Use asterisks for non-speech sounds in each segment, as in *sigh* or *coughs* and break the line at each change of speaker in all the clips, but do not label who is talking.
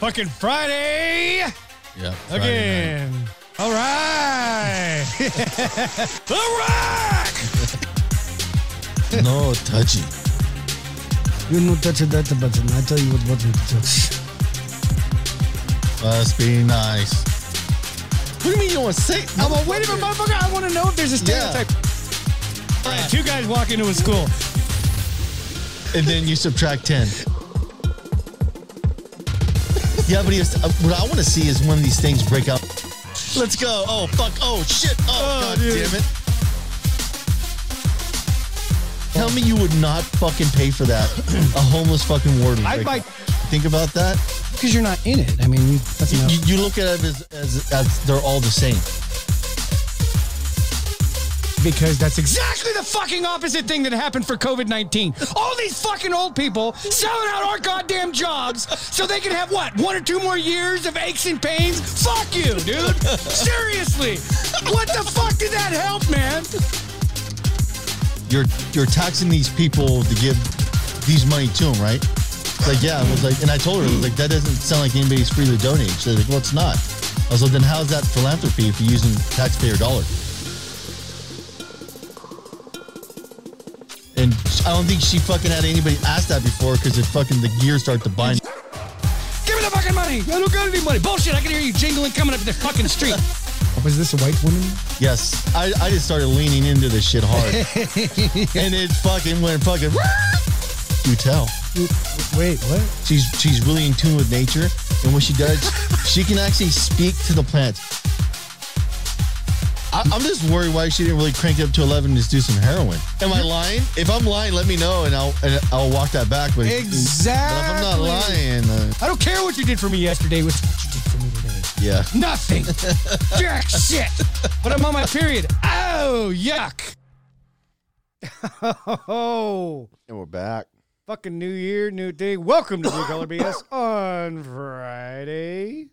Fucking Friday
Yeah. Friday night.
again. All right. *laughs* the Rock.
No touchy.
You know, touch that button. I tell you what button to touch.
Must be Uh, nice. What do you mean you want to say?
I'm a wait a minute, motherfucker. I want to know if there's a stereotype. All right, two guys walk into a school.
and then you subtract 10. yeah, but he was, uh, what I want to see is when these things break up. Let's go. Oh, fuck. Oh, shit. Oh,
Oh,
god
dude.
damn it. Tell me you would not fucking pay for that. A homeless fucking warden.
I'd
break
buy
up. Think about that.
Because you're not in it. I mean, you, that's not.
You, you look at it as, as, as they're all the same.
because that's exactly the fucking opposite thing that happened for COVID 19. All these fucking old people selling out our goddamn jobs so they can have what? One or two more years of aches and pains? Fuck you, dude. Seriously. What the fuck did that help, man?
You're you're taxing these people to give these money to them, right? It's like, yeah, I was like, and I told her, I was like, that doesn't sound like anybody's free to donate. She's like, well, it's not. I was like, then how's that philanthropy if you're using taxpayer dollar? And I don't think she fucking had anybody ask that before because it fucking the gears start to bind.
Give me the fucking money. I don't got any money. Bullshit. I can hear you jingling coming up the fucking street.
Was this a white woman?
Yes, I, I just started leaning into this shit hard, and it fucking went fucking. *laughs* You tell.
Wait, what?
She's she's really in tune with nature, and what she does, she can actually speak to the plants. I, I'm just worried why she didn't really crank it up to 11 and just do some heroin. Am I lying? If I'm lying, let me know, and I'll and I'll walk that back. But But if I'm not
Exactly.
lying, uh,
I don't care what you did for me yesterday. What you did for me today.
yeah.
*laughs*
Nothing. Jack shit. But I'm on my period. Oh, yuck. *laughs* Oh,
And we're back.
fucking new year, new day. Welcome to Blue
*laughs*
Collar BS on Friday.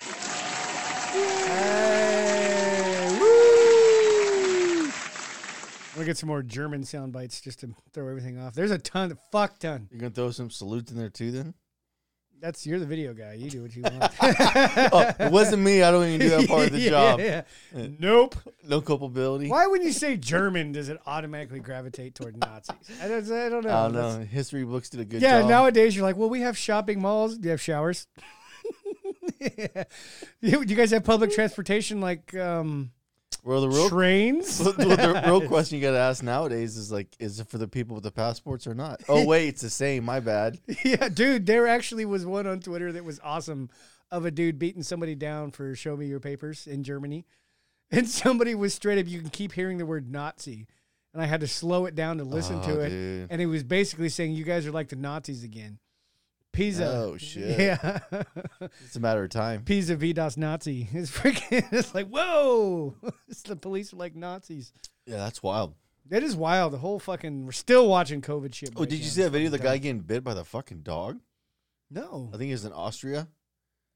Hey, woo. I'm gonna get some more German sound bites just to throw everything off. There's a ton, fuck ton.
You're gonna throw some salutes in there too, then?
That's you're the video guy. You do what you
*laughs*
want.
oh, it wasn't me. I don't even do that *laughs* part of
*laughs*
the
Yeah,
job.
yeah. Nope.
No culpability.
Why, when you say German, does it automatically gravitate toward Nazis? I don't, I don't know.
I don't know.
That's-
History books did a good
Yeah,
job.
nowadays you're like, well, we have shopping malls. Do you have showers? *laughs* yeah. you, you guys have public transportation like um,
well, the real,
trains?
*laughs* well, the real question you got to ask nowadays is like, is it for the people with the passports or not? Oh wait, it's the same. My *laughs* bad.
*laughs* yeah, dude, there actually was one on Twitter that was awesome of a dude beating somebody down for show me your papers in Germany. And somebody was straight up, you can keep hearing the word Nazi. And I had to slow it down to listen
Oh,
to it.
dude.
And it was basically saying, you guys are like the Nazis again. Pisa. *laughs*
Oh shit.
Yeah.
It's a matter of time.
Pisa V das Nazi. *laughs* It's freaking, it's like, whoa. *laughs* It's the police are like Nazis.
Yeah, that's wild.
That is wild. The whole fucking, we're still watching COVID shit.
Oh, did you see that video of the guy getting bit by the fucking dog?
No.
I think it was in Austria.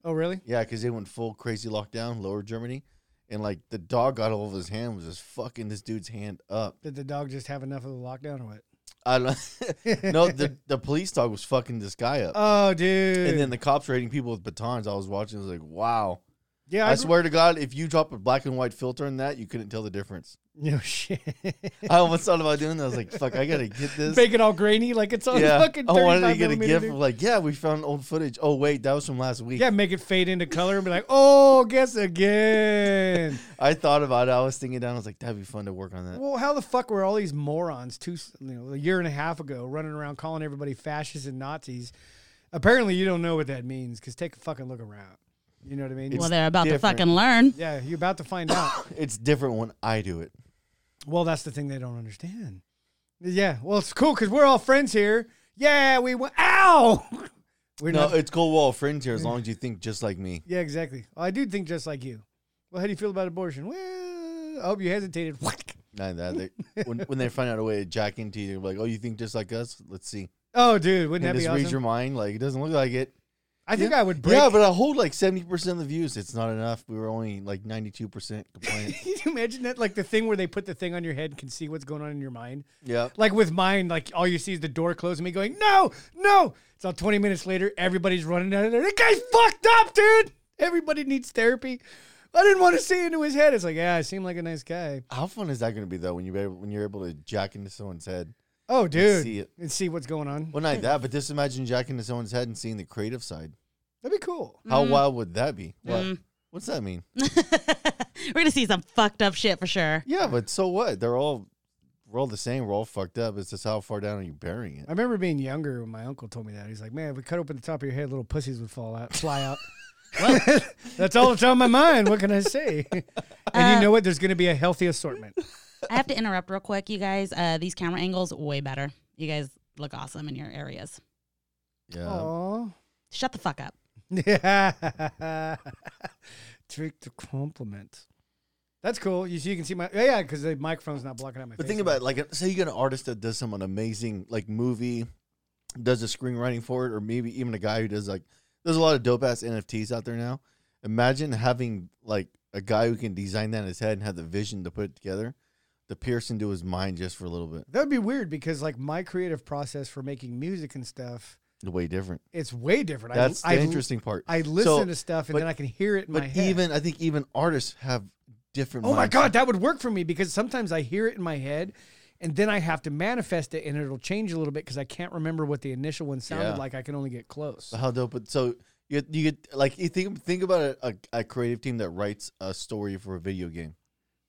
Oh, really?
Yeah, because they went full crazy lockdown, lower Germany. And like the dog got all of his hand, was just fucking this dude's hand up.
Did the dog just have enough of the lockdown or what?
I
*laughs*
don't *laughs* No, the, the police dog was fucking this guy up.
Oh, dude.
and then the cops raiding people with batons. I was watching, I was like, wow.
yeah,
I
gr-
swear to God, if you drop a black and white filter in that, you couldn't tell the difference.
*laughs* No shit.
*laughs* I almost thought about doing that. I was like, fuck, I gotta get this.
Make it all grainy, like it's on
yeah,
fucking.
I
35
wanted to get a
millimeter,
gift
dude.
of like, yeah, we found old footage. Oh wait, that was from last week.
Yeah, make it fade into color and be like, oh, guess
*laughs*
again.
I thought about it. I was thinking down. I was like, that'd be fun to work on that.
well, how the fuck were all these morons two, you know, a year and a half ago running around calling everybody fascists and Nazis? Apparently, you don't know what that means because take a fucking look around. You know what I mean?
It's-
Well, they're about
different.
to fucking learn.
yeah, you're about to find out. *coughs*
It's different when I do it.
Well, that's the thing they don't understand. Yeah. Well, it's cool because we're all friends here. Yeah, we went. Ow! *laughs* We're
No,
not. Mm.
it's cool wall friends here as long as you think just like me.
Yeah, exactly. Well, I do think just like you. Well, how do you feel about abortion? Well, I hope you hesitated. *laughs* Whack.
Not that
*laughs*
they, when, when they find out a way to jack into you, they're like, "Oh, you think just like us? Let's see."
Oh, dude, wouldn't
And
that
just
be
read your
awesome?
mind. Like it doesn't look like it.
I think
Yeah.
I would break.
Yeah, but I hold like seventy percent of the views. It's not enough. We were only like ninety-two percent compliant.
*laughs* Can you imagine that? Like the thing where they put the thing on your head and can see what's going on in your mind.
yeah,
Like with mine, like all you see is the door closing, me going, no, no. It's all 20 minutes later, everybody's running out of there. That guy's fucked up, dude. Everybody needs therapy. I didn't want to see into his head. It's like, yeah, I seem like a nice guy.
how fun is that going to be though? When you be- when you're able to jack into someone's head.
Oh, dude.
see it.
And see what's going on.
Well, not that, but just imagine jacking into someone's head and seeing the creative side.
That'd be cool.
How wild would that be? What?
Mm.
What's that mean?
*laughs* We're gonna see some fucked up shit for sure.
Yeah, but so what? They're all we're all the same. We're all fucked up. It's just how far down are you burying
I
it?
remember being younger when my uncle told me that. He's like, man, if we cut open the top of your head, little pussies would fall out, fly out. *laughs* That's all that's on my mind. What can I say? *laughs* and you know what? There's going to be a healthy assortment.
I have to interrupt real quick, you guys. Uh, these camera angles way better. You guys look awesome in your areas.
*laughs*
Yeah.
Aww.
Shut the fuck up.
Yeah. Trick to compliment. That's cool. You see, you can see my yeah, yeah, because the microphone's not blocking out my
But
face.
think about it, like say you get an artist that does some an amazing like movie, does the screenwriting for it, or maybe even a guy who does like there's a lot of dope ass NFTs out there now. Imagine having like a guy who can design that in his head and have the vision to put it together, to pierce into his mind just for a little bit.
that would be weird because like my creative process for making music and stuff,
Way different.
it's way different.
That's
I,
the
I,
interesting part.
I listen
So-
to stuff and
but-
then I can hear it in my
But
head.
even I think even artists have different.
oh my
mindsets.
god, that would work for me because sometimes I hear it in my head. And then I have to manifest it, and it'll change a little bit because I can't remember what the initial one sounded
Yeah.
like. I can only get
*laughs*
close.
How dope! But so you you get like you think think about a, a, a creative team that writes a story for a video game.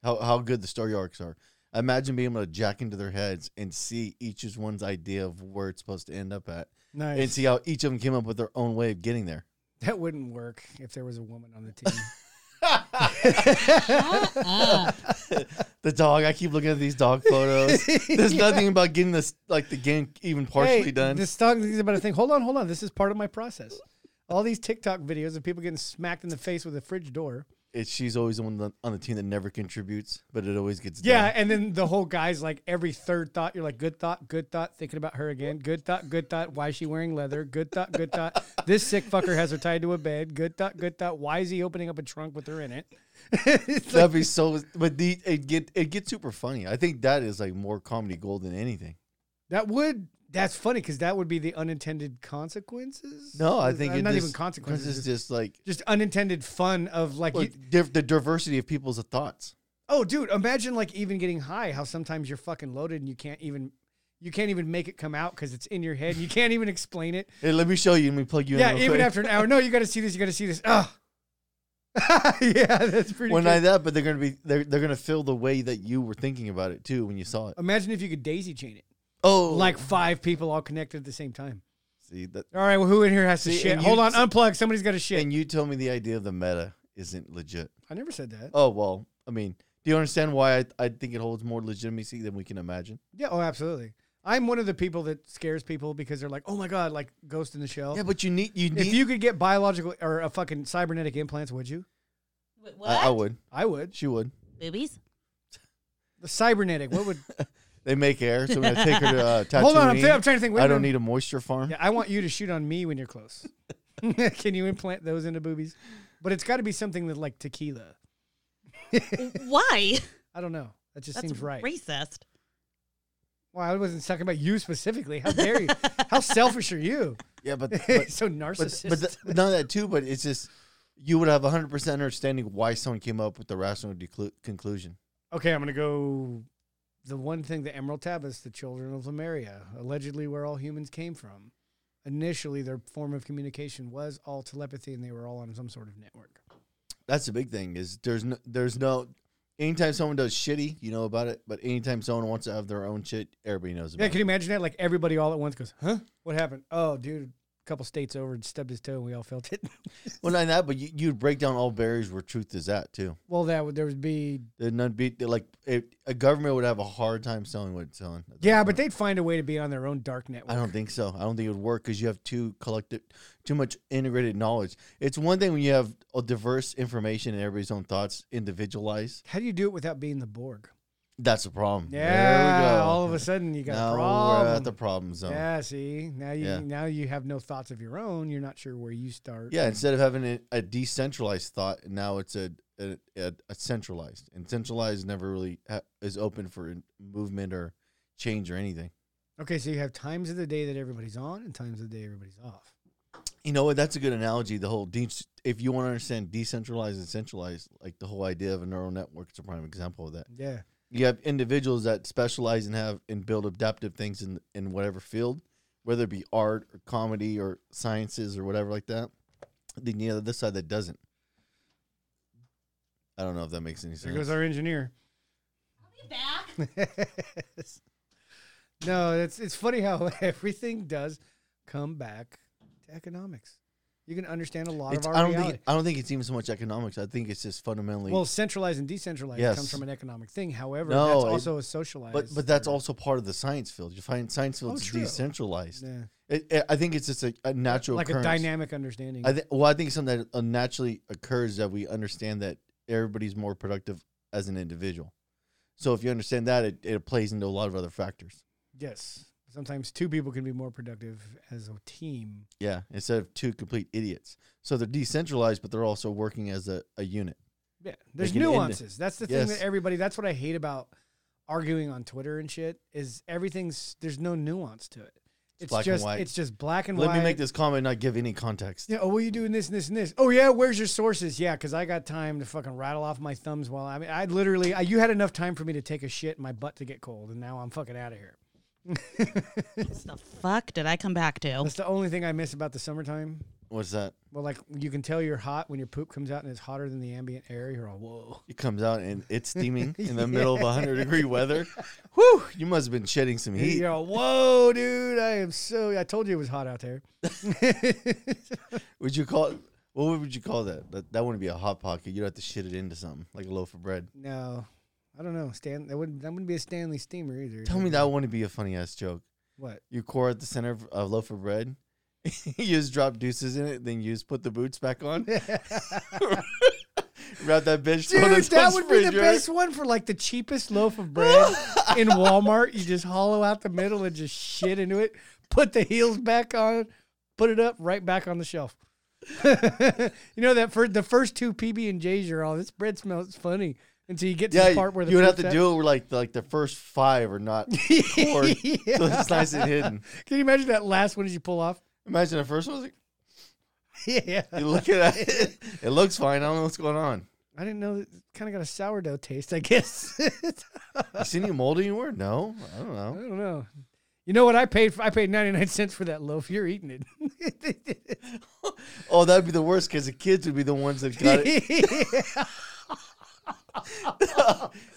How how good the story arcs are. Imagine being able to jack into their heads and see each is one's idea of where it's supposed to end up at,
Nice.
and see how each of them came up with their own way of getting there.
that wouldn't work if there was a woman on the team.
The dog. I keep looking at these dog
*laughs*
photos. There's nothing about getting this like the game even *laughs* partially
Hey,
done.
This song is about to think. Hold on, hold on. This is part of my process. All these TikTok videos of people getting smacked in the face with a fridge door.
it's she's always the one on the team that never contributes, but it always gets
Yeah,
done.
and then the whole guy's like every third thought, you're like, good thought, good thought, thinking about her again. Good thought, good thought. Why is she wearing leather? Good thought, good thought. This sick fucker has her tied to a bed. Good thought, good thought. Why is he opening up a trunk with her in it? *laughs* It's like-
That'd be so. But the it get it gets super funny. I think that is like more comedy gold than anything.
that would. That's funny because that would be the unintended consequences.
No, I
Is-
think
uh,
it
not
just,
even consequences.
It's
Just,
just like
just unintended fun of like
well,
you-
div- the diversity of people's thoughts.
Oh, dude, imagine like even getting high. How sometimes you're fucking loaded and you can't even you can't even make it come out because it's in your head. and You can't even explain it.
Hey, let me show you. Let me plug you
yeah,
in. real
even
quick.
after an hour. No, you got to see this. You got to see this. Oh. *laughs* yeah, that's pretty.
Well,
good.
not that, but they're gonna be they're they're gonna feel the way that you were thinking about it too when you saw it.
imagine if you could daisy chain it,
Oh,
Um, like five people all connected at the same time.
see that.
All right, well, who in here has to
See,
shit?
and you-
Hold on, unplug. Somebody's got to shit.
And you told me the idea of the meta isn't legit.
I never said that.
Oh well, I mean, do you understand why I, I think it holds more legitimacy than we can imagine?
Yeah, oh, absolutely. I'm one of the people that scares people because they're like, oh my god, like Ghost in the Shell.
Yeah, but you need you need.
if you could get biological or a fucking cybernetic implants, would you? Uh,
What?
I, I would.
I would.
She would.
*laughs*
Boobies?
The cybernetic. What would?
*laughs* They make air, so we're gonna take her to uh, Tatooine.
*laughs* Hold on, I'm, th- I'm trying to think. Wait
I
a
don't
minute.
need a moisture farm.
Yeah, I want you to shoot on me when you're close. *laughs* Can you implant those into boobies? But it's got to be something that like tequila.
Why?
I don't know. That just
That's
seems right.
racist.
Well, I wasn't talking about you specifically. How dare you? How selfish are you? *laughs*
Yeah, but but,
so
but,
narcissist.
but th- none of that too. But it's just you would have 100 percent understanding why someone came up with the rational declu- conclusion.
okay, I'm gonna go. The one thing, the Emerald Tabas, the children of Lemuria, allegedly where all humans came from. Initially, their form of communication was all telepathy, and they were all on some sort of network.
That's the big thing. Is there's no there's no. Anytime someone does shitty, you know about it. But anytime someone wants to have their own shit, everybody knows about
Yeah, can
it.
you imagine that? Like everybody all at once goes, "Huh? What happened?" Oh, dude, a couple states over and stubbed his toe, and we all felt it. *laughs*
Well, not that, but you, you'd break down all barriers where truth is at too.
well, that would there would be.
There'd none be like it, a government would have a hard time selling what it's selling. at that
Yeah,
point.
but they'd find a way to be on their own dark network.
I don't think so. I don't think it would work because you have too collective, too much integrated knowledge. It's one thing when you have a diverse information and everybody's own thoughts individualized.
How do you do it without being the Borg?
That's the problem. there we
Yeah.
go.
All of a sudden, you got
now
a
we're
problem.
at the problem zone. Yeah.
yeah. See, now you
Yeah.
now you have no thoughts of your own. You're not sure where you start.
instead of having a, a decentralized thought, now it's a a, a a centralized, and centralized never really ha- is open for movement or change or anything.
Okay, so you have times of the day that everybody's on and times of the day everybody's off.
You know what? That's a good analogy. The whole de- if you want to understand decentralized and centralized, like the whole idea of a neural network is a prime example of that.
Yeah.
you have individuals that specialize and have and build adaptive things in in whatever field, whether it be art or comedy or sciences or whatever like that. Then you have this side that doesn't. I don't know if that makes any
There
sense.
goes our engineer. *laughs* no, it's it's funny how *laughs* everything does come back to economics. You can understand a lot
It's-
of
I
our
don't
reality.
think I don't think it's even so much economics. I think it's just fundamentally.
well, centralized and decentralized comes
Yes.
from an economic thing. However,
No,
that's
it-
also a socialized.
but but that's
or-
also part of the science field. You find science field
Oh,
is
true.
decentralized.
Yeah.
It, it- I think it's just a, a natural
like a
occurrence.
dynamic understanding.
I think. Well, I think it's something that uh, naturally occurs that we understand that everybody's more productive as an individual. So if you understand that, it, it plays into a lot of other factors.
yes. Sometimes two people can be more productive as a team.
Yeah, instead of two complete idiots. So they're decentralized, but they're also working as a, a unit.
Yeah, there's
can end it.
nuances. That's the thing
Yes.
that everybody. That's what I hate about arguing on Twitter and shit. Is everything's there's no nuance to it. It's
black and
just
white.
it's just black and
Let
white.
me make this comment, and not give any context.
Yeah. Oh, well, you doing this and this and this. Oh yeah, where's your sources? Yeah, because I got time to fucking rattle off my thumbs while I mean I literally I, you had enough time for me to take a shit and my butt to get cold, and now I'm fucking out of here.
What the fuck did I come back to?
That's the only thing I miss about the summertime.
What's that?
Well, like you can tell you're hot when your poop comes out and it's hotter than the ambient air. You're all whoa.
It comes out and
*laughs*
it's steaming in the middle of 100 degree weather. Whew, you must have been shedding some heat.
You're all whoa, dude. I am so. I told you it was hot out there.
Would you call it, what would you call that? that? That wouldn't be a hot pocket. You'd have to shit it into something, like a loaf of bread.
No, I don't know. Stan, that wouldn't that wouldn't be a Stanley steamer either.
Tell me that wouldn't be a funny ass joke.
What?
you core at the center of a loaf of bread. *laughs* you just drop deuces in it, then you just put the boots
*laughs*
back on. Wrap that
*laughs*
bitch.
Dude,
throw it in
that
the
would be the
refrigerator.
best one for like the cheapest loaf of
*laughs*
bread in Walmart. You just hollow out the middle and just shit into it. Put the heels back on. Put it up right back on the shelf. *laughs* you know that for the first two PB and J's you're all this bread smells funny until you get to
Yeah,
the part where the
you would have
poop's
to
at.
do it where like like the first five
*laughs*
are not cored, so it's nice and hidden.
Can you imagine that last one as you pull
*laughs*
off?
Imagine the first one's like,
Yeah.
*laughs* you look at it, *laughs* it looks fine. I don't know what's going on.
I didn't know. Kind of got a sourdough taste, I guess. *laughs*
You seen any mold anywhere? No, I don't
I
know.
don't know. You know what I paid? For, I paid ninety nine cents for that loaf. You're eating it.
Oh, that'd be the worst because the kids would be the ones that got
*laughs*
it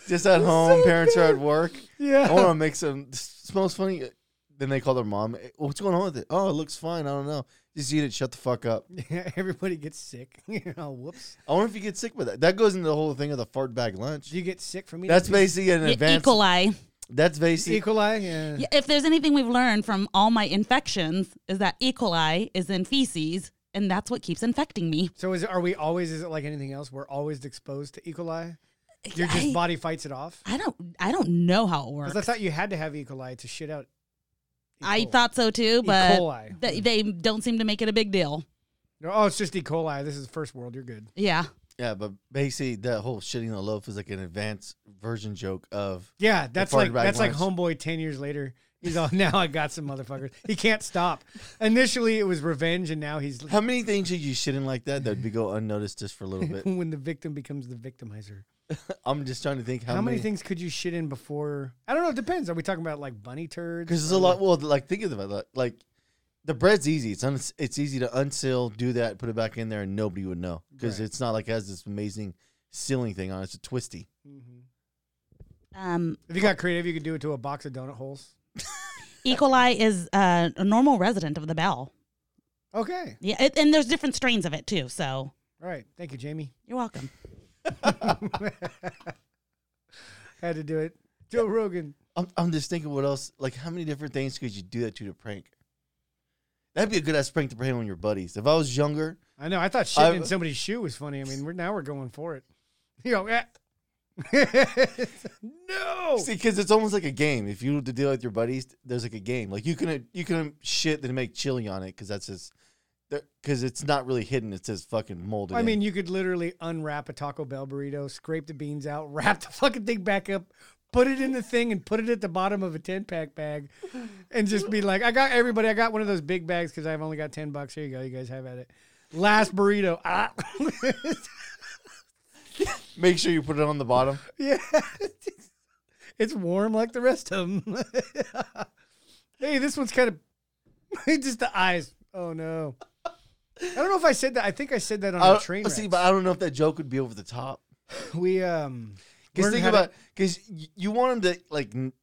just at home. parents are at work. I want
*laughs* yeah.
to make some. Smells funny. uh, Then they call their mom. "Eh, What's going on with it? Oh, it looks fine. I don't know. Just eat it. Shut the fuck up.
Everybody gets sick. *laughs* you know, whoops.
I wonder if you get sick with that. That goes into the whole thing of the fart bag lunch.
Do you get sick from eating?
That's
pizza?
basically an
E.
advanced.
coli.
That's basically.
E. coli. Yeah.
Yeah, If there's anything we've learned from all my infections, is that E. coli is in feces, and that's what keeps infecting me.
So is it, are we always? Is it like anything else? We're always exposed to E. coli. Your just
I-
body fights it off.
I don't, I don't know how it works.
Because I thought you had to have E. coli to shit out. E.
I
coli.
thought so too, but
coli.
they, they don't seem to make it a big deal.
Oh, it's just E. coli. This is first world. You're good.
Yeah,
yeah, but basically that whole shitting the loaf is like an advanced version joke of.
Yeah, that's
farted
like
bag
that's like
lunch.
homeboy ten years later. He's all *laughs* now I got some motherfuckers. He can't stop. Initially it was revenge, and now he's
How many things did you shit in like
*laughs*
that that would be go unnoticed just for a little bit?
when the victim becomes the victimizer.
I'm just trying to think how,
How many things could you shit in before? I don't know. It depends. Are we talking about like bunny turds?
Because there's
or
a lot.
like-
Well, like think of it like the bread's easy. It's un, it's easy to unseal, do that, put it back in there, and nobody would know because
Right.
it's not like it has this amazing sealing thing on. it. It's a twisty.
um,
If you got creative, you could do it to a box of donut holes.
E. coli is uh, a normal resident of the bowel.
Okay.
Yeah, it, and there's different strains of it too. So
All right. Thank you, Jamie. *laughs*
you're welcome.
Had to do it. Joe Rogan.
I'm I'm just thinking what else. Like how many different things could you do that to to prank? That'd be a good ass prank to prank on your buddies. If I was younger,
I know. I thought shit
I've-
in somebody's shoe was funny. I mean, we're now we're going for it. *laughs* You know, eh, *laughs* no.
See, because it's almost like a game. If you were to deal with your buddies, there's like a game. Like you can you can shit and make chili on it because that's just because it's not really hidden. It's just fucking molded.
I
in.
mean, you could literally unwrap a Taco Bell burrito, scrape the beans out, *laughs* wrap the fucking thing back up, put it in the thing, and put it at the bottom of a 10 pack bag and just be like, I got everybody, I got one of those big bags because I've only got 10 bucks. Here you go. You guys have at it. Last burrito. *laughs* Ah.
make sure you put it on the bottom.
yeah. *laughs* It's warm like the rest of them. *laughs* hey, this one's kind of *laughs* just the eyes. Oh, no. I don't know if I said that. I think I said that on
I
a train.
Oh, see,
wreck.
but I don't know if that joke would be over the top.
we um
Because
learned
think
how to-
about because you want them to like n-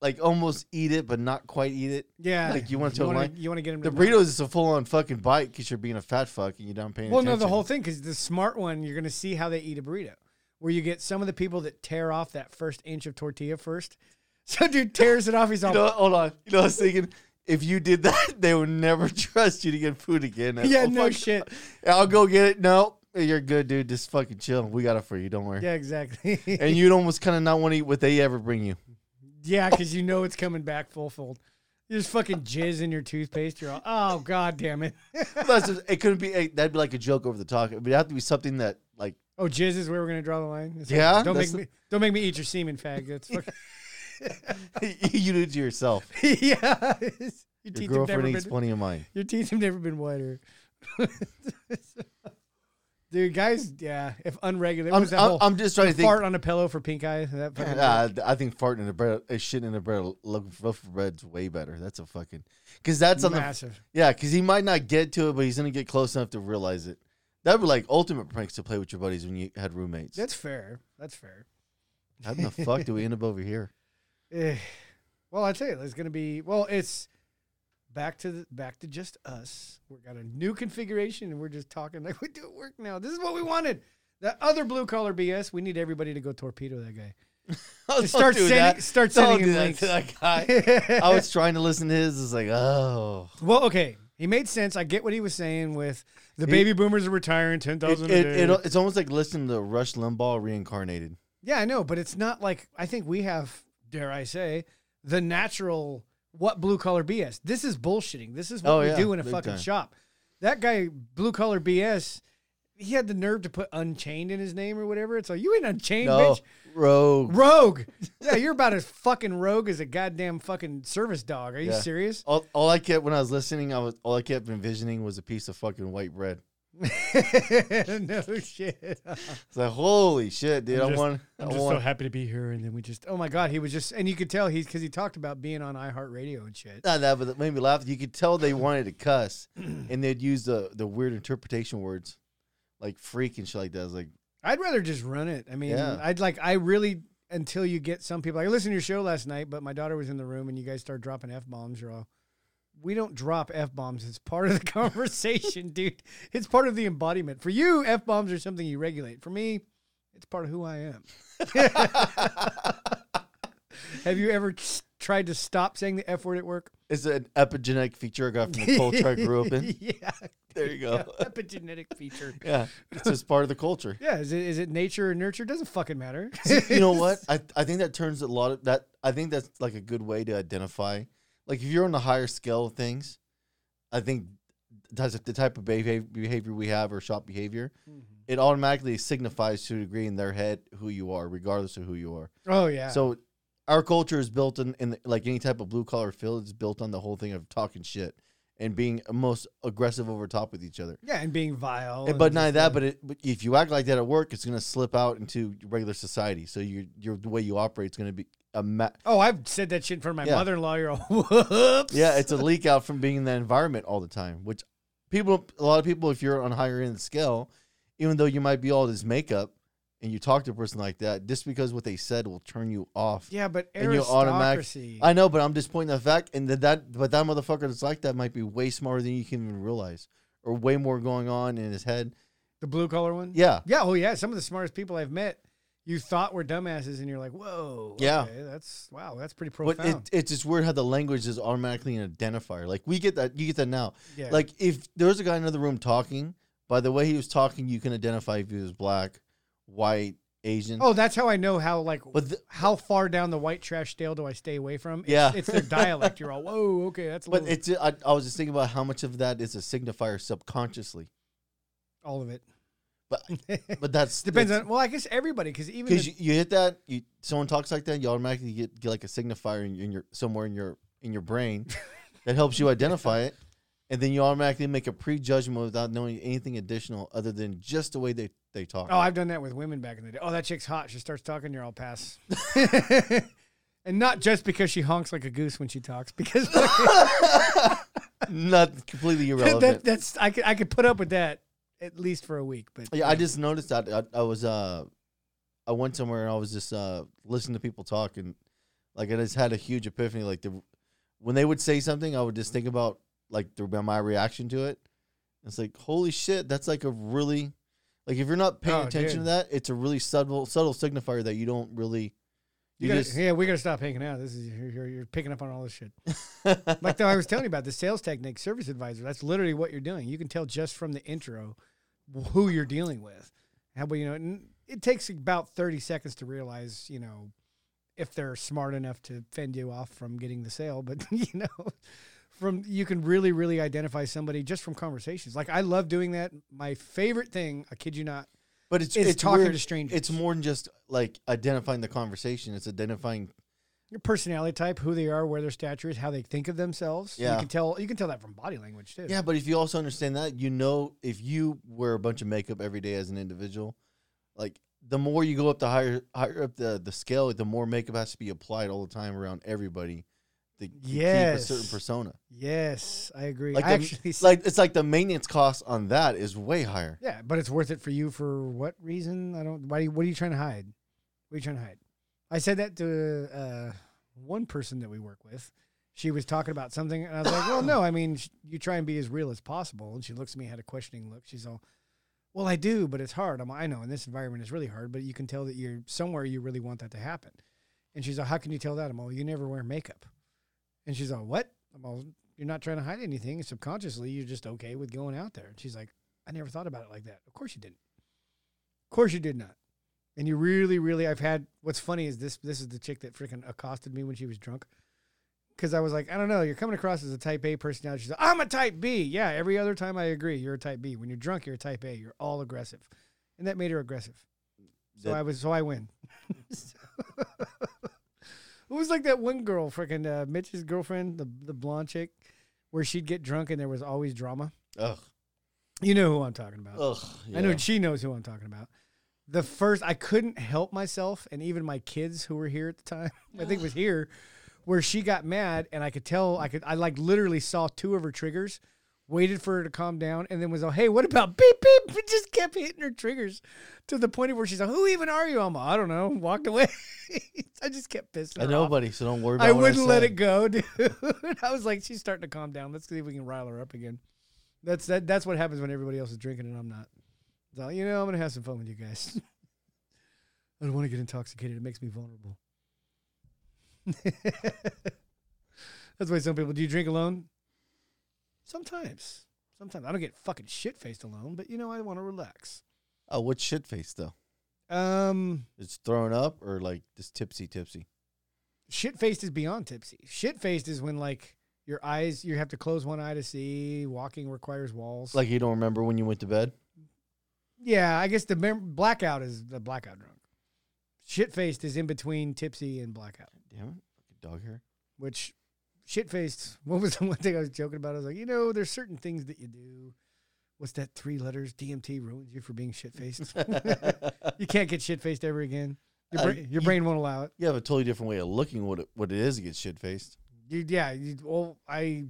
like almost eat it, but not quite eat it.
yeah
like you want to
you
a
wanna,
line.
you wanna get him
The
to
burrito is a full on fucking bite because you're being a fat fuck and you're not paying
Well,
attention.
no, the whole thing because the smart one, you're going to see how they eat a burrito. Where you get some of the people that tear off that first inch of tortilla first. *laughs* So dude tears it off. He's all
*laughs* You know, what? hold on. You know, I was thinking if you did that, *laughs* they would never trust you to get food again.
yeah,
Oh,
no
fuck.
shit.
I'll go get it. No, you're good, dude. Just fucking chill. We got it for you. Don't worry.
Yeah, exactly.
And you'd almost kind of not want to eat what they ever bring you.
*laughs* yeah, because you know it's coming back full fold. You just fucking jizz in your toothpaste. You're all, oh god damn it.
Plus, it couldn't be. eh, That'd be like a joke over the top. It would have to be something that like. *laughs*
Oh, jizz is where we're gonna draw the line. It's like,
Yeah,
don't make
that's
me don't make me eat your semen, fag. That's fucking, *laughs*
you do it to yourself.
yeah. *laughs* Your
Your
teeth have never
girlfriend eats
been-
plenty of mine.
Your teeth have never been whiter. Dude, guys, yeah. If unregulated, what
I'm,
was that
I'm,
whole
I'm just trying to um, think.
fart on a pillow for pink eye? That fucking
Nah, I think farting in the bread, uh, shitting in the bread, looking for loaf of bread's way better. That's a fucking because that's on
massive.
the yeah. Because he might not get to it, but he's gonna get close enough to realize it. That'd be like ultimate pranks to play with your buddies when you had roommates.
That's fair. That's fair.
How in the fuck do we end up
*laughs*
over here?
Eh. Well, I tell you, it's gonna be well. It's back to the, back to just us. We got a new configuration, and we're just talking like we do at work now. This is what we wanted. That other blue collar BS. We need everybody to go torpedo that guy.
Don't
start
do
sending-
that.
start
Don't
sending
do
him
that
links.
to that guy.
*laughs*
I was trying to listen to his. It's like, oh,
Well, okay. He made sense. I get what he was saying with the
He-
baby boomers are retiring,
it,
10,000 a
it,
day.
it, it's almost like listening to Rush Limbaugh reincarnated.
yeah, I know, but it's not like I think we have, dare I say, the natural what blue collar BS. This is bullshitting. This is what
Oh,
we
yeah,
do in a
big
fucking
time.
shop. That guy, blue collar BS, he had the nerve to put unchained in his name or whatever. It's like, you ain't unchained,
No,
bitch.
rogue. *laughs*
Rogue. yeah, you're about as fucking rogue as a goddamn fucking service dog. Are you
Yeah. Oh.
serious?
All, all I kept when I was listening, I was all I kept envisioning was a piece of fucking white bread.
*laughs* no shit.
It's like, holy shit, dude!
I'm
i
just-
want, i
I'm just so
want.
happy to be here. And then we just, oh my God, he was just, and you could tell he's, because he talked about being on iHeartRadio and shit.
not that, but it made me laugh. You could
*clears throat*
tell they wanted to cuss, and they'd use the the weird interpretation words, like freak and shit like that. I was like,
I'd rather just run it. I mean,
Yeah.
I'd like, I really, until you get some people, I listened to your show last night, but my daughter was in the room and you guys started dropping F bombs. You're all, we don't drop F bombs. It's part of the *laughs* conversation, dude. It's part of the embodiment. For you, F bombs are something you regulate. For me, it's part of who I am. *laughs* Have you ever tried to stop saying the F word at work?
it's an epigenetic feature I got from the culture I grew
*laughs*
up in.
yeah.
There you go.
Epigenetic feature.
Yeah, it's just part of the culture.
Yeah, is it is it nature or nurture? Doesn't fucking matter. *laughs*
you know what? I, I think that turns a lot of that. I think that's like a good way to identify. Like if you're on the higher scale of things, I think that's the type of behavior behavior we have or shop behavior. It automatically signifies to a degree in their head who you are, regardless of who you are.
oh yeah.
So our culture is built in, in like any type of blue collar field. It's built on the whole thing of talking shit and being most aggressive over top with each other.
yeah, and being vile.
And-
and
Eh, but not only
just,
that,
uh,
but, it, but if you act like that at work, it's going to slip out into regular society. So your your the way you operate is going to be a ma-
oh, I've said that shit for my
Yeah.
mother-in-law. You're all whoops.
yeah, it's a leak out from being in that environment all the time. Which people, a lot of people, if you're on higher end scale, even though you might be all this makeup and you talk to a person like that, just because what they said will turn you off.
Yeah, but
And you automatic.
aristocracy.
I know, but I'm just pointing that fact, and that, that but that motherfucker that's like that might be way smarter than you can even realize, or way more going on in his head.
the blue collar one.
Yeah,
Yeah. Oh yeah. Some of the smartest people I've met, you thought were dumbasses, and you're like, whoa.
Yeah.
okay, that's wow. That's pretty
But
profound.
it, it's just weird how the language is automatically an identifier. Like we get that, you get that now.
Yeah.
Like if there was a guy in another room talking, by the way he was talking, you can identify if he was black, white, Asian.
Oh, that's how I know how like
But th-
how far down the white trash dale do I stay away from? It's,
Yeah.
it's their dialect. You're all
*laughs*
whoa, okay, that's a
But
little,
it's I, I was just thinking about how much of that is a signifier subconsciously.
all of it
But but
*laughs*
that's
depends
that's-
on. Well, I guess everybody because even
because
if-
you, you hit that you someone talks like that you automatically get, get like a signifier in, in your somewhere in your in
*laughs*
your brain that helps you identify it, and then you automatically make a prejudgment without knowing anything additional other than just the way they they talk. *laughs*
oh, I've done that with women back in the day. Oh, that chick's hot. She starts talking, you're all
*laughs*
pass. and not just because she honks like a goose when she talks,
*laughs*
because
Not completely irrelevant.
that, that's I could I could put up with that at least for a week. But
Yeah, I just noticed that I, I was uh, I went somewhere and I was just uh listening to people talk and like I just had a huge epiphany. Like the when they would say something, I would just think about like the, my reaction to it. It's like holy shit, that's like a really like if you're not paying
Oh,
attention
dude.
to that, it's a really subtle subtle signifier that you don't really.
You
You,
gotta,
just *laughs*
yeah, we gotta stop hanging out. This is you're, you're, you're picking up on all this shit. like the, I was telling you about the sales technique, service advisor. That's literally what you're doing. You can tell just from the intro who you're dealing with. How well you know? And it takes about thirty seconds to realize, you know, if they're smart enough to fend you off from getting the sale. But *laughs* you know, from you can really, really identify somebody just from conversations. Like I love doing that. My favorite thing, I kid you not,
but it's
is
it's
talking
weird.
to strangers.
It's more than just like identifying the conversation. It's identifying
your personality type, who they are, where their stature is, how they think of themselves.
Yeah.
You can tell you can tell that from body language too.
Yeah, but if you also understand that, you know, if you wear a bunch of makeup every day as an individual, like the more you go up the higher higher up the the scale, the more makeup has to be applied all the time around everybody to to keep a certain
Yes.
persona.
Yes, I agree.
Like
I
the,
actually s-
like it's like the maintenance cost on that is way higher.
Yeah, but it's worth it for you for what reason? I don't why do you, what are you trying to hide? What are you trying to hide? I said that to uh, one person that we work with. She was talking about something and I was like, "Well, no, I mean, sh- you try and be as real as possible." And she looks at me had a questioning look. She's all well, I do, but it's hard. I'm, I know, in this environment, it's really hard. But you can tell that you're somewhere you really want that to happen. And she's like, "How can you tell that?" I'm all, "You never wear makeup." And she's all, "What?" I'm all, "You're not trying to hide anything. Subconsciously, you're just okay with going out there." And she's like, "I never thought about it like that. Of course you didn't. Of course you did not." And you really, really, I've had. What's funny is this. This is the chick that freaking accosted me when she was drunk. Because I was like, I don't know, you're coming across as a type A personality. She's like, I'm a type B. Yeah, every other time I agree, you're a type B. When you're drunk, you're a type A. You're all aggressive. And that made her aggressive. So
That-
I was so I win. *laughs* So- it was like that one girl, freaking uh, Mitch's girlfriend, the the blonde chick, where she'd get drunk and there was always drama.
Ugh.
You know who I'm talking about.
Ugh.
I know
yeah.
she knows who I'm talking about. The first, I couldn't help myself, and even my kids who were here at the time, *laughs* I think was
*sighs*
here, where she got mad, and I could tell, I could, I like literally saw two of her triggers, waited for her to calm down, and then was like, "Hey, what about beep beep?" *laughs* But just kept hitting her triggers to the point of where she's like, "Who even are you?" I'm, like, I don't know, walked away. *laughs* I just kept pissing.
I
her
know,
off.
buddy. So don't worry. About
I
what
wouldn't let
said.
it go, *laughs* dude. I was like, she's starting to calm down. Let's see if we can rile her up again. That's that. That's what happens when everybody else is drinking and I'm not. So you know, I'm gonna have some fun with you guys. *laughs* I don't want to get intoxicated. It makes me vulnerable. *laughs* that's why some people. Do you drink alone? Sometimes. Sometimes I don't get fucking shit faced alone, but you know I want to relax.
Oh, what shit face though?
Um,
It's thrown up or like just tipsy, tipsy.
shit faced is beyond tipsy. Shit faced is when like your eyes you have to close one eye to see. Walking requires walls.
Like you don't remember when you went to bed.
yeah, I guess the mem- blackout is the blackout drunk. Shit faced is in between tipsy and blackout.
Damn it, fucking dog hair.
Which shit faced. *laughs* What was the one thing I was joking about? I was like, you know, there's certain things that you do. What's that three letters? DMT ruins you for being shit
*laughs*
faced. you can't get shit faced ever again. Your,
Uh,
bra- your
you-
brain won't allow it.
You have a totally different way of looking what it, what it is to get shit faced.
You, yeah. You, well, I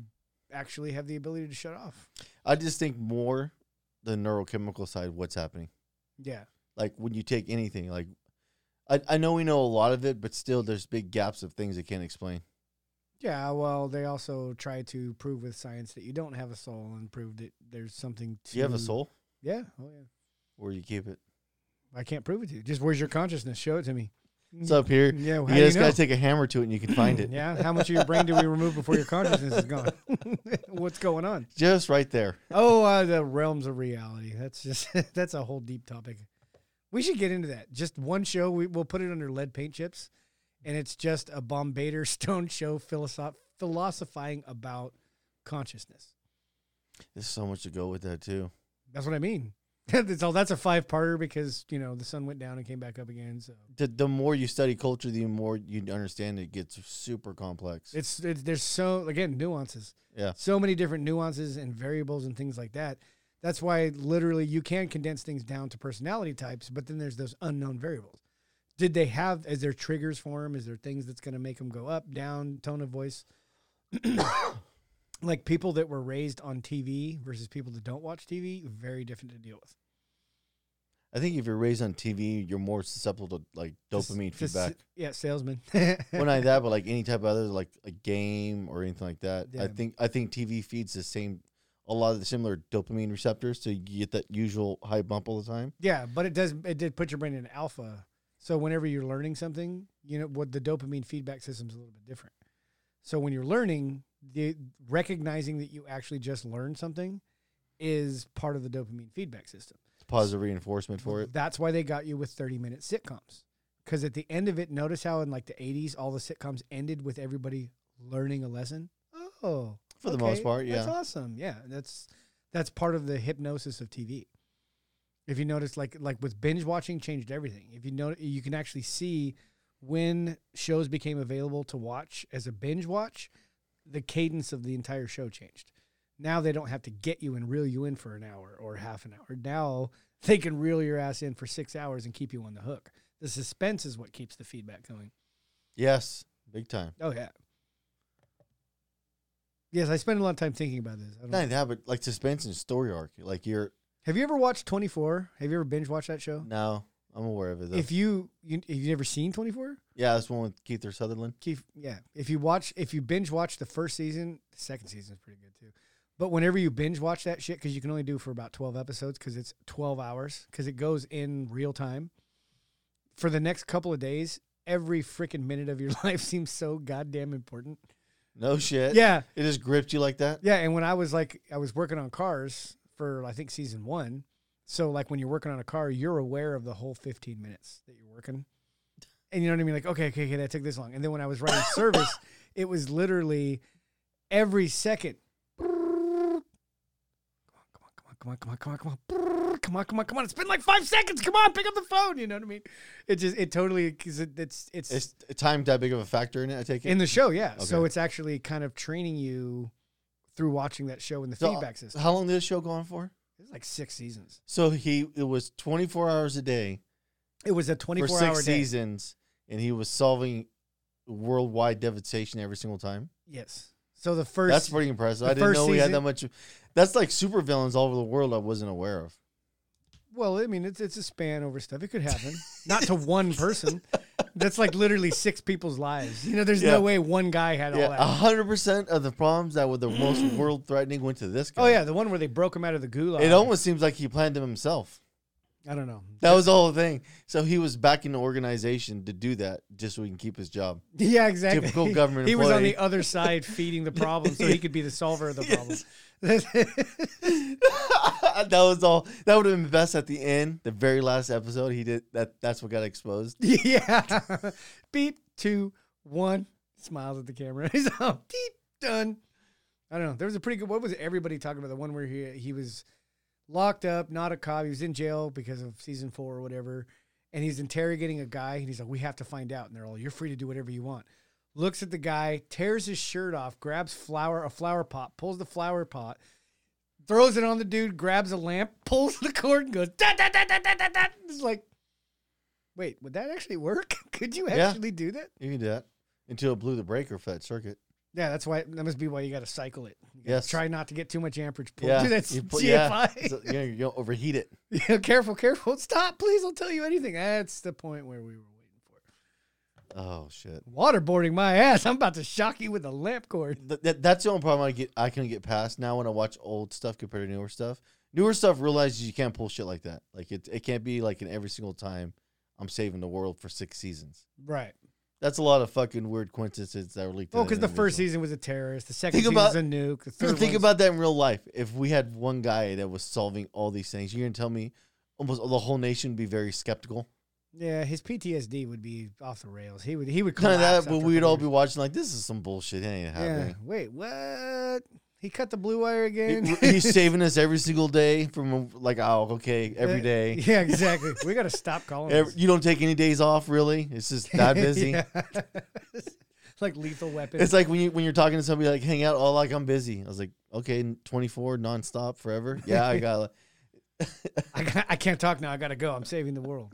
actually have the ability to shut off.
I just think more the neurochemical side of what's happening.
Yeah.
Like when you take anything, like I, I know we know a lot of it, but still there's big gaps of things I can't explain.
Yeah, well, they also try to prove with science that you don't have a soul and prove that there's something to
Do you have a soul?
Yeah. Oh yeah.
Where do you keep it?
I can't prove it to you. Just where's your consciousness? Show it to me.
It's up here.
*laughs* Yeah, well, how do
you
you
just
know?
gotta take a hammer to it and you can find
*laughs* *clears throat*
it.
Yeah. How much of your brain do we remove before your consciousness is gone? *laughs* What's going on?
Just right there.
*laughs* Oh, uh, the realms of reality. That's just that's a whole deep topic. We should get into that. Just one show. We, we'll put it under lead paint chips, and it's just a Bombader *laughs* Stone show philosoph- philosophizing about consciousness.
There's so much to go with that too.
That's what I mean. *laughs* that's all. That's a five parter because you know the sun went down and came back up again. So
The, the more you study culture, the more you understand it gets super complex.
it's, it's there's so again nuances.
yeah.
so many different nuances and variables and things like that. That's why literally you can condense things down to personality types, but then there's those unknown variables. Did they have is there triggers for them? Is there things that's going to make them go up, down, tone of voice? *coughs* like people that were raised on TV versus people that don't watch TV, very different to deal with.
I think if you're raised on TV, you're more susceptible to like dopamine
Just- just-
feedback.
Yeah, salesman. *laughs*
well, not that, but like any type of other like a game or anything like that.
Yeah.
I think I think TV feeds the same, a lot of the similar dopamine receptors, so you get that usual high bump all the time.
Yeah, but it does. It did put your brain in alpha. So whenever you're learning something, you know what the dopamine feedback system's a little bit different. So when you're learning, the recognizing that you actually just learned something is part of the dopamine feedback system.
It's positive reinforcement for it.
That's why they got you with 30 minute sitcoms. Because at the end of it, notice how in like the 80s, all the sitcoms ended with everybody learning a lesson. Oh,
For the most
okay,
part,
that's
yeah.
awesome. Yeah, that's that's part of the hypnosis of TV. If you notice, like like with binge watching, changed everything. If you know, you can actually see when shows became available to watch as a binge watch, the cadence of the entire show changed. Now they don't have to get you and reel you in for an hour or half an hour. Now they can reel your ass in for six hours and keep you on the hook. The suspense is what keeps the feedback going. Mm-hmm.
Yes, big time.
Oh yeah. Yes, I spend a lot of time thinking about this. I don't
Not only that, but like suspense and story arc. Like you're
Have you ever watched Twenty Four? Have you ever binge watched that show?
no, I'm aware of it. Though.
If you, you if you've never seen Twenty Four,
yeah, that's one with Keith or Sutherland.
Keith, yeah. If you watch, if you binge watch the first season, the second season is pretty good too. But whenever you binge watch that shit, because you can only do for about twelve episodes, because it's twelve hours, because it goes in real time. For the next couple of days, every freaking minute of your *laughs* life seems so goddamn important.
No shit.
Yeah,
It just gripped you like that.
Yeah, and when I was like, I was working on cars for I think season one. So like when you're working on a car, you're aware of the whole 15 minutes that you're working, and you know what I mean. Like, okay, okay, okay, that took this long. And then when I was writing service, it was literally every second. Come on, come on, come on, come on, come on, come on, come on, come on! It's been like five seconds. Come on, pick up the phone. You know what I mean? It just, it totally, because it, it's, it's,
Is time that big of a factor in it? I take it.
in the show, yeah. So
Okay.
it's actually kind of training you through watching that show and the
So, uh,
feedback system.
How long did this show go on for?
It's like six seasons.
So he it was 24 hours a day
It was a
for
24 hour
six
day.
seasons, and he was solving worldwide devastation every single time.
Yes. So the first
that's pretty impressive.
the
I didn't
first
know we had that
season-
much. That's like supervillains all over the world. I wasn't aware of.
well, I mean, it's it's a span over stuff. It could
*laughs*
happen, not to one person. That's like literally six people's lives. You know, there's
Yeah.
no way one guy had all
Yeah, Uh,
that.
hundred percent of the problems that were the most
*clears throat*
world threatening went to this guy.
oh yeah, the one where they broke him out of the gulag.
It almost seems like he planned them himself.
I don't know. *laughs*
That was the whole thing. So he was back in the organization to do that just so he can keep
*laughs*
his job.
Yeah, exactly.
Typical government
He was on
employee.
the other side
*laughs*
feeding the problem, so he could be the solver of the problem. *laughs*
that was all. That would have been best at the end, the very last episode. He did that. That's what got exposed.
*laughs* yeah. Beep, two, one. Smiles at the camera. *laughs* He's all deep done. I don't know. There was a pretty good. What was everybody talking about? The one where he he was locked up, not a cop. He was in jail because of season four or whatever, and he's interrogating a guy, and he's like, "We have to find out." And they're all, "You're free to do whatever you want." Looks at the guy, tears his shirt off, grabs flower a flower pot, pulls the flower pot, throws it on the dude, grabs a lamp, *laughs* pulls the cord, and goes da da da da da da da. It's like, wait, would that actually work? *laughs* Could you
Yeah.
actually do that?
You can do that until it blew the breaker for that circuit.
Yeah, that's why that must be why you got to cycle it. You gotta
Yes.
Try not to get too much amperage pulled.
Yeah,
Dude, *laughs* that's
you put- yeah.
GFI.
So, you know, you don't overheat it.
*laughs* Yeah, careful, careful. Stop, please. I'll tell you anything. That's the point where we were waiting for.
Oh shit.
Waterboarding my ass. I'm about to shock you with a lamp cord.
Th- that, that's the only problem I get. I can get past now when I watch old stuff compared to newer stuff. Newer stuff realizes you can't pull shit like that. Like it, it can't be like in every single time. I'm saving the world for six seasons.
Right. That's
That's a lot of fucking weird coincidences that were leaked. to
well,
that
because the first
individual.
season was a terrorist. The second season
Think about-
was a nuke. The
So
third
think
one's-
about that in real life. If we had one guy that was solving all these things, you're gonna tell me almost the whole nation would be very skeptical.
Yeah, his PTSD would be off the rails. He would he would
Kind of
collapse
that, but
after
we'd all be
quarters.
watching like this is some bullshit. It ain't
Yeah.
happening.
Wait, what? He cut the blue wire again.
He-
*laughs*
He's saving us every single day from like oh okay every day.
Uh, Yeah, exactly. we got to stop calling.
Every,
this.
you don't take any days off really. It's just
*laughs*
*laughs* that busy.
Yeah. like lethal weapon.
It's like when you when you're talking to somebody like hang out. Oh, like I'm busy. I was like okay, 24
*laughs*
nonstop forever. Yeah, I got.
I, ca- I can't talk now. I gotta go. I'm saving the world.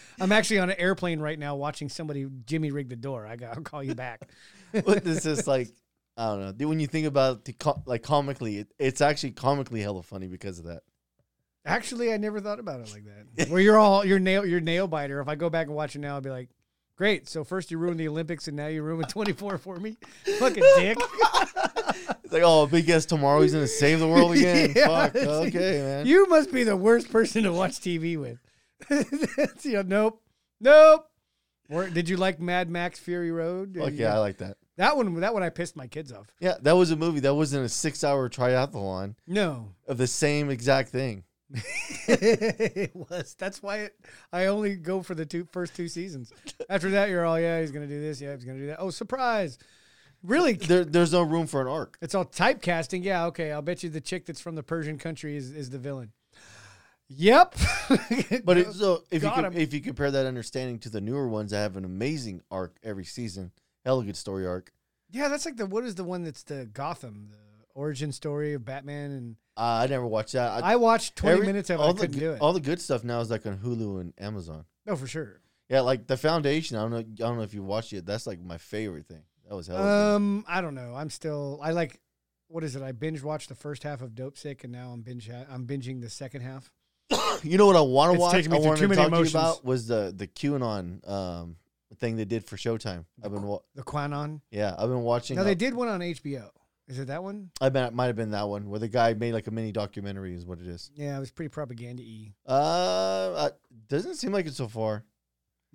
*laughs* I'm actually on an airplane right now, watching somebody Jimmy rig the door. I got. I'll call you back.
But it's just like *laughs* I don't know. Dude, When you think about the co- like comically, it, it's actually comically hella funny because of that.
*laughs* Actually, I never thought about it like that. Where you're all your nail your nail biter. If I go back and watch it now, I'll be like, great. So first you ruined the Olympics, and now you ruined *laughs* 24 for me. Fucking *laughs* dick.
It's like oh, big guess tomorrow he's gonna save the world again.
*laughs* Yeah. *laughs*
Fuck. Okay, man.
You must be the worst person to watch TV with. *laughs* you know, nope, nope. Or, did you like Mad Max Fury Road?
Fuck yeah, I like that.
that one. That one I pissed my kids off.
Yeah, that was a movie. That wasn't a six-hour triathlon
No,
of the same exact thing.
*laughs* it was. That's why it, I only go for the two first two seasons. After that, you're all yeah, he's gonna do this. Yeah, he's gonna do that. Oh, surprise! Really,
There, there's no room for an arc.
it's all typecasting. Yeah, okay. I'll bet you the chick that's from the Persian country is is the villain. Yep. *laughs*
But it, so if you
Got
com-
him.
if you compare that understanding to the newer ones that have an amazing arc every season, hella good story arc.
Yeah, that's like the what is the one that's the Gotham, the origin story of Batman, and
Uh, I never watched that.
I watched twenty
every-
minutes of it.
all
I
the
couldn't
good-
do it.
All the good stuff now is like on Hulu and Amazon.
no, for sure.
Yeah, like the Foundation. I don't know. I don't know if you watched it. That's like my favorite thing. That was hella. good.
Um, I don't know. I'm still. I like. What is it? I binge watched the first half of Dope Sick, and now I'm binge. I'm binging the second half.
You know what I want to
Uh, It's
watch?
taking
I
me through
wanted
too
to
many
talk
emotions.
to you about was the the QAnon um, thing they did for Showtime. I've been wa-
The Quanon.
yeah, I've been watching.
Now
uh,
they did one on HBO. Is it that one?
I bet it might have been that one where the guy made like a mini documentary is what it is.
Yeah, it was pretty propaganda y.
Uh, uh doesn't seem like it so far.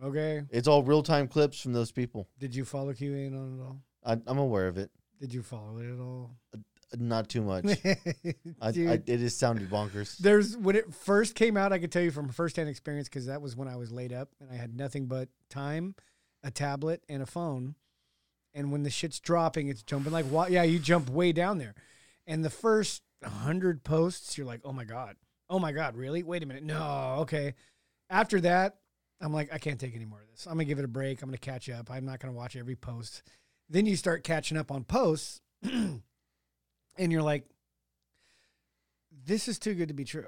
Okay.
It's all real time clips from those people.
Did you follow QAnon at all?
I, I'm aware of it,
Did you follow it at all?
not
*laughs*
too much. I, I,
Dude.
it just sounded bonkers.
There's when it first came out, I could tell you from firsthand experience because that was when I was laid up and I had nothing but time, a tablet, and a phone. And when the shit's dropping, it's jumping like wa- yeah, you jump way down there. And the first hundred posts, you're like, oh my god, oh my god, really? Wait a minute, no, okay. After that, I'm like, I can't take any more of this. I'm gonna give it a break. I'm gonna catch up. I'm not gonna watch every post. Then you start catching up on posts, *clears throat* and you're like, this is too good to be true.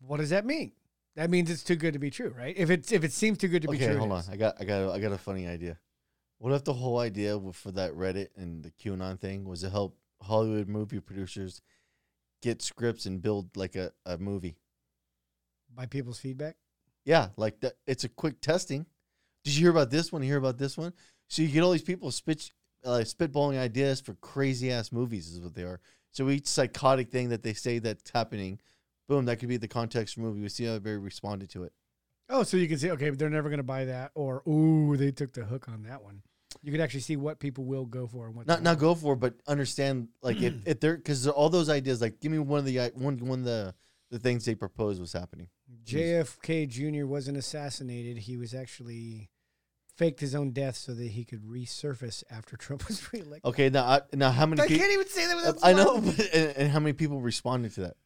What does that mean? That means it's too good to be true, right? If it's if it seems too good to be
Okay,
true,
hold
it
on.
is.
I got I got a, I got a funny idea. What if the whole idea w- for that Reddit and the QAnon thing was to help Hollywood movie producers get scripts and build like a, a movie?
by people's feedback.
Yeah, like that. It's a quick testing. Did you hear about this one? You hear about this one? So you get all these people spit, uh, spitballing ideas for crazy ass movies, is what they are. So each psychotic thing that they say that's happening, boom, that could be the context for a movie. We see how everybody responded to it.
Oh, so you can see, okay, they're never going to buy that, or ooh, they took the hook on that one. You could actually see what people will go for and what
Not
they
not
won't.
go for, it, but understand like
*clears throat*
if, if they're because all those ideas. Like, give me one of the i- one one of the the things they proposed was happening.
JFK Jr. wasn't assassinated; he was actually faked his own death so that he could resurface after *laughs* Trump was reelected.
Okay, now I, now how many?
I
peo-
can't even say that without
Oh, I know,
smiling.
but, *laughs* and, and how many people responded to that?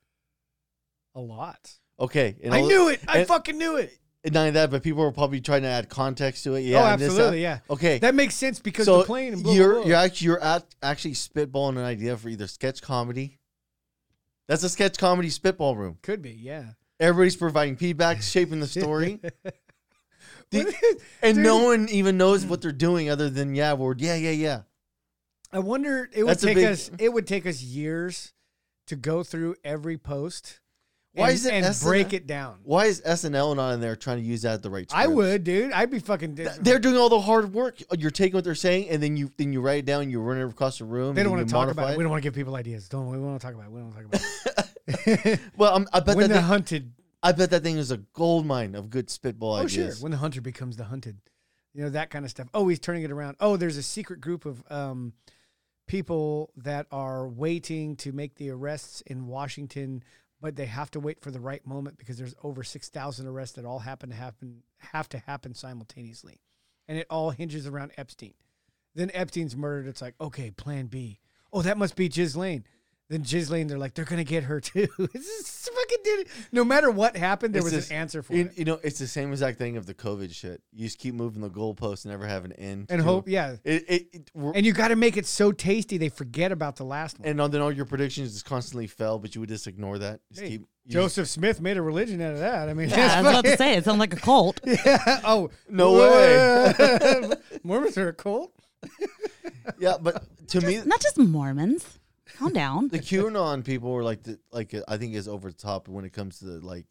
a lot.
Okay, and
I
all-
knew it. I
and-
fucking knew it.
And not only that, but people were probably trying to add context to it. Yeah,
oh,
and this,
absolutely,
that.
yeah.
Okay,
That makes sense because
so
the plane. And blah, blah,
you're
blah.
you're actually you're at, actually spitballing an idea for either sketch comedy. That's a sketch comedy spitball room.
could be, yeah.
Everybody's
*laughs*
providing feedback, shaping the story,
Dude,
and no one even knows what they're doing other than yeah, we're yeah, yeah, yeah.
*laughs* I wonder it would
That's a
take
big-
us. It would take us years to go through every post.
Why
and,
is it
and
SNL?
break it down?
Why is SNL not in there trying to use that at the right?
I
scripts?
would, dude. I'd be fucking.
They're doing all the hard work. You're taking what they're saying, and then you then you write it down. You run it across the room.
they don't
and then
want to
you
talk
modify
about it. We don't want to give people ideas. Don't. We want to talk about it. We don't want to talk about it.
Well, I'm, I bet
when the
that thing-
hunted.
I bet that thing is a gold mine of good spitball
Oh sure.
ideas.
When the hunter becomes the hunted, you know that kind of stuff. Oh, he's turning it around. Oh, there's a secret group of um, people that are waiting to make the arrests in Washington. but they have to wait for the right moment because there's over six thousand arrests that all happen to happen have to happen simultaneously, and it all hinges around Epstein. Then Epstein's murdered. It's like okay, Plan B. Oh, that must be Ghislaine. Then Ghislaine, they're like they're gonna get her too. *laughs* This is fucking dude. No matter what happened, there
It's
was
just-
an answer for
You,
it.
you know, it's the same exact thing of the COVID shit. You just keep moving the goalposts and never have an end.
And
to
hope,
it.
yeah.
It, it, it- we're- and,
And you got to make it so tasty they forget about the last one.
on- then all your predictions just constantly fell, but you would just ignore that. Just
Hey,
keep you
Joseph Smith made a religion out of that. I mean,
*laughs* Yeah, I was about to
fucking-
say it sounds like a cult.
*laughs* oh,
No way.
*laughs* Mormons are a cult.
just- yeah, but
*laughs*
to me,
Not just Mormons. Calm down.
the QAnon people were like, the, like uh, I think is over the top when it comes to like,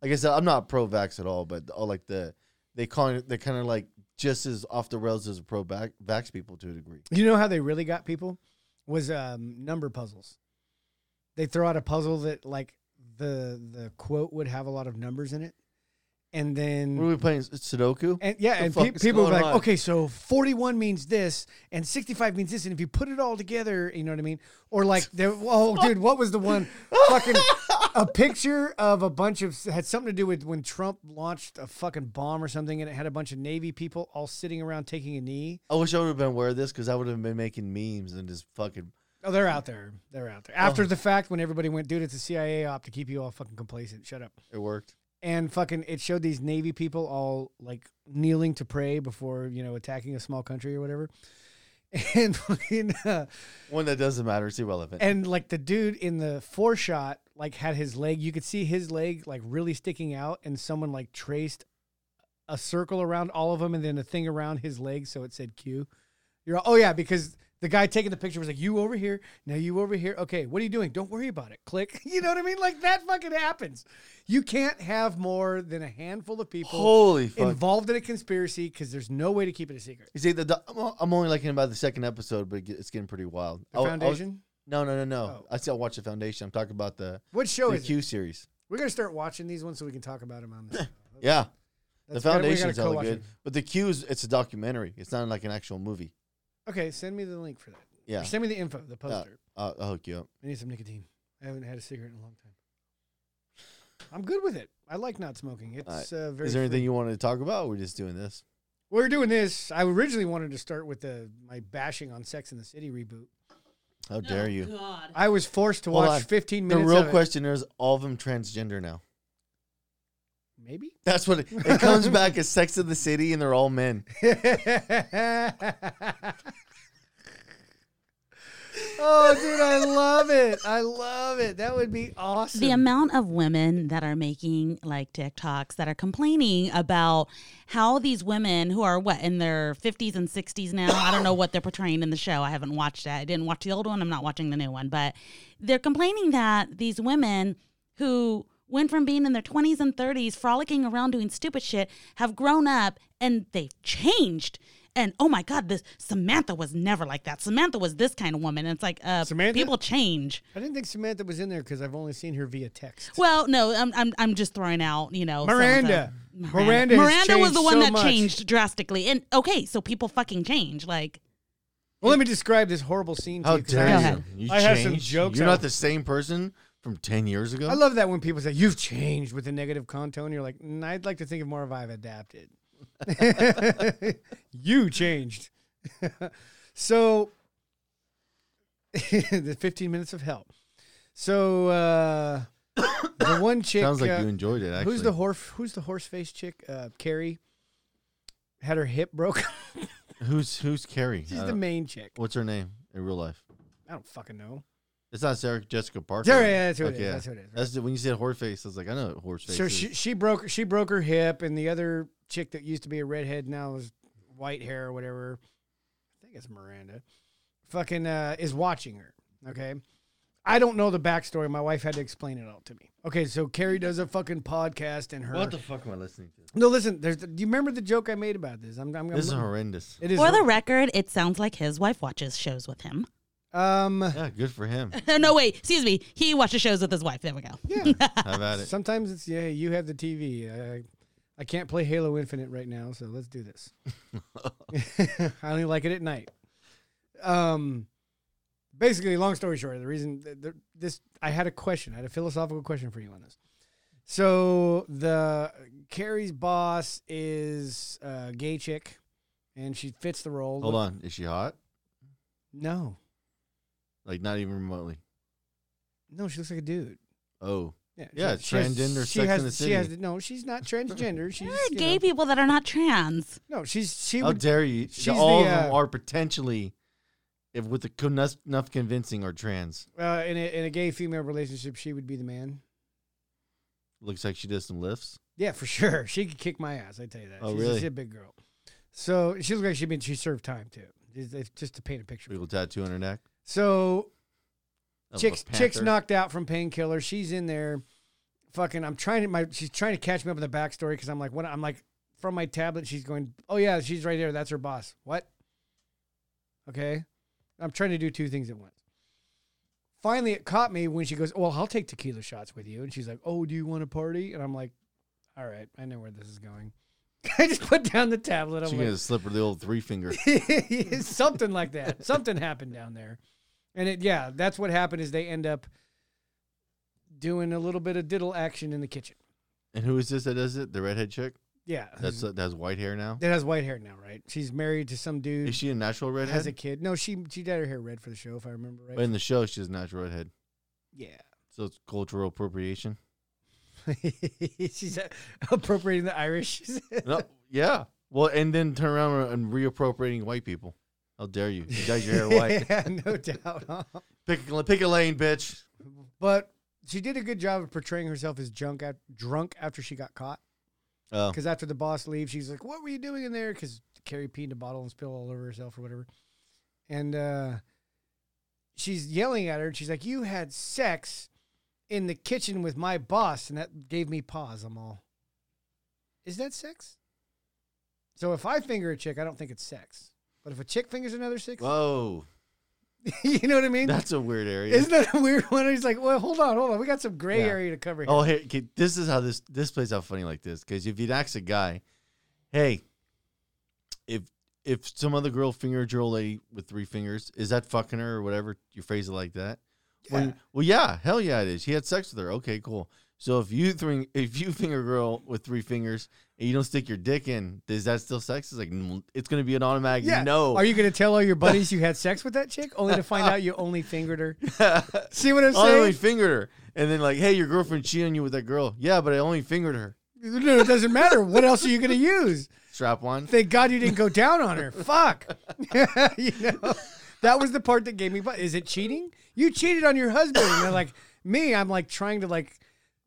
like I said, I'm not pro-vax at all, but all like the they call it, they're kind of like just as off the rails as pro-vax people to a degree.
You know how they really got people was um, number puzzles. They throw out a puzzle that like the the quote would have a lot of numbers in it, and then
What are we playing S- Sudoku?
And yeah,
The
and
fuck
pe-
is
people were
going
like,
on?
okay, so 41 means this, and 65 means this, and if you put it all together, you know what I mean? Or like, there-
*laughs*
oh, dude, what was the one? Fucking a picture of a bunch of had something to do with when Trump launched a fucking bomb or something, and it had a bunch of Navy people all sitting around taking a knee.
I wish I would have been aware of this because I would have been making memes and just fucking.
Oh, they're out there. They're out
Oh.
there. After the fact, when everybody went, dude, it's a CIA op to keep you all fucking complacent. Shut up.
It worked.
and fucking it showed these navy people all like kneeling to pray before you know attacking a small country or whatever *laughs* and fucking, uh,
One that doesn't matter. It's irrelevant.
and like the dude in the four shot like had his leg you could see his leg like really sticking out and someone like traced a circle around all of them and then a thing around his leg so it said q you're all, oh yeah because the guy taking the picture was like you over here now you over here okay what are you doing don't worry about it click *laughs* you know what i mean like that fucking happens you can't have more than a handful of people
Holy fuck!
involved in a conspiracy because there's no way to keep it a secret
you see, the, the- I'm o- I'm only like in about the second episode, but it get- it's getting pretty wild.
the
I w- I was-
foundation
no, no, no, no.
Oh.
I still watch the foundation. I'm talking about the,
what show
the
is it?
Q series.
we're gonna start watching these ones so we can talk about them on this
*laughs* Yeah, the
That's gotta- we gotta
foundation's hella
co-watch
good,
it.
but the Q's it's a documentary. It's not like an actual movie.
Okay, send me the link for that. Or
Yeah,
Send me the info, the
Yeah.
poster.
I'll, I'll hook you up.
I need some nicotine. I haven't had a cigarette in a long time. I'm good with it. I like not smoking. It's
right.
uh, very.
Is there anything
free.
you wanted to talk about? We're just doing this.
We're doing this. I originally wanted to start with the my bashing on Sex in the City reboot.
How dare you?
God.
I was forced to
Hold
watch
on.
15
The
minutes.
real
of it.
question is, all of them transgender now.
Maybe. *laughs*
That's what it, it comes back as Sex of the City, and they're all men.
oh, dude, I love it. I love it. That would be awesome.
the amount of women that are making like TikToks that are complaining about how these women who are what in their 50s and 60s now, I don't know what they're portraying in the show. I haven't watched it. I didn't watch the old one. I'm not watching the new one, but they're complaining that these women who went from being in their 20s and 30s frolicking around doing stupid shit have grown up and they've changed. And oh my God, this Samantha was never like that. Samantha was this kind of woman. And it's like, uh,
Samantha?
people change.
I didn't think Samantha was in there because I've only seen her via text.
Well, no, I'm I'm, I'm just throwing out, you know, so-and-so.
Miranda. Miranda
Miranda,
has changed
Miranda was the one
so
that
much.
changed drastically. And okay, so people fucking change. Like,
Well, let me describe this horrible scene to
How
you. 'cause
Go
dare
I,
ahead.
you? you
I have some
changed?
jokes
You're
I-
not the same person from ten years ago.
I love that when people say, you've changed with a negative contour. And you're like, "Mm, I'd like to think of more of I've adapted. *laughs* you changed. *laughs* so, *laughs* the 15 minutes of hell. So, uh, the one *coughs* chick.
Sounds like
uh,
you enjoyed it. Actually,
Who's the horse? Who's the horse face chick? Uh, Carrie had her hip broken.
who's who's Carrie?
*laughs* She's
I
the
don't-
main chick.
What's her name in real life?
I don't fucking know.
It's not Sarah Jessica Parker.
Yeah, yeah, yeah, that's who it
Okay,
is, that's who it is, right.
That's the, when you said horse face. I was like, I know what horse face.
So
is.
she she broke she broke her hip, and the other chick that used to be a redhead now is white hair or whatever. I think it's Miranda. Fucking uh, is watching her. Okay, I don't know the backstory. My wife had to explain it all to me. Okay, so Carrie does a fucking podcast, and her.
what the fuck am I listening to?
no, listen. There's. Do you remember the joke I made about this? I'm. I'm, I'm
This is horrendous.
It is.
for the
hor-
record, it sounds like his wife watches shows with him.
*laughs* um.
Yeah, good for him.
*laughs* no, wait, excuse me. He watches shows with his wife. There we go.
Yeah.
Have at
*laughs*
it.
Sometimes it's yeah. You have the TV. I, I can't play Halo Infinite right now, so let's do *laughs* this. I only like it at night. Um, basically, long story short, the reason that the, this, I had a question, I had a philosophical question for you on this. So the Carrie's boss is a gay chick, and she fits the role.
Hold on. Is she hot?
No,
Like not even remotely.
no, she looks like a dude.
Oh.
she-
Yeah,
she has-
transgender
She
Sex
has,
and the
She
City.
has, no, she's not transgender. She's
There are
you
gay
know,
people that are not trans.
No, she's she
How
would
dare you?
she's
all
the,
of them
uh,
are potentially, if with the con- enough convincing, are trans.
uh, in a in a gay female relationship, she would be the man.
Looks like she did some lifts.
Yeah, for sure. *laughs* She could kick my ass. I tell you that.
Oh,
she's,
really?
She's a big girl. So she looks like she been she served time too. It's- it's Just to paint a picture.
Little tattoo on her neck.
So
of a
chicks chicks
panther.
knocked out from painkiller. She's in there, fucking. I'm trying to my. She's trying to catch me up in the backstory because I'm like, what? I'm like from my tablet. She's going, oh yeah, she's right there. That's her boss. What? Okay, I'm trying to do two things at once. Finally, it caught me when she goes, well, I'll take tequila shots with you, and she's like, oh, do you want to party? And I'm like, all right, I know where this is going. *laughs* I just put down the tablet. I'm
She's
like,
gonna slip her the old
*laughs*
three finger. *laughs*
something like that. Something happened down there, and it yeah, that's what happened. Is they end up doing a little bit of diddle action in the kitchen.
and who is this that does it? The redhead chick.
Yeah,
That's that has white hair now.
that has white hair now, right? She's married to some dude.
Is she a natural
has a
redhead?
kid. No, she she dyed her hair red for the show, if I remember right.
But in the show, she's a natural redhead.
yeah, *laughs*
So it's cultural appropriation.
she's uh, appropriating the Irish. *laughs*
no, yeah. Well, and then turn around and reappropriating white people. How dare you? You *laughs* dyed
*laughs*
your hair white.
yeah, no doubt. huh?
Pick a, pick a lane, bitch.
But she did a good job of portraying herself as junk at, drunk after she got caught. *laughs*
Oh,
Because after the boss leaves, she's like, "What were you doing in there?" Because Carrie peed in a bottle and spilled all over herself or whatever, and uh, she's yelling at her. And she's like, "You had sex in the kitchen with my boss," and that gave me pause. I'm all, "Is that sex?" So if I finger a chick, I don't think it's sex. But if a chick fingers another chick,
whoa.
*laughs* you know what I mean?
That's a weird area.
Isn't that a weird one? He's like, "Well, hold on, hold on. We got some gray
Yeah.
area to cover here."
Oh, hey, okay, this is how this this plays out funny like this because if you'd ask a guy, hey, if if some other girl fingered your old lady with three fingers, is that fucking her or whatever? You phrase it like that. Well,
Yeah.
you- well, yeah, hell yeah, it is. He had sex with her. Okay, cool. So if you three, if you *laughs* finger a girl with three fingers and you don't stick your dick in, is that still sex? It's like mm, it's gonna be an automatic
Yeah.
no.
Are you going to tell all
*laughs*
your buddies you had sex with that chick only to find out you only fingered
*laughs*
her? See what I'm
I
saying?
only fingered her, and then like, hey, your girlfriend cheated on you with that girl. Yeah, but I only fingered her.
No, it doesn't matter. What else are you going to use?
Strap
*laughs*
on.
Thank God you didn't go down on her. Fuck. *laughs* you know, that was the part that gave me. But is it cheating? You cheated on your husband. And they're like, me, I'm like trying to like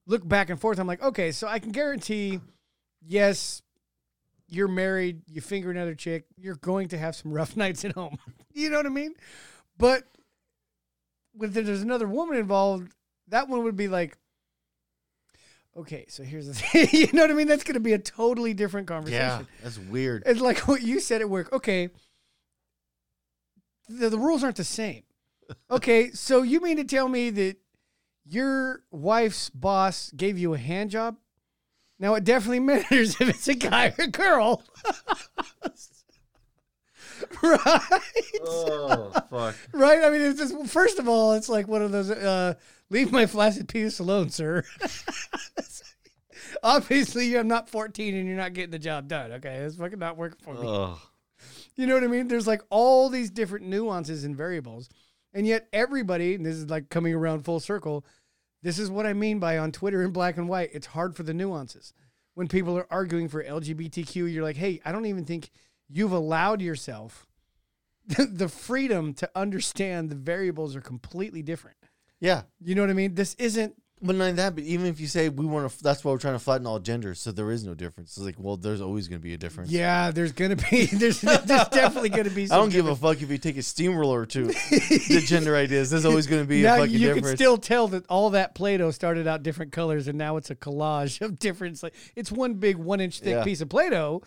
look back and forth. I'm like, okay, so I can guarantee, yes, you're married, you finger another chick, you're going to have some rough *laughs* nights at home. you know what I mean? But when there's another woman involved, that one would be like, okay, so here's the *laughs* thing. you know what I mean? That's going to be a totally different conversation.
Yeah, that's weird.
It's like *laughs* what you said at work. Okay, the, the rules aren't the same. Okay, so you mean to tell me that your wife's boss gave you a hand job? Now it definitely *laughs* matters if it's a guy or a girl, *laughs* right?
Oh fuck!
Right? I mean, it's just first of all, it's like one of those uh, "leave my flaccid penis alone, sir." *laughs* Obviously, I'm not 14 and you're not getting the job done. Okay, that's fucking not working for me.
Oh,
You know what I mean? There's like all these different nuances and variables. And yet everybody, and this is like coming around full circle, this is what I mean by on Twitter in black and white, it's hard for the nuances. When people are arguing for LGBTQ, you're like, hey, I don't even think you've allowed yourself *laughs* the, the freedom to understand the variables are completely different.
yeah.
You know what I mean? This isn't
But not only that, but even if you say we want to, that's why we're trying to flatten all genders, so there is no difference. It's like, well, there's always going to be a difference.
yeah, there's gonna be *laughs* there's, there's definitely gonna be
*laughs* I
some
don't give a fuck if you take a steamroller to
*laughs*
the gender ideas. There's always going to be a
now
fucking
you
difference.
can still tell that all that Play-Doh started out different colors, and now it's a collage of *laughs* different. Like it's one big one-inch thick
Yeah.
piece of Play-Doh,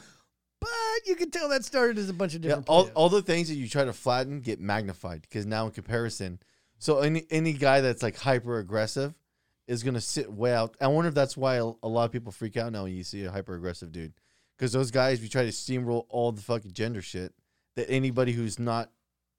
but you can tell that started as a bunch of
yeah,
different.
all,
Play-Doh.
all the things that you try to flatten get magnified because now in comparison, so any any guy that's like hyper aggressive is going to sit way out. I wonder if that's why a, a lot of people freak out now when you see a hyper aggressive dude because those guys we try to steamroll all the fucking gender shit that anybody who's not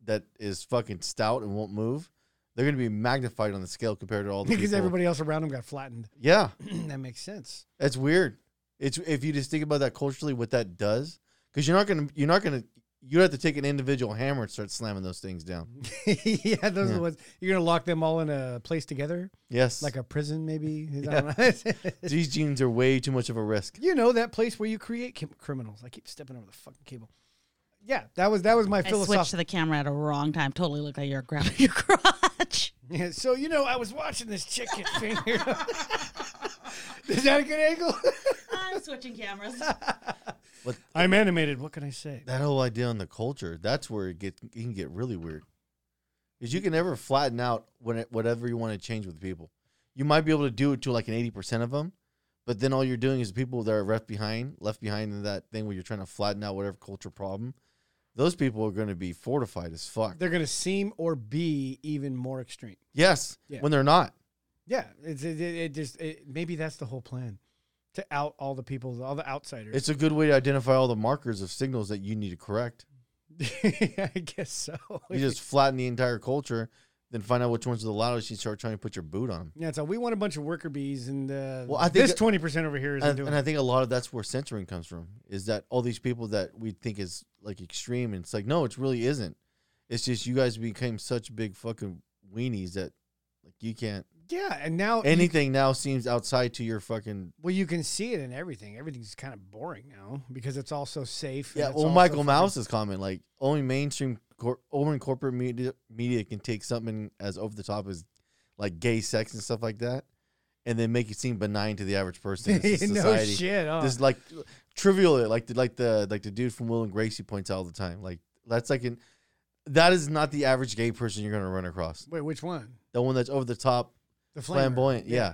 that is fucking stout and won't move, they're gonna be magnified on the scale compared to all
*laughs*
the
because
people.
everybody else around him got flattened. *clears throat*
Yeah,
that makes sense. *laughs*
that's weird. It's if you just think about that culturally, what that does, because you're not gonna you're not gonna you have to take an individual hammer and start slamming those
*laughs*
things down.
yeah, those are
Yeah.
the ones you're gonna lock them all in a place together,
Yes,
like a prison,
*laughs*
maybe. I
Yeah.
don't know.
these genes are way too much of a risk.
*laughs* you know that place where you create crim- criminals. I keep stepping over the fucking cable. Yeah, that was that was my
I switched to
philosophy.
the camera at a wrong time. Totally looked like you're grabbing *laughs* your crotch.
Yeah, so you know, I was watching this chick get fingered. *laughs* Is that a good angle? *laughs*
I'm switching cameras.
I'm animated. What can I say?
That whole idea on the culture, that's where it get it can get really weird. Because you can never flatten out when it, whatever you want to change with people. You might be able to do it to like an eighty percent of them, but then all you're doing is people that are left behind, left behind in that thing where you're trying to flatten out whatever culture problem. Those people are going to be fortified as fuck.
They're gonna seem or be even more extreme.
yes,
Yeah.
when they're not.
Yeah, it's, it, it, it just it, maybe that's the whole plan to out all the people, all the outsiders.
It's a good way to identify all the markers of signals that you need to correct.
*laughs* I guess so.
You just flatten the entire culture, then find out which ones are the loudest. You start trying to put your boot on them.
yeah, so we want a bunch of worker bees, and uh,
Well, I think
this
it-
twenty percent over here isn't
and,
doing.
and I think a lot of that's where censoring comes from is that all these people that we think is like extreme and it's like no it really isn't it's just you guys became such big fucking weenies that like you can't
yeah, and now you-
anything now seems outside to your fucking
well, you can see it in everything. Everything's kind of boring now because it's all so safe. and
yeah
it's
well
all so
Michael
fucking-
Mouse's comment like only mainstream cor- only corporate media media can take something as over the top as like gay sex and stuff like that and then make it seem benign to the average person
*laughs*
in society
no shit. oh, huh?
This like trivial, like the, like the like the dude from Will and Gracie points out all the time. Like that's like an that is not the average gay person you're gonna run across.
Wait, which one?
The one that's over the top,
The flamer.
flamboyant. Yeah.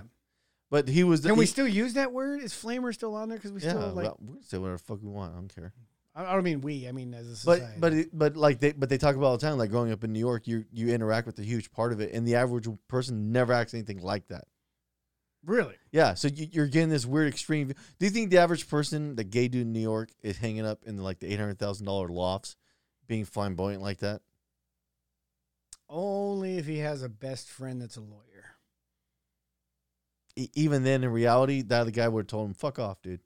but he was.
Can we
he-
still use that word? Is flamer still on there? Because we
Yeah,
still like.
well, we can say whatever the fuck we want. I don't care.
I I don't mean we. I mean as a
But
society.
but it, but like they but they talk about all the time. Like growing up in New York, you you interact with a huge part of it, and the average person never acts anything like that.
really,
Yeah, so you, you're getting this weird extreme. Do you think the average person, the gay dude in New York, is hanging up in like the eight hundred thousand dollar lofts, being flamboyant like that?
only if he has a best friend that's a lawyer.
E- even then, in reality, that other guy would have told him, "Fuck off, dude."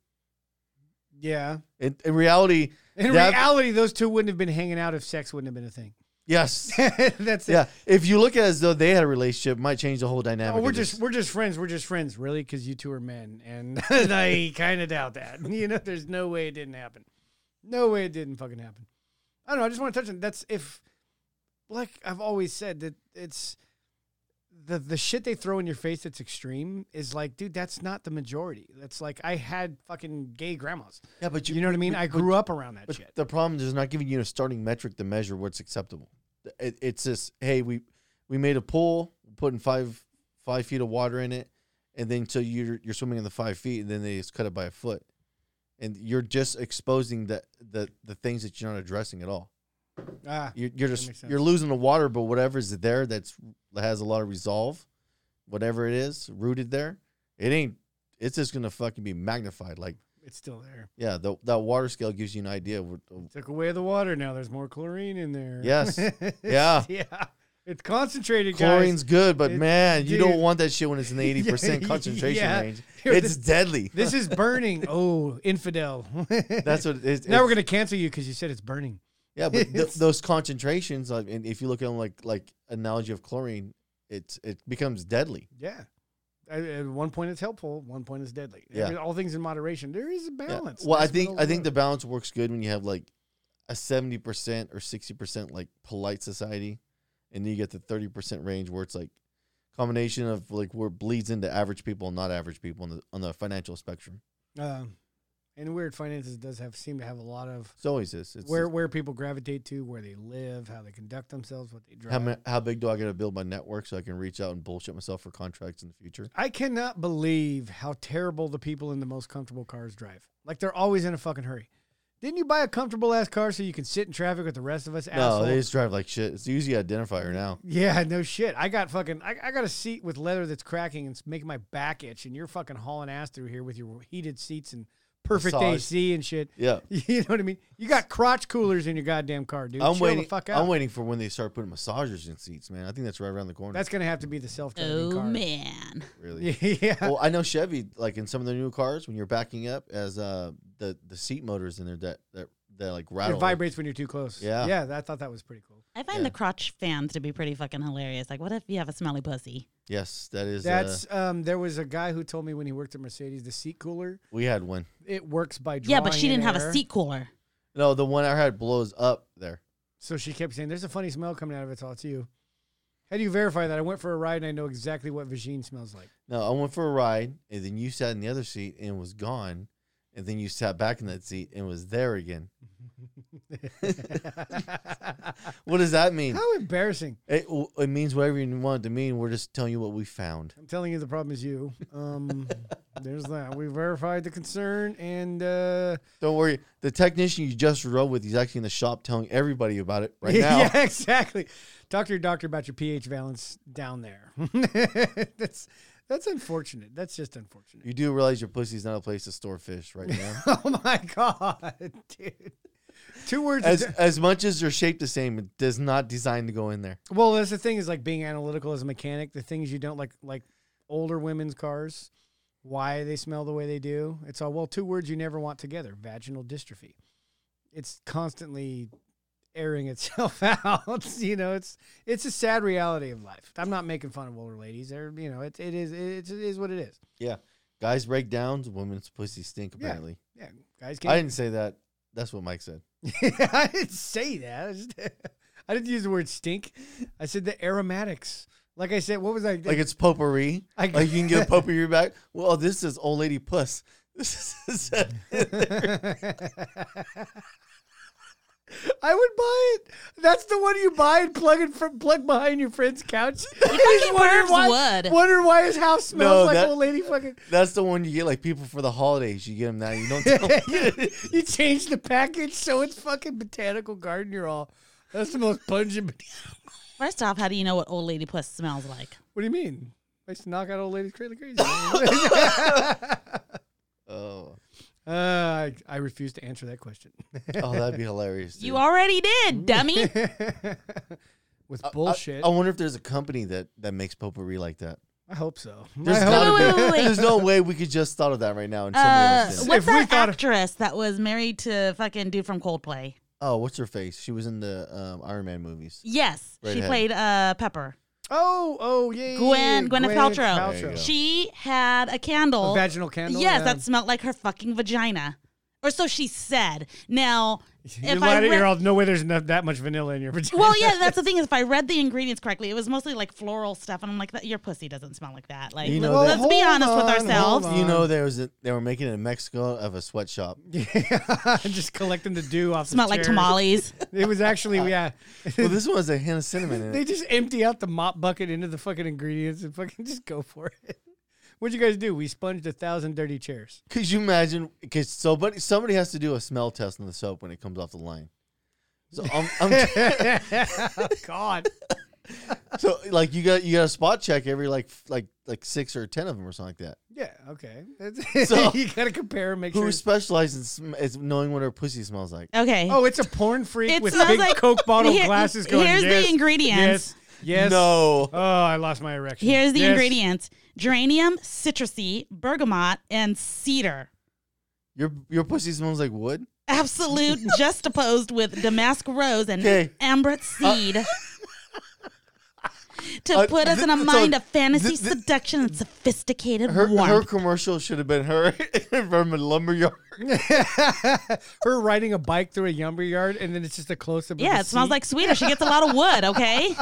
Yeah.
In, in reality,
In
That-
reality, those two wouldn't have been hanging out if sex wouldn't have been a thing. *laughs*
yes,
That's it.
yeah. If you look at it as though they had a relationship, it might change the whole
Oh,
dynamic.
we're
of this.
just we're just friends. We're just friends, really, because you two are men, and *laughs* I kind of doubt that. *laughs* You know, there's no way it didn't happen. No way it didn't fucking happen. I don't know. I just want to touch on that's if, like I've always said that it's the the shit they throw in your face that's extreme is like, dude, that's not the majority. That's like I had fucking gay grandmas.
yeah, but
You know what I mean? I grew up around that
But
shit.
the problem is not giving you a starting metric to measure what's acceptable. It, it's just, hey, we we made a pool, putting five five feet of water in it, and then so you're you're swimming in the five feet, and then they just cut it by a foot, and you're just exposing the the the things that you're not addressing at all.
Ah,
You're, you're
makes
just
sense.
you're losing the water, but whatever's there that's that has a lot of resolve, whatever it is rooted there, it ain't. It's just gonna fucking be magnified. Like,
it's still there.
yeah, the, that water scale gives you an idea of, of
Took away the water. Now there's more chlorine in there.
Yes. Yeah.
*laughs* yeah. It's concentrated, guys.
Chlorine's good, but
it-
man, you
dude.
don't want that shit when
*laughs*
it's in the eighty percent
Yeah,
concentration
yeah.
range.
*laughs* Here,
It's deadly.
This is *laughs* burning. Oh, infidel. *laughs*
That's what it is.
now we're
It's-
gonna cancel you because you said it's burning.
yeah, but
*laughs*
th-
it's-
those concentrations. Like, and if you look at them like like analogy of chlorine, it's it becomes deadly.
Yeah. At, at one point it's helpful. One point it's deadly.
Yeah.
Every- all things in moderation. There is a
Yeah.
balance.
Well, I
Nice
think
middle
I think the
road.
balance works good when you have like a seventy percent or sixty percent like polite society, and then you get the thirty percent range where it's like combination of like where it bleeds into average people and not average people on the on the financial spectrum.
Um, and weird finances does have seem to have a lot of
It's always this. It's
where where people gravitate to, where they live, how they conduct themselves, what they drive.
How, ma- how big do I got to build my network so I can reach out and bullshit myself for contracts in the future?
I cannot believe how terrible the people in the most comfortable cars drive. Like they're always in a fucking hurry. Didn't you buy a comfortable ass car so you can sit in traffic with the rest of us
No,
assholes?
they just drive like shit. It's usually identifier now.
yeah, no shit. I got fucking I, I got a seat with leather that's cracking and it's making my back itch and you're fucking hauling ass through here with your heated seats and perfect
Massage.
AC and shit.
Yeah.
*laughs* You know what I mean? You got crotch coolers in your goddamn car, dude.
I'm
Chill
waiting.
the fuck out.
I'm waiting for when they start putting massagers in seats, man. I think that's right around the corner.
That's gonna have to be the self-driving
Oh
car.
man.
really.
*laughs* Yeah.
Well, I know Chevy, like in some of their new cars, when you're backing up, as uh the the seat motors in there that that that like rattle.
It vibrates when you're too close.
Yeah.
Yeah, that- I thought that was pretty cool.
I find
Yeah.
the crotch fans to be pretty fucking hilarious. Like, what if you have a smelly pussy?
Yes, that is. uh, That's
That's um there was a guy who told me when he worked at Mercedes, the seat cooler,
we had one.
it works by drawing
Yeah, but she
in
didn't have
air.
a seat cooler.
No, the one I had blows up there.
So she kept saying, There's a funny smell coming out of it, so it's you. How do you verify that? I went for a ride and I know exactly what Vagine smells like.
No, I went for a ride, and then you sat in the other seat and was gone, and then you sat back in that seat and was
*laughs*
there again. What does that mean?
How embarrassing.
It, it means whatever you want it to mean. We're just telling you what we found.
I'm telling you the problem is you.
*laughs*
Um there's that. We verified the concern and uh
Don't worry. The technician you just rode with, he's actually in the shop telling everybody about it right now.
*laughs* yeah, exactly. Talk to your doctor about your pH valence down there. *laughs* that's that's unfortunate. That's just unfortunate. *laughs*
You do realize your pussy's not a place to store fish right now.
Oh my god, *laughs* dude! Two words.
as as much as they're shaped the same, it does not design to go in there.
well, that's the thing is like being analytical as a mechanic. The things you don't like, like older women's cars, why they smell the way they do. It's all well, two words you never want together: vaginal dystrophy. It's constantly airing itself *laughs* out. you know, it's it's a sad reality of life. I'm not making fun of older ladies. They're you know, it it is it, it is what it is.
Yeah. Guys break downs, women's pussies stink
Yeah.
apparently.
Yeah, guys
I
can't.
didn't say that. That's what Mike said.
*laughs* I didn't say that. *laughs* I, just- I didn't use the word stink. I said the aromatics. Like I said, what was I?
Like it's potpourri.
I-
like you can get a potpourri *laughs* back. Well, this is old lady puss. *laughs* This is *laughs*
*laughs* I would buy it. That's the one you buy and plug it from plug behind your friend's couch. You *laughs*
fucking pervs
why,
would.
Wonder why his house smells like
that-
old lady
*laughs*
fucking. *laughs*
that's the one you get like people for the holidays. You get them that. You
*laughs*
don't tell 'em.
You change the package so it's fucking botanical garden. You're all. That's the most pungent.
First off, how do you know what old lady puss smells like?
What do you mean? I used to knock out old ladies crazy
*laughs*
crazy. *laughs*
Oh,
uh, I, I refuse to answer that question. *laughs*
oh, that'd be hilarious. dude.
You
Mm.
already did, dummy.
With
I-
bullshit.
I, wonder if there's a company that that makes potpourri like that.
I hope so.
There's
I hope-
gotta
Wait,
be.
wait, wait,
There's no way we could just thought of that right now and somebody
Uh,
else did. it.
If
what's
we
that
thought of-
actress that was married to fucking dude from Coldplay?
Oh, what's her face? She was in the um, Iron Man movies.
Yes,
Right
she
ahead.
played uh, Pepper.
oh, oh yeah. yeah,
Gwen-
yeah,
Gwyneth Paltrow.
There you go.
She had a candle.
A vaginal candle,
Yes,
yeah.
that smelled like her fucking vagina. Or so she said. Now,
*laughs* You
if I
lied at
re-
your all. No way. There's enough, that much vanilla in your vagina.
*laughs* well,
*laughs*
yeah, that's the thing is, if I read the ingredients correctly, it was mostly like floral stuff, and I'm like, that your pussy doesn't smell like that. Like,
You know
let's,
that-
let's be
Well,
honest with
hold on, hold
ourselves.
on.
You *laughs* know, there was a, they were making it in Mexico of
*laughs*
a sweatshop.
just collecting the dew off.
Smelled
the
like
chairs.
tamales.
*laughs* It was actually yeah. *laughs*
well, this one has a hint of cinnamon in
they
it.
just empty out the mop bucket into the fucking ingredients and fucking just go for it. *laughs* What'd you guys do? We sponged a thousand dirty chairs. *laughs*
Could you imagine? Because somebody somebody has to do a smell test on the soap when it comes off the line. So I'm,
*laughs*
I'm
Oh, God.
so like you got you got a spot check every like f- like like six or ten of them or something like that.
Yeah. Okay. *laughs*
So-
you gotta compare and make
Who
sure.
specializes in sm- is knowing what her pussy smells like?
Okay.
Oh, it's a porn freak
It
with
smells
big
like-
Coke bottle
Here-
glasses going.
here's the
"Yes, Yes.
ingredients."
Yes.
No.
Oh, I lost my erection.
Here's the
Yes.
ingredients geranium, citrusy, bergamot, and cedar.
Your your pussy smells like wood. *laughs*
Absolute juxtaposed with Damask rose and
Okay. Uh,
ambrette seed.
*laughs*
to
Uh,
put us in a
th- so
mind of fantasy,
th- th-
seduction, and sophisticated
Her her *laughs*
warmth.
commercial should have been her *laughs* from a lumberyard.
her riding a bike through a lumber yard, and then it's just a close up.
yeah, it smells like Swedish. She gets a lot of wood, okay?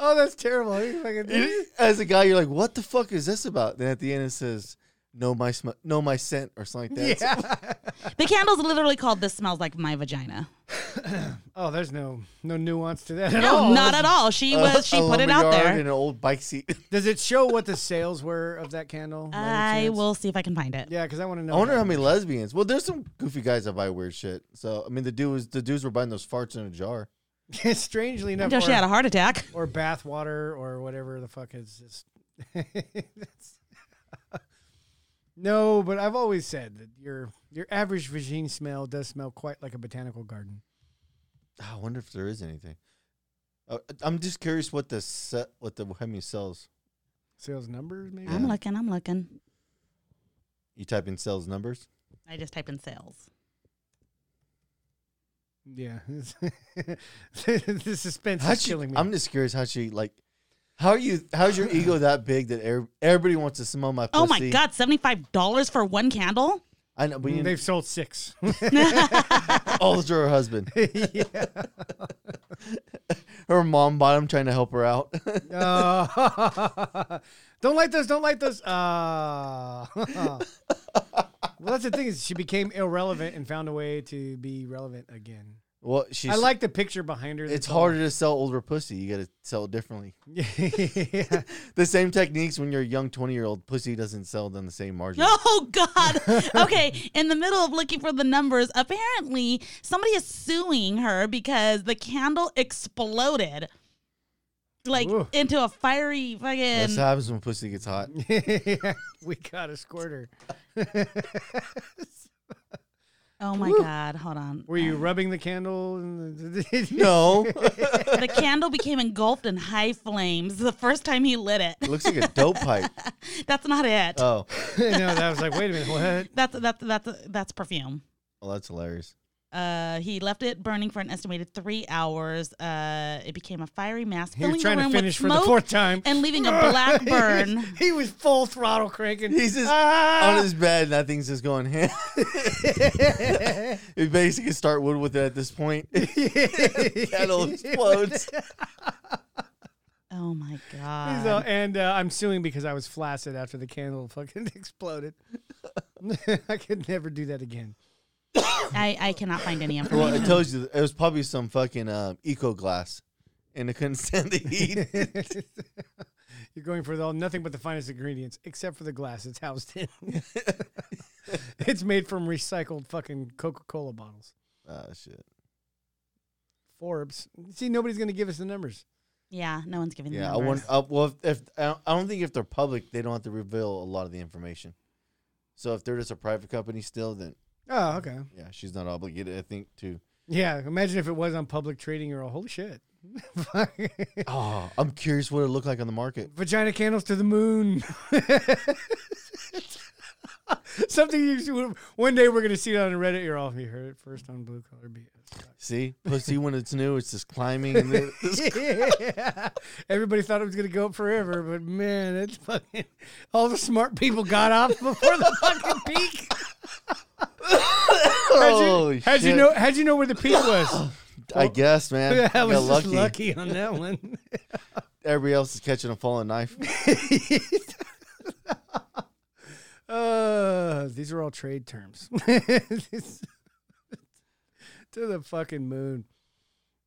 Oh, that's terrible. Are you fucking-
It- as a guy, you're like, "What the fuck is this about?" Then at the end, it says, "No my sm- no my scent" or something like that.
Yeah.
The candle's literally called This Smells Like My Vagina.
Oh, there's no no nuance to that at
No,
all.
not at all. She
A-
was she
a
put it out
lumberyard
there.
in an old bike seat. *laughs*
Does it show what the sales were of that candle? by any
I
chance?
will see if I can find it.
Yeah, because I want to know.
I wonder how many lesbians. Well, there's some goofy guys that buy weird shit. So I mean, the dude was the dudes were buying those farts in a jar.
many. *laughs* Strangely enough,
Until she
or-
had a heart attack.
or bath water or whatever the fuck is just *laughs* That's- no, but I've always said that your your average vagine smell does smell quite like a botanical garden.
Ah, I wonder if there is anything. Uh, I'm just curious what the set, what the Hemi sells.
Sales numbers, maybe.
I'm looking. I'm looking.
You type in sales numbers.
I just type in sales.
Yeah, *laughs* the suspense
How'd
is
she-
killing me.
I'm just curious how she like. How are you? How's your ego that big that er- everybody wants to smell my pussy?
Oh my god, seventy five dollars for one candle. *laughs*
I know, but you
They've sold six.
*laughs*
*laughs*
all through her husband.
yeah.
Her mom bought him trying to help her out. *laughs*
Uh, don't like those. Don't like those. Uh, *laughs* well, that's the thing is she became irrelevant and found a way to be relevant again.
well, she's.
I like the picture behind her.
It's
that's all.
harder to sell older pussy. You got to sell it differently.
*laughs* yeah.
The same techniques when you're a young 20 year old pussy doesn't sell on the same margin.
Oh
*laughs*
God. Okay. In the middle of looking for the numbers, apparently somebody is suing her because the candle exploded. Like
Ooh.
into a fiery fucking
That's what happens when pussy gets hot.
we got a squirter.
Oh my god, hold on.
Were
*gasps*
you rubbing the candle? no.
No,
the candle became engulfed in high flames the first time he lit
it
it.
looks like a dope pipe.
*laughs* That's not it.
Uh.
Oh,
*laughs* no, that was like, wait a minute, what?
that's that's that's that's perfume.
well, that's hilarious.
Uh, he left it burning for an estimated three hours. Uh, it became a fiery mass,
He was
filling
trying
the
to
room
finish
with
for
smoke
the fourth time. *laughs*
and leaving a black
He was-
burn.
*laughs* He was, full throttle cranking. Ah!
He's just on his bed, and that thing's just going ham. *laughs* we basically start wood with it at this point. *laughs* Kettle explodes.
Oh my
He's
god!
all- and uh, I'm suing because I was flaccid after the candle fucking *laughs* exploded. I could never do that again.
I I cannot find
*laughs*
any
Well, it
information.
tells you it was probably some fucking uh, eco glass, and it couldn't *laughs* stand the heat.
*laughs* You're going for the, all nothing but the finest ingredients, except for the glass it's housed *laughs* in. it's made from recycled fucking Coca-Cola bottles.
oh shit!
Forbes. See, nobody's going to give us the numbers.
yeah, no one's giving.
Yeah,
the
I want.
numbers.
Uh, well, if, if I don't- I don't think if they're public, they don't have to reveal a lot of the information. So if they're just a private company still, then
Oh, okay.
yeah, she's not obligated. I think
*laughs*
to.
Yeah, imagine if it was on public trading. You're all, holy shit. *laughs*
Oh, I'm curious what it looked like on the market.
Vagina candles to the moon. *laughs* Something you should, one day we're gonna see it on Reddit. You're all you heard it first on Blue Collar BS.
See, pussy when it's new, it's just climbing. And then-
yeah. *laughs* Everybody thought it was gonna go up forever, but man, it's fucking all the smart people got off before the fucking peak. *laughs* How'd you,
Holy
how'd you
shit.
know? How'd you know where the peak
*coughs*
was? *laughs*
I guess, man.
Yeah, I
You
was
got
just lucky on that one.
Everybody else is catching a falling knife. *laughs*
Uh, these are all trade terms. *laughs* to the fucking moon.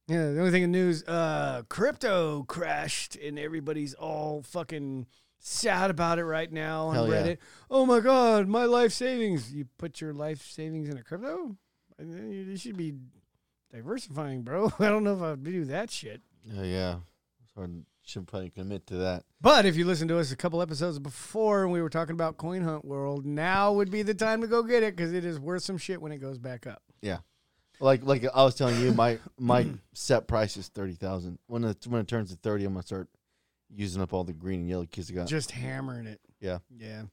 Yeah, the only thing in news, uh, crypto crashed and everybody's all fucking sad about it right now on
Hell yeah.
Reddit. Oh my god, my life savings. You put your life savings in a crypto? I mean, You should be diversifying, bro. *laughs* I don't know if I'd do that shit.
oh yeah, so I should probably commit to that.
But if you listened to us a couple episodes before and we were talking about Coin Hunt World, now would be the time to go get it because it is worth some shit when it goes back up.
Yeah, like like I was telling you, my my set price is thirty thousand. When it when it turns to thirty, I'm gonna start using up all the green and yellow kids I got.
Just hammering it.
yeah.
Yeah.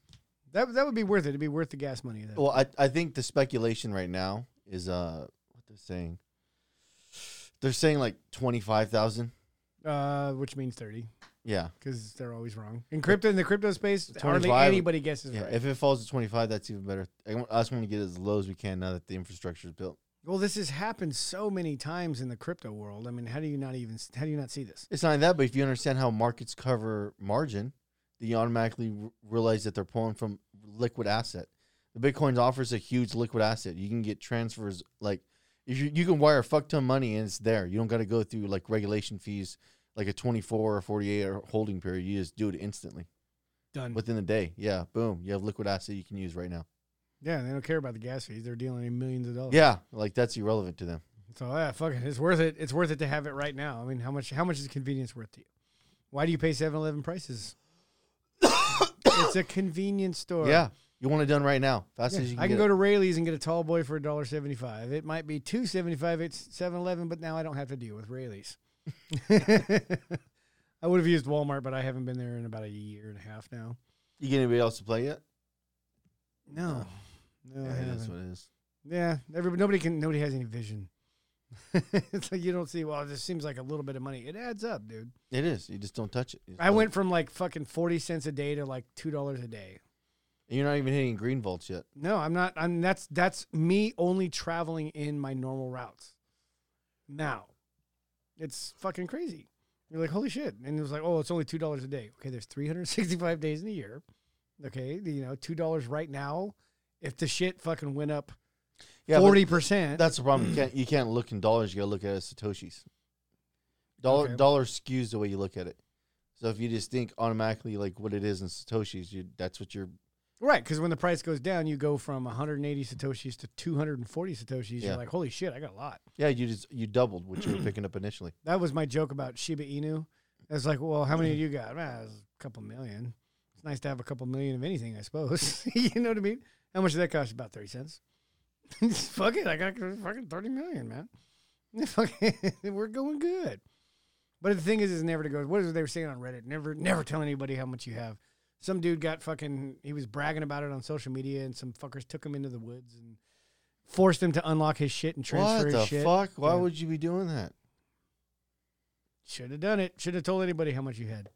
That, that would be worth it. It'd be worth the gas money. Though.
Well, I I think the speculation right now is uh what they're saying. They're saying like twenty five thousand.
Uh, which means 30
Yeah,
because they're always wrong. In crypto, in the crypto space, hardly
25
anybody guesses
yeah.
right.
If it falls to twenty five, that's even better. I, want- I just want to get it as low as we can now that the infrastructure is built.
well, this has happened so many times in the crypto world. I mean, how do you not even, how do you not see this?
It's not like that, but if you understand how markets cover margin, then you automatically r- realize that they're pulling from liquid asset. The Bitcoin offers a huge liquid asset. You can get transfers like if you, you can wire a fuck ton of money and it's there. You don't got to go through like regulation fees, like a 24 or 48 hour holding period. You just do it instantly
Done.
within the day. Yeah, boom. You have liquid asset you can use right now.
yeah, they don't care about the gas fees. They're dealing in millions of dollars.
Yeah, like that's irrelevant to them.
So yeah, fuck it. It's worth it. It's worth it to have
*coughs*
it right now. I mean, how much how much is convenience worth to you? Why do you pay 7-Eleven prices? it's a convenience store.
Yeah. You want it done right now, fast
Yeah,
as you can.
I can
get
go
it.
to Rayleigh's and get a tall boy for $1.75. It might be two seventy five at seven eleven, but now I don't have to deal with
*laughs*
Rayleigh's. I would have used Walmart, but I haven't been there in about a year and a half now.
You get anybody else to play yet?
No. No, I
Yeah, it is
haven't.
what it is.
Yeah, everybody, nobody can, nobody has any vision. *laughs* it's like you don't see. Well, this seems like a little bit of money. It adds up, dude.
It is. You just don't touch it. You just
I
don't-
went from like fucking forty cents a day to like two dollars a day.
You're not even hitting green vaults yet.
No, I'm not. I'm that's that's me only traveling in my normal routes. Now, it's fucking crazy. You're like, holy shit! And it was like, oh, it's only two dollars a day. Okay, there's 365 *laughs* days in a year. Okay, you know, two dollars right now. If the shit fucking went up
Yeah,
forty percent,
That's the problem. You can't you can't look in dollars. You gotta look at it as satoshis. Dollar
Okay.
dollar skews the way you look at it. So if you just think automatically like what it is in satoshis, you that's what you're.
Right, because when the price goes down, you go from 180 satoshis to 240 satoshis.
Yeah.
You're like, holy shit, I got a lot.
Yeah, you just you doubled
*clears throat*
what you were picking up initially.
That was my joke about Shiba Inu. I was like, well, how many do you got? Well, it's a couple million. It's nice to have a couple million of anything, I suppose. *laughs* you know what I mean? How much did that cost? About 30 cents. *laughs* Fuck it, I got fucking 30 million, man. *laughs* Fuck it, We're going good. But the thing is, is never to go. What is it they were saying on Reddit? Never, never tell anybody how much you have. Some dude got fucking. He was bragging about it on social media, and some fuckers took him into the woods and forced him to unlock his shit and transfer
what
his
the
shit.
fuck? Why
Yeah.
would you be
*clears throat*
doing that?
Should have done it. Should have told anybody how much you had.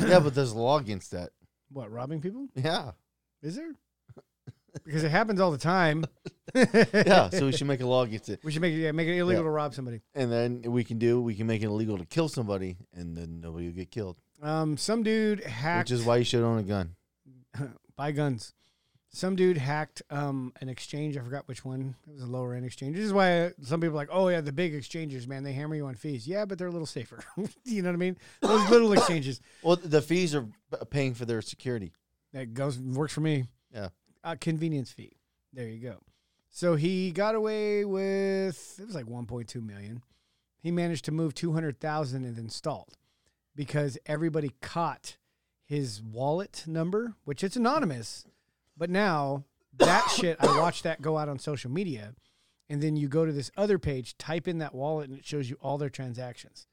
yeah, but there's a law against that.
What robbing people?
Yeah,
Is there? Because it happens all the time. *laughs*
yeah. so we should make a law against it,
We should make it yeah, make it illegal
Yeah.
to rob somebody.
and then we can do we can make it illegal to kill somebody, and then nobody will get killed,
Um, some dude hacked.
which is why you should own a gun.
buy guns. Some dude hacked um, an exchange. I forgot which one. It was a lower end exchange. This is why some people are like, oh yeah, the big exchanges, man, they hammer you on fees. Yeah, but they're a little safer. *laughs* you know what I mean? Those
*coughs*
little exchanges.
Well, the fees are p- paying for their security.
That goes works for me.
Yeah.
A convenience fee. There you go. So he got away with it was like 1.2 million. He managed to move 200,000 and installed because everybody caught his wallet number, which it's anonymous. But now that shit, I watched that go out on social media. And then you go to this other page, type in that wallet, and it shows you all their transactions.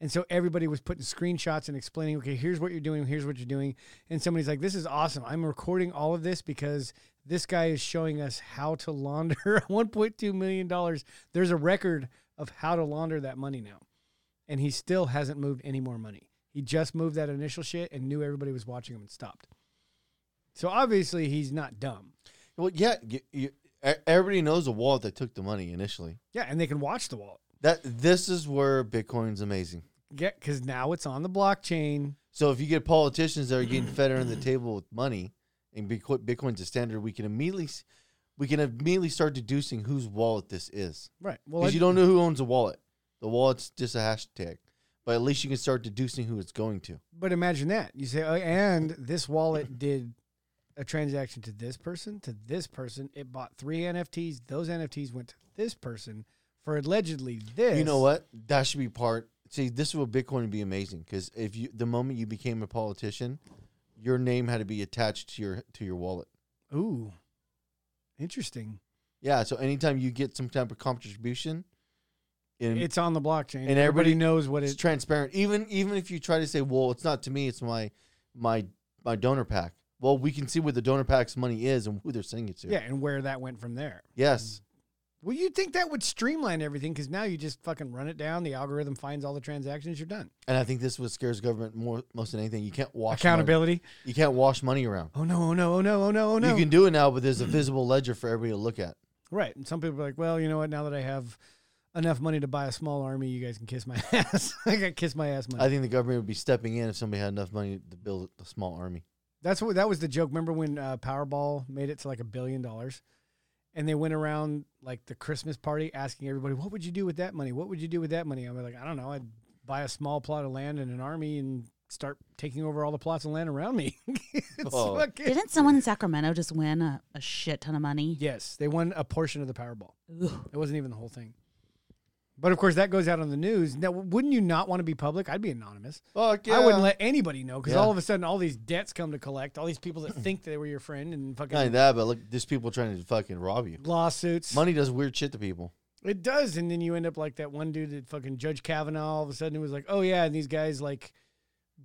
And so everybody was putting screenshots and explaining, okay, here's what you're doing, here's what you're doing. And somebody's like, this is awesome. I'm recording all of this because this guy is showing us how to launder *laughs* $1.2 million. There's a record of how to launder that money now. And he still hasn't moved any more money. He just moved that initial shit and knew everybody was watching him and stopped. So obviously he's not dumb.
Well, yeah, you, you, e- everybody knows the wallet that took the money initially.
Yeah, and they can watch the wallet.
That this is where Bitcoin's amazing.
Yeah, because now it's on the blockchain.
So if you get politicians that are getting fed under the table with money, and Bitco- Bitcoin's a standard, we can immediately s- we can immediately start deducing whose wallet this is
Right. Well,
because you don't know who owns the wallet. The wallet's just a hashtag, but at least you can start deducing who it's going to.
But imagine that. You say, oh, and this wallet did a transaction to this person, to this person. It bought three NFTs. Those NFTs went to this person for allegedly this.
You know what? That should be part. See, this is what Bitcoin would be amazing because if you the moment you became a politician, your name had to be attached to your to your wallet.
Ooh. Interesting.
Yeah, so anytime you get some type of contribution, and
It's on the blockchain.
And
everybody,
everybody-
knows what
it's
it
transparent. Even even if you try to say, "Well, it's not to me; it's my my my donor pack." Well, we can see where the donor pack's money is and who they're sending it to.
Yeah, and where that went from there.
Yes.
Well, you'd think that would streamline everything because now you just fucking run it down. The algorithm finds all the transactions. You're done.
And I think this is what scares government more most than anything. You can't wash Money.
Accountability.
You can't wash money around.
Oh, no, oh, no, oh, no, oh, no, oh, no.
You can do it now, but there's a visible ledger for everybody to look at.
Right. And some people are like, well, you know what? Now that I have enough money to buy a small army, you guys can kiss my *laughs* ass. I got kiss my ass money.
I think the government would be stepping in if somebody had enough money to build a small *laughs* army.
That's what that was the joke. Remember when uh, Powerball made it to like a billion dollars, and they went around like the Christmas party asking everybody, "What would you do with that money? What would you do with that money?" I'm like, I don't know. I'd buy a small plot of land and an army and start taking over all the plots of land around me. *laughs* It's
Oh.
fucking-
Didn't someone in Sacramento just win a, a shit ton of money?
yes, they won a portion of the Powerball.
Ugh.
It wasn't even the whole thing. But of course, that goes out on the news. Now, wouldn't you not want to be public? I'd be anonymous.
Fuck yeah.
I wouldn't let anybody know because
Yeah.
all of a sudden, all these debts come to collect. All these people that think they were your friend and fucking
Not only that, but look, there's people trying to fucking rob you.
lawsuits.
Money does weird shit to people.
It does, and then you end up like that one dude that fucking Judge Kavanaugh. All of a sudden, it was like, oh yeah, and these guys like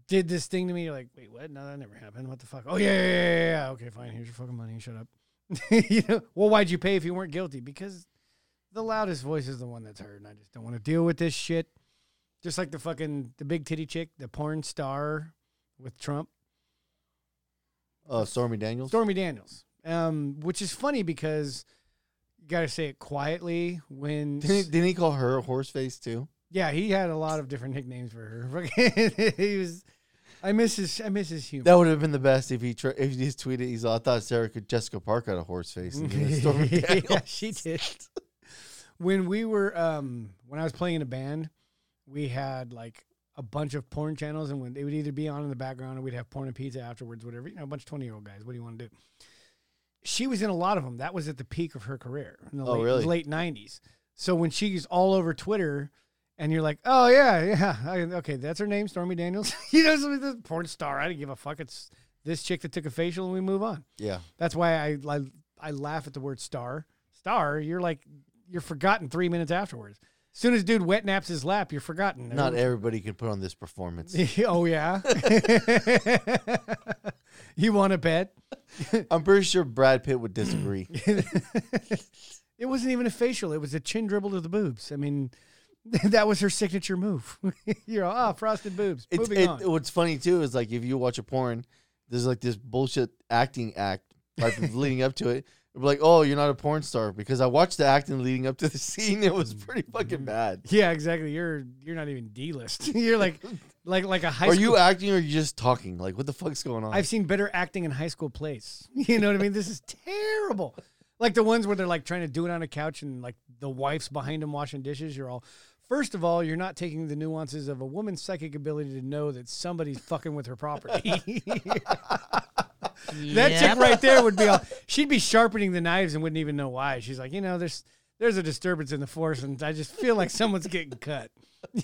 did this thing to me. You're like, wait, what? No, that never happened. What the fuck? Oh yeah, yeah, yeah, yeah, yeah. Okay, fine. Here's your fucking money. Shut up. *laughs* you know, well, why'd you pay if you weren't guilty? Because the loudest voice is the one that's heard, and I just don't want to deal with this shit. Just like the fucking the big titty chick, the porn star with Trump.
Uh, Stormy Daniels.
Stormy Daniels. Um, which is funny because you gotta say it quietly
*laughs*
when
Didn't he, didn't he call her a horse face too?
Yeah, he had a lot of different nicknames for her. *laughs* Fucking- he was. I miss his. I miss his humor.
That would have been the best if he tra- if he just tweeted. He's all, I thought Sarah could Jessica Park had a horse
*laughs*
face. And then Stormy Daniels.
yeah, she did. When we were, um, when I was playing in a band, we had like a bunch of porn channels, and when they would either be on in the background, or we'd have porn and pizza afterwards, whatever. You know, a bunch of twenty-year-old guys. What do you want to do? She was in a lot of them. That was at the peak of her career in the
Oh,
late,
really?
late '90s. So when she's all over Twitter, and you're like, oh yeah, yeah, I, okay, that's her name, Stormy Daniels. *laughs* you know, so the porn star. I didn't give a fuck. It's this chick that took a facial, and we move on.
Yeah.
That's why I, I I laugh at the word star. Star, you're like you're forgotten three minutes afterwards. As soon as dude wet naps his lap, you're forgotten.
Not everybody could put on
*laughs*
this performance.
oh yeah. you want to bet?
I'm pretty sure Brad Pitt would disagree.
It wasn't even a facial. It was a chin dribble to the boobs. I mean, *laughs* that was her signature move. *laughs* you're all, ah frosted boobs.
it's,
Moving
it,
on.
What's funny too is like if you watch a porn, there's like this bullshit acting act like
*laughs*
leading up to it. It'll be like, oh, you're not a porn star because I watched the acting leading up to the *laughs* scene. It was pretty
Mm-hmm.
fucking bad.
yeah, exactly. You're you're not even D list. *laughs* you're like like like a high.
Are
school
you acting or are you just talking? Like, what the fuck's going on?
I've seen better acting in high school plays. *laughs* You know what I mean? This is terrible. Like the ones where they're like trying to do it on a couch and like the wife's behind them washing dishes. You're all, first of all, you're not taking the nuances of a woman's psychic ability to know that somebody's fucking with her property. *laughs* that
Yep.
chick right there would be all, she'd be sharpening the knives and wouldn't even know why. She's like, you know, there's there's a disturbance in the force, and I just feel like someone's getting cut.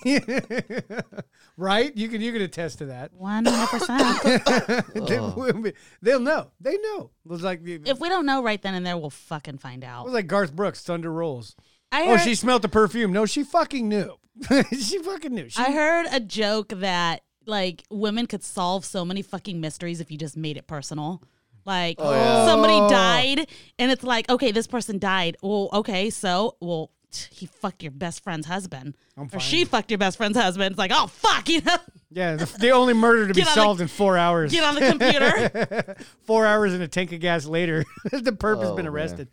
*laughs* right? You can you can attest to that. *laughs*
100%.
They will be- They'll know. They know. It was like it
if we don't know right then and there, we'll fucking find out.
was like Garth Brooks, Thunder Rolls.
I
Oh,
heard,
she smelled the perfume. No, she fucking knew. *laughs* she fucking knew. She,
I heard a joke that like women could solve so many fucking mysteries if you just made it personal. Like somebody died, and it's like, okay, this person died. Well, okay, so well, t- he fucked your best friend's husband, or she fucked your best friend's husband. It's like, oh fuck, *laughs* you know,
yeah, the, the only murder to be
Get on the-
solved in four hours.
get on the computer.
Four hours and a tank of gas later, *laughs* the perp has
Oh,
been
man.
arrested.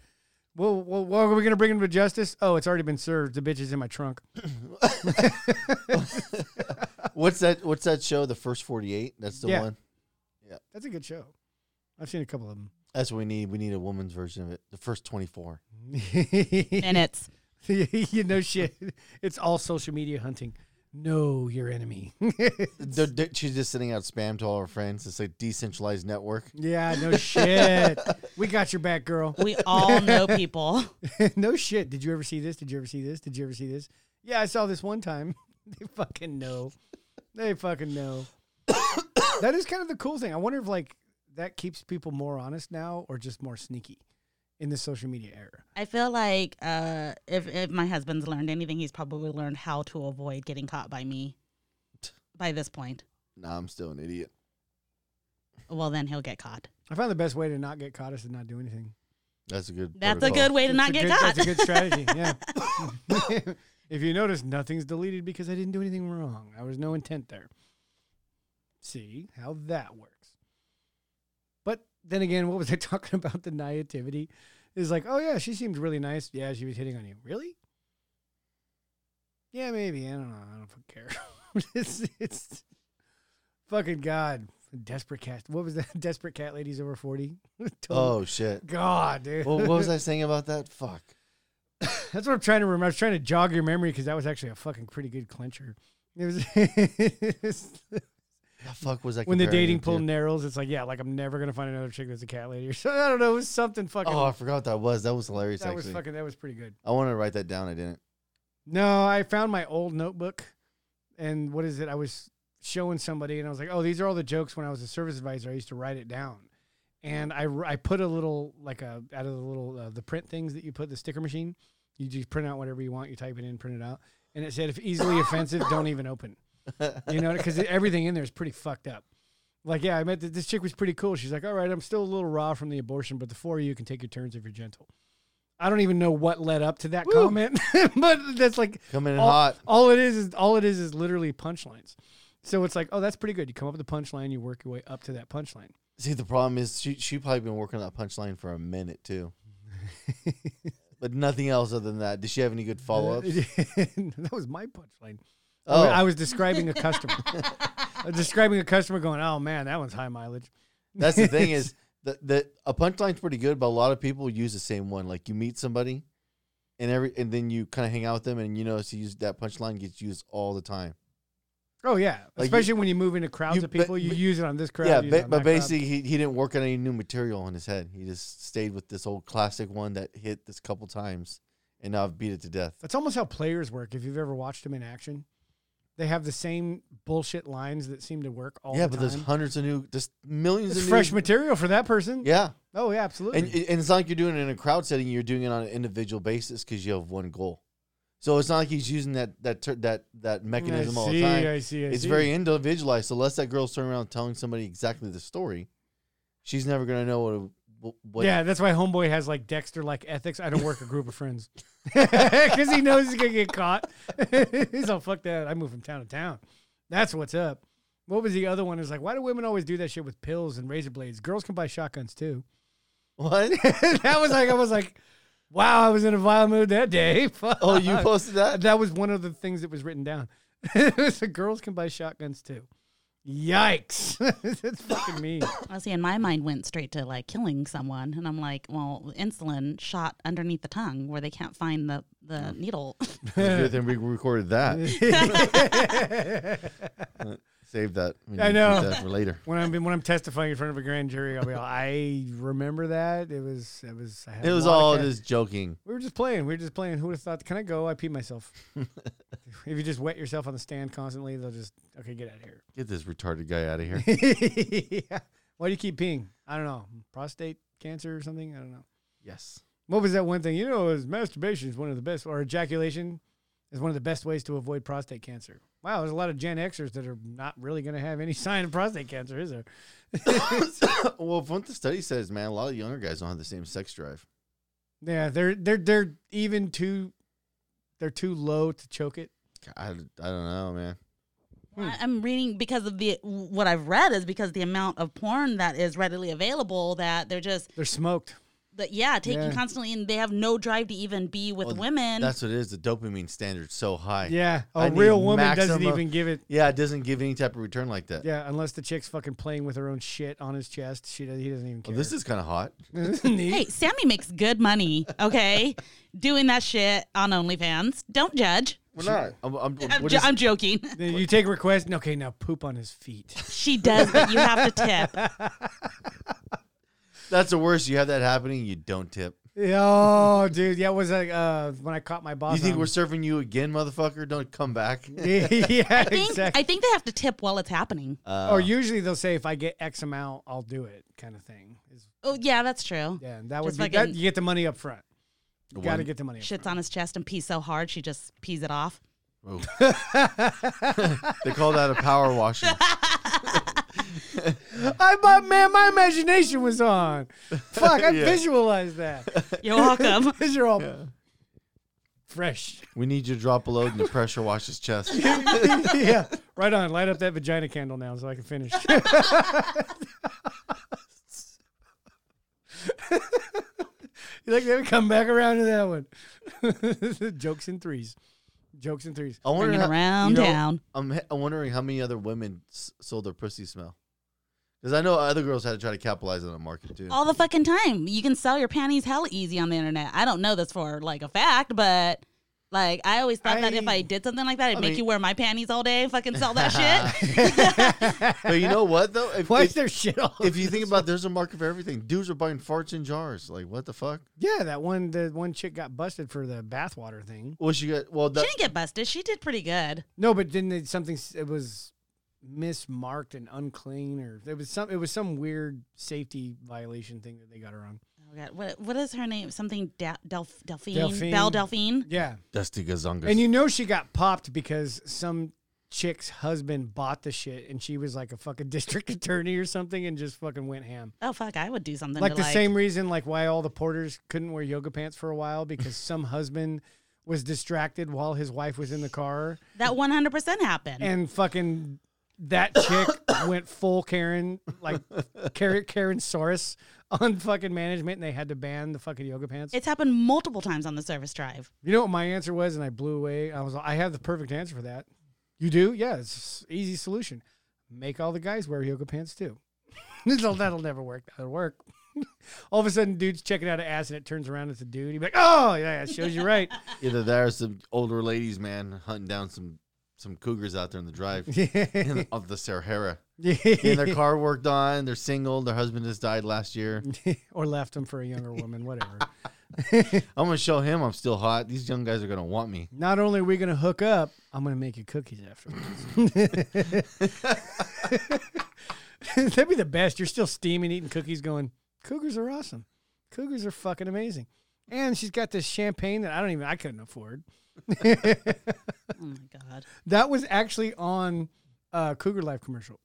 Well, well, well, are we gonna bring him to justice? Oh, it's already been served. The bitch is in my trunk.
what's that? What's that show? The first forty eight. That's the
Yeah.
one.
That's a good show. I've seen a couple of them.
That's what we need. We need a woman's version of it. The first twenty four.
and it's
*laughs* you know, shit. It's all social media hunting. Know your enemy. *laughs*
They're- they're- she's just sending out spam to all her friends. It's like decentralized network.
Yeah, no shit. we got your back, girl.
we all know people.
*laughs* no shit. Did you ever see this? Did you ever see this? Did you ever see this? Yeah, I saw this one time. *laughs* they fucking know. They fucking know. *coughs* that is kind of the cool thing. I wonder if like that keeps people more honest now or just more sneaky in the social media era.
I feel like uh, if if my husband's learned anything, he's probably learned how to avoid getting caught by me. By this point,
Nah, I'm still an idiot.
well, then he'll get caught.
I found the best way to not get caught is to not do anything.
That's a good.
That's a
protocol.
good way to
It's
not
a
get
good-
caught.
That's a good
*laughs*
strategy. Yeah. *laughs* if you notice, nothing's deleted because I didn't do anything wrong. There was no intent there. See how that works. But then again, what was I *laughs* talking about? The naivety is like, oh yeah, she seemed really nice. Yeah, she was hitting on you. Really? Yeah, maybe. I don't know. I don't fucking care. *laughs* it's it's fucking god. Desperate cat. What was that? *laughs* Desperate cat ladies over forty. *laughs* Total- *laughs*
Oh shit.
god, dude.
well, what was I saying about that? Fuck.
That's what I'm trying to remember. I was trying to jog your memory because that was actually a fucking pretty good clincher. It was, it was- *laughs*
The fuck was I?
when the
comparing
dating
it
pool
to?
narrows. It's like, yeah, like I'm never gonna find another chick that's a cat lady. Or *laughs* so I don't know. It was something fucking.
Oh, I forgot what that was. That was hilarious.
that was
actually,
fucking. That was pretty good.
I want to write that down. I didn't. *laughs*
No, I found my old notebook, and what is it? I was showing somebody, and I was like, "Oh, these are all the jokes when I was a service advisor. I used to write it down." And I, wr- I put a little like a out of the little uh, the print things that you put the sticker machine, you just print out whatever you want. You type it in, print it out, and it said if easily offensive, don't even open. You know, because everything in there is pretty fucked up. Like yeah, I met th- this chick was pretty cool. She's like, all right, I'm still a little raw from the abortion, but the four of you can take your turns if you're gentle. I don't even know what led up to that comment, *laughs* but that's like
Coming in
all,
hot.
all it is is all it is is literally punchlines. So it's like, oh, that's pretty good. You come up with a punchline, you work your way up to that punchline.
See, the problem is she she probably been working on that punchline for a
*laughs*
minute too. but nothing else other than that. Did she have any good
Uh,
follow
*laughs*
ups?
that was my punchline. Oh.
Oh.
I was describing a
*laughs*
customer. I was describing a customer going, oh man, that one's high mileage.
That's the
*laughs*
thing is that that a punchline's pretty good, but a lot of people use the same one. Like you meet somebody, and every and then you kind of hang out with them, and you notice you use that punchline gets used all the time.
Oh yeah,
Like,
especially when you move into crowds
you-
of people,
but-
you
but-
use it on this crowd.
yeah,
you use it
ba-
on
but
that crowd.
basically he, he didn't work on any new material in his head. He just stayed with this old classic one that hit this couple times, and now I've beat it to death.
That's almost how players work. If you've ever watched them in action, they have the same bullshit lines that seem to work all
yeah,
the
but
time.
there's hundreds of new, there's millions
it's
of
fresh
new,
material for that person.
Yeah,
Oh yeah, absolutely.
and and it's not like you're doing it in a crowd setting. You're doing it on an individual basis because you have one goal. So it's not like he's using that that tur- that that mechanism all the
see,
time.
I see, I
it's
see.
very individualized. So unless that girl's turning around telling somebody exactly the story, she's never gonna know what. what
yeah, that's why Homeboy has like Dexter like ethics. I don't work a group of friends *laughs* because he knows he's gonna get caught. *laughs* he's all fuck that. I move from town to town. That's what's up. What was the other one? It was like, why do women always do that shit with pills and razor blades? Girls can buy shotguns too.
*laughs*
*laughs*
What? *laughs*
that was like, I was like, wow, I was in a vile mood that day. *laughs* Fuck.
oh, you posted that?
That was one of the things that was written down. *laughs* it was like, girls can buy shotguns too. Yikes! *laughs* that's fucking mean.
Well, see, and my mind went straight to like killing someone, and I'm like, well, insulin shot underneath the tongue where they can't find the
Oh.
the needle. *laughs*
*laughs* then we recorded that. *laughs* Save that. We
I
need to keep
know.
that for *laughs* later.
When I'm when I'm testifying in front of a grand jury, I'll be like, I remember that. It was it was I had
It
a
was
lot of
all
ca-
just joking.
We were just playing. We were just playing. Who would have thought? Can I go? I pee myself.
*laughs*
if you just wet yourself on the stand constantly, they'll just okay. Get out of here.
Get this retarded guy out of here.
yeah. *laughs* Why do you keep peeing? I don't know. Prostate cancer or something. I don't know.
*laughs* yes.
What was that one thing? You know, is masturbation is one of the best, or ejaculation is one of the best ways to avoid prostate cancer. Wow, there's a lot of Gen Xers that are not really going to have any *laughs* sign of prostate cancer, is there?
*coughs*
*laughs*
well, from what the study says, man, a lot of younger guys don't have the same sex drive.
Yeah, they're they're they're even too they're too low to choke it.
I, I don't know, man.
Hmm.
I- I'm reading because of the what I've read is because the amount of porn that is readily available that they're just
They're smoked.
that yeah taking
Yeah.
constantly, and they have no drive to even be with
Well,
women.
That's what it is. The dopamine standard's so high.
Yeah, a
I need
real woman doesn't
maximum-
even give it.
Yeah, it doesn't give any type of return like that.
Yeah, unless the chick's fucking playing with her own shit on his chest, she does, he doesn't even care.
Well, this is kind of hot.
*laughs* this is neat.
Hey, Sammy makes good money,
*laughs*
okay? Doing that shit on OnlyFans. Don't judge.
We're not. I'm, I'm,
*laughs* I'm,
what
jo-
is-
*laughs*
I'm joking.
Then you take requests. Okay, now poop on his feet. *laughs*
She does, but you have to tip.
that's the worst. You have that happening, you don't tip.
oh, dude, yeah, it was like uh, when I caught my boss.
You think
on-
we're serving you again, motherfucker? Don't come
*laughs*
back. *laughs*
yeah,
I think,
exactly.
I think they have to tip while it's happening.
Uh.
or usually they'll say if I get X amount, I'll do it, kind of thing. Is-
oh, yeah, that's true.
Yeah, and that would
Just
be that,
fucking-
you get the money up front. You got to
One-
get the money. Up
Shit's
front.
on his chest and pees so hard, she just pees
*laughs*
it off.
Oh. they call that a power washing.
I but man, my imagination was on. Fuck, I
Yeah.
visualized that. *laughs*
You're welcome.
These are all fresh. *laughs*
We need you to drop a load and you pressure wash his chest.
yeah, right on. Light up that vagina candle now, so I can finish. you like that? Come back around to that one. *laughs* Jokes in threes. Jokes in threes. *laughs*
I wonder
Bring it
how-
around
you know,
town.
I'm, I'm wondering how many other women s- sold their pussy smell. Because I know other girls had to try to capitalize on the market too.
All the fucking time. You can sell your panties hella easy on the internet. I don't know this for like a fact, but Like I always thought that if I did something like that, it'd make
mean-
you wear my panties all day and fucking sell that shit.
*laughs*
But you know what though? If,
Why
if,
is there shit all?
if you think about, there's a market for everything. Dudes are buying farts in jars. Like what the fuck?
Yeah, that one. The one chick got busted for the bathwater thing.
Well, she got well.
She
That,
didn't get busted. She did pretty good.
No, but didn't it, something? s- It was mismarked and unclean, or it was some. It was some weird safety violation thing that they got her on.
Oh God, what what is her name? Something da- Delph- Delphine?
Delphine.
Belle Delphine.
Yeah,
Dusty Gazongas.
and you know she got popped because some chick's husband bought the shit, and she was like a fucking *laughs* district attorney or something, and just fucking went ham.
Oh fuck, I would do something
like
to,
the same reason like why all the porters couldn't wear yoga pants for a while because some husband was distracted while his wife was in the car
That one hundred percent happened.
and fucking that chick went full Karen like Karen Karen Soros on fucking management and they had to ban the fucking yoga pants.
it's happened multiple times on the service drive.
you know what my answer was and I blew away. I was I have the perfect answer for that. You do? Yeah, it's easy solution. Make all the guys wear yoga pants too. *laughs* that'll, that'll never work. That'll work. *laughs* all of a sudden, dude's checking out an ass and it turns around. It's a dude. You're like, oh, yeah, it shows you right. *laughs*
Either that or some older ladies, man, hunting down some some cougars out there in the drive in- of the Sahara.
*laughs*
Getting their car worked on. They're single. Their husband just died last year.
or left him for a younger woman, whatever.
I'm gonna show him I'm still hot. These young guys are gonna want me.
Not only are we going to hook up, I'm going to make you cookies afterwards. *laughs* That'd be the best. You're still steaming, eating cookies, going, Cougars are awesome. Cougars are fucking amazing. And she's got this champagne that I don't even, I couldn't afford.
Oh my god.
That was actually on a Cougar Life commercial.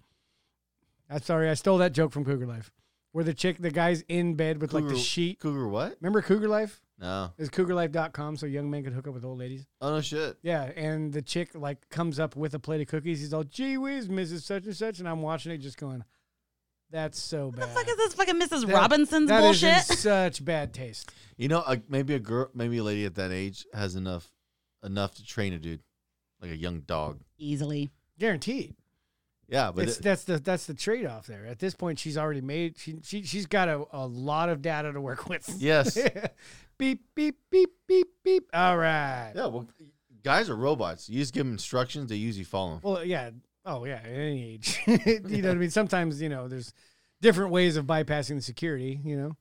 I'm sorry, I stole that joke from Cougar Life, where the chick, the guy's in bed with like the
Cougar-
sheet.
Cougar what?
Remember Cougar Life?
No.
It's cougarlife.com, so young men could hook up with old ladies.
Oh no shit.
Yeah, and the chick like comes up with a plate of cookies. He's all, "Gee whiz, Mrs. Such and Such," and I'm watching it, just going, "That's so bad."
What the fuck is this fucking Mrs.
That-
Robinson's
that is in
bullshit? *laughs*
such bad taste.
You know, a, maybe a girl, maybe a lady at that age has enough enough to train a dude, like a young dog.
Easily.
Guaranteed.
Yeah, but
It's,
it-
that's the that's the trade off there. At this point, she's already made. She she she's got a, a lot of data to work with. *laughs*
yes.
beep beep beep beep beep. All right.
Yeah, well, guys are robots. You just give them instructions, they usually follow them.
Well, yeah. Oh, yeah. At any age, *laughs* you know what I mean. Sometimes you know there's different ways of bypassing the security. You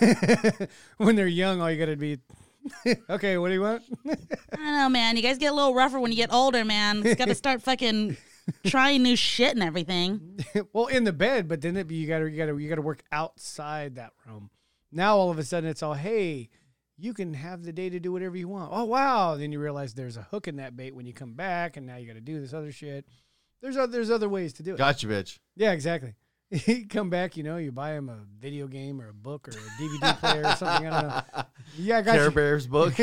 know, *laughs* when they're young, all you gotta be. *laughs* okay, what do you want? *laughs*
I don't know, man. You guys get a little rougher when you get older, man.
*laughs*
You gotta start fucking trying new shit and everything.
well, in the bed, but then it, you gotta you gotta you gotta work outside that room. Now all of a sudden it's all hey, you can have the day to do whatever you want. Oh wow! Then you realize there's a hook in that bait when you come back, and now you gotta do this other shit. There's other, there's other ways to do it.
Gotcha, bitch.
Yeah, exactly. *laughs* You come back, you know, you buy him a video game or a book or a DVD player or something. I don't know. Yeah, I got
Care
you. *laughs*
Bears book. *laughs*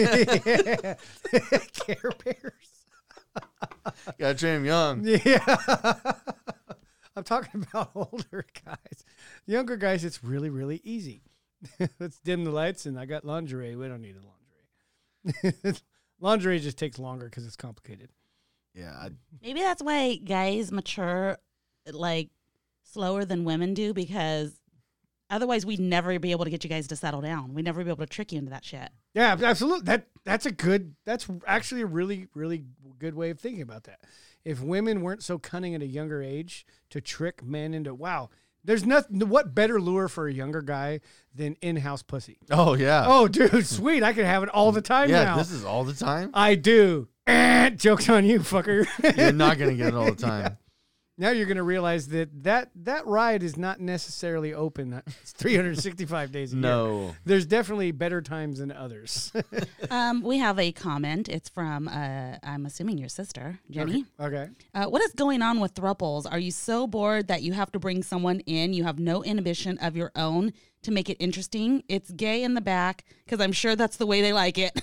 Care Bears. *laughs*
Gotta train 'em young.
Yeah. *laughs* I'm talking about *laughs* older guys. Younger guys, it's really, really easy. *laughs* Let's dim the lights, and I got lingerie. We don't need the lingerie. *laughs* lingerie just takes longer because it's complicated.
Yeah, I,
Maybe that's why guys mature like slower than women do because otherwise we'd never be able to get you guys to settle down. We'd never be able to trick you into that shit.
Yeah, absolutely. That that's a good. That's actually a really really good way of thinking about that. If women weren't so cunning at a younger age to trick men into wow, there's nothing. What better lure for a younger guy than in-house pussy?
oh yeah. Mm.
Oh, dude, sweet! I could have it all the time
yeah,
now.
this is all
*laughs*
the time.
I do. Eh, Jokes on you, fucker. *laughs*
You're not gonna get it all the time.
now you're gonna realize that that that ride is not necessarily open. *laughs* It's 365 days a year.
No.
There's definitely better times than others. *laughs*
Um, we have a comment. It's from uh, I'm assuming your sister, Jenny.
okay.
Uh, what is going on with thruples? Are you so bored that you have to bring someone in? You have no inhibition of your own to make it interesting. It's gay in the back because I'm sure that's the way they like it. *laughs*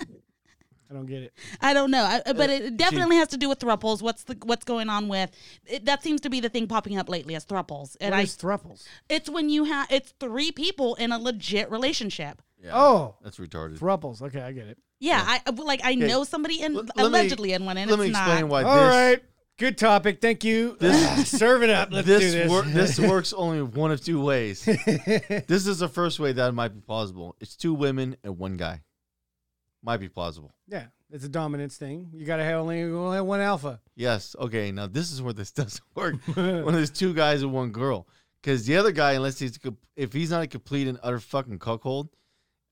I don't get it.
I don't know,
Uh,
I, but it definitely has to do with thruples. What's the what's going on with it, that? Seems to be the thing popping up lately as thruples, and
What
I
is thruples?
it's when you have it's three people in a legit relationship.
Yeah,
Oh,
that's retarded.
Thruples. Okay, I get it.
Yeah, I like I know somebody in
Let- let me-
allegedly in one, and
Let
it's
me explain
not.
why
All right,
this
Good topic. Thank you. *laughs* Serve it up. Let's do
this
this.
wor-
*laughs*
this works only one of two ways. this is the first way that might be plausible. It's two women and one guy. Might be plausible.
Yeah, it's a dominance thing. You got to have only you only have one alpha.
Yes. Okay. Now this is where this *laughs* doesn't work. when there's two guys and one girl, because the other guy, unless he's co- if he's not a complete and utter fucking cuckold,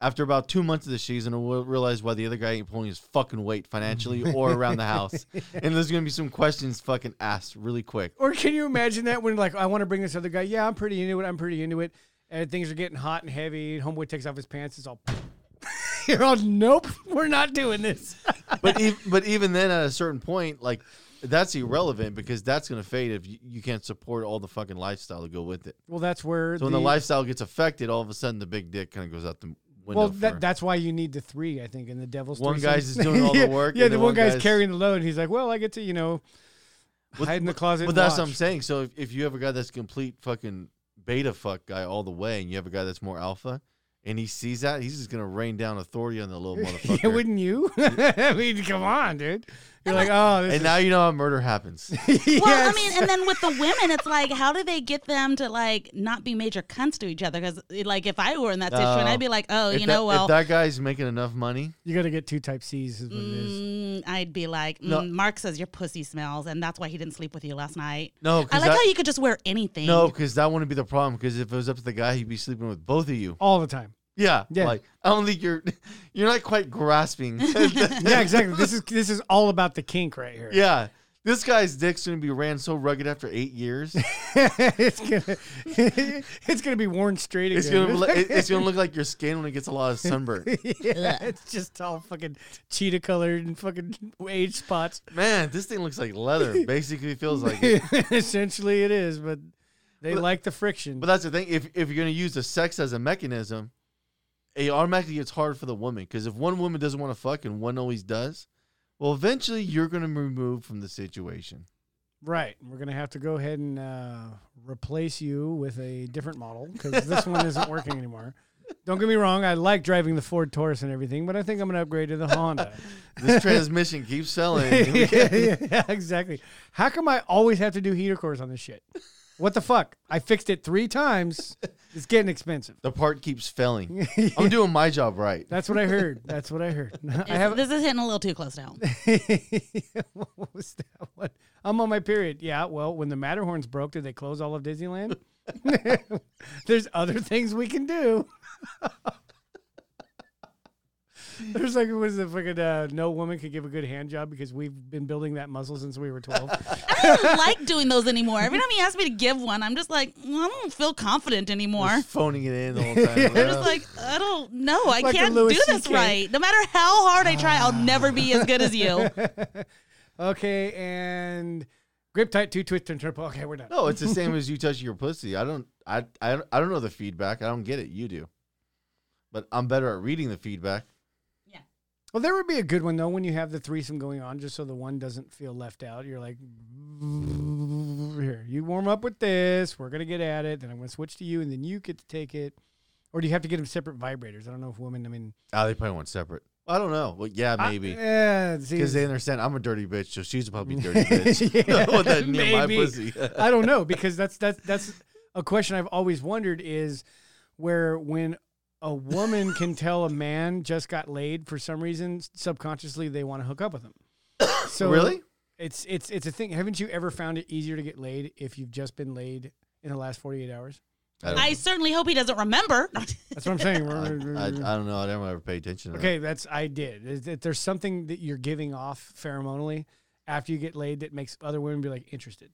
after about two months of the season, we'll realize why the other guy ain't pulling his fucking weight financially or around the
*laughs*
house, and there's gonna be some questions fucking asked really quick.
Or can you imagine that when like I want to bring this other guy? Yeah, I'm pretty into it. I'm pretty into it. And things are getting hot and heavy. Homeboy takes off his pants. It's all. *laughs* You're all. Nope, we're not doing this. *laughs*
But ev- but even then, at a certain point, like that's irrelevant because that's gonna fade if you, you can't support all the fucking lifestyle to go with it.
Well, that's where
So when the lifestyle gets affected, all of a sudden the big dick kind of goes out the window.
Well,
for-
that, that's why you need the three, I think, in the devil's.
One
threesome.
guy's just doing all the
*laughs* Yeah,
work,
Yeah,
and
the
then
one
one
guy's,
guy's-
carrying the load. And he's like, well, I get to you know hide in the closet.
But
and
that's what I'm
watch.
saying. So if, if you have a guy that's complete fucking beta fuck guy all the way, and you have a guy that's more alpha, and he sees that, he's just gonna rain down authority on the little motherfucker.
*laughs* Yeah, wouldn't you? *laughs* I mean, come on, dude. You're like, oh, this
and
is,
now you know how murder
*laughs*
happens.
Well,
Yes.
I mean, and then with the women, it's like, how do they get them to like not be major cunts to each other? Because like, if I were in that situation,
No.
I'd be like, oh,
if
you
that,
know, well,
if that guy's making enough money,
you got to get two type C's. Is what it is.
mm, I'd be like, mm,
No.
Mark says your pussy smells, and that's why he didn't sleep with you last night.
no,
I
because
like
that,
how you could just wear anything.
no, because that wouldn't be the problem. Because if it was up to the guy, he'd be sleeping with both of you.
All the time.
Yeah,
Yeah.
Like I don't think you're, *laughs* you're not quite grasping.
*laughs* Yeah, exactly. this is this is all about the kink right here.
*laughs* yeah, this guy's dick's gonna be ran so rugged after
*laughs*
eight years.
*laughs* it's gonna *laughs* it's gonna be worn straight again.
It's
*laughs*
gonna look, it- it's gonna look like your skin when it gets a lot of sunburn.
yeah, it's just all fucking cheetah colored and fucking age
*laughs*
spots. *laughs*
Man, this thing looks like leather. Basically, feels like. It.
Essentially, it is, but they
But-
like the friction.
But that's the thing. If if you're gonna use the sex as a mechanism, it automatically gets hard for the woman because if one woman doesn't want to fuck and one always does, well, eventually you're gonna be removed from the situation.
right, we're gonna have to go ahead and uh, replace you with a different model because this one isn't working anymore. Don't get me wrong, I like driving the Ford Taurus and everything, but I think I'm gonna upgrade to the Honda. *laughs*
This transmission keeps selling.
yeah, *laughs* yeah, exactly. How come I always have to do heater cores on this shit? What the fuck? I fixed it three times. It's getting expensive.
The part
*laughs*
keeps failing. I'm doing my job right.
That's what I heard. That's what I heard. *laughs* I
This-
have.
this is hitting a little too close to
*laughs*
home.
what was that one? I'm on my period. Yeah. Well, when the Matterhorns broke, did they close all of Disneyland? *laughs* There's other things we can do. *laughs* There's like, was the fucking uh, no woman could give a good hand job because we've been building that muscle since we were 12.
I don't even like doing those anymore. Every time he asks me to give one, I'm just like, "Mm, I don't feel confident anymore.
Just phoning it in
*laughs*
the whole time.
I'm just like, I don't know. I
Like a
can't do
Louis
this
CK.
right. No matter how hard I try, I'll never be as good as you.
Okay, and grip tight, two twist and triple. Okay, we're done.
no, it's the same as you touching your pussy. I don't. I, I. I don't know the feedback. I don't get it. You do. But I'm better at reading the feedback.
Well, there would be a good one though when you have the threesome going on, just so the one doesn't feel left out. You're like, here, you warm up with this. We're gonna get at it. Then I'm gonna switch to you, and then you get to take it. Or do you have to get them separate vibrators? I don't know if women. I mean,
Ah, they probably want separate. I don't know. Well, yeah, maybe.
Yeah,
Because they understand I'm a dirty bitch, so she's
*laughs*
a probably dirty bitch. *laughs* I don't want that near my
maybe.
pussy.
*laughs* I don't know because that's that's that's a question I've always wondered is where when a woman can tell a man just got laid for some reason subconsciously they want to hook up with
*coughs*
him. So
*laughs* Really?
it's it's it's a thing. Haven't you ever found it easier to get laid if you've just been laid in the last forty eight hours?
I don't,
I certainly hope he doesn't remember.
That's what I'm
*laughs*
saying.
I, I, I don't know. I never ever pay attention. To that.
Okay, that's I did. Is that there's something that you're giving off pheromonally after you get laid that makes other women be like interested.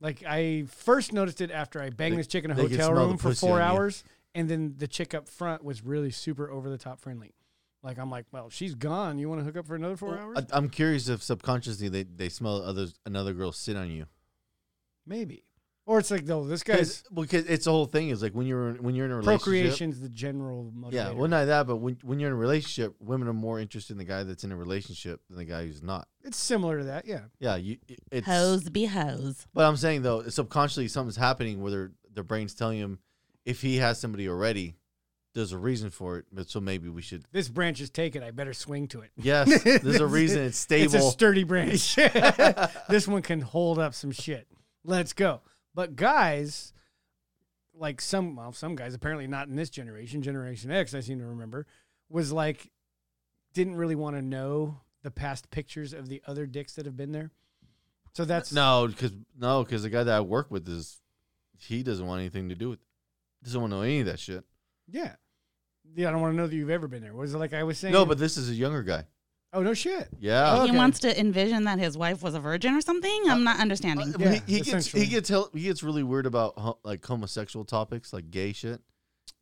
Like I first noticed it after I banged
They-
this chick in a
they can
hotel
smell the
room for
pussy
four
on you.
hours, and then the chick up front was really super over the top friendly. Like I'm like, well, she's gone. You want to hook up for another four hours?
I, I'm curious if subconsciously they, they smell others another girl sit on you.
Maybe. Or it's like, no, this guy's
Because because it's the whole thing is like when you're when you're in a relationship.
procreation's the general motivator.
Yeah, well, not that, but when when you're in a relationship, women are more interested in the guy that's in a relationship than the guy who's not.
it's similar to that. Yeah.
Yeah, you it's
Hose be hose.
But I'm saying though, subconsciously something's happening where their their brain's telling him if he has somebody already, there's a reason for it. But so maybe we should.
This branch is taken. I better swing to it. *laughs*
Yes, there's a reason it's
It's
stable.
a sturdy
*laughs*
branch. *laughs* this one can hold up some shit. Let's go. But guys, like some well, some guys apparently not in this generation, Generation X, I seem to remember, was like didn't really want to know the past pictures of the other dicks that have been there. So that's
No, because no, because the guy that I work with is he doesn't want anything to do with. Doesn't want to know any of that shit.
yeah. Yeah, I don't want to know that you've ever been there. Was it like I was saying?
No, but this is a younger guy.
oh no shit.
Yeah.
Oh,
He
okay.
wants to envision that his wife was a virgin or something. I'm not understanding.
But Uh, he,
Yeah,
he gets he
essentially.
gets hel- he gets really weird about ho- like homosexual topics, like gay shit.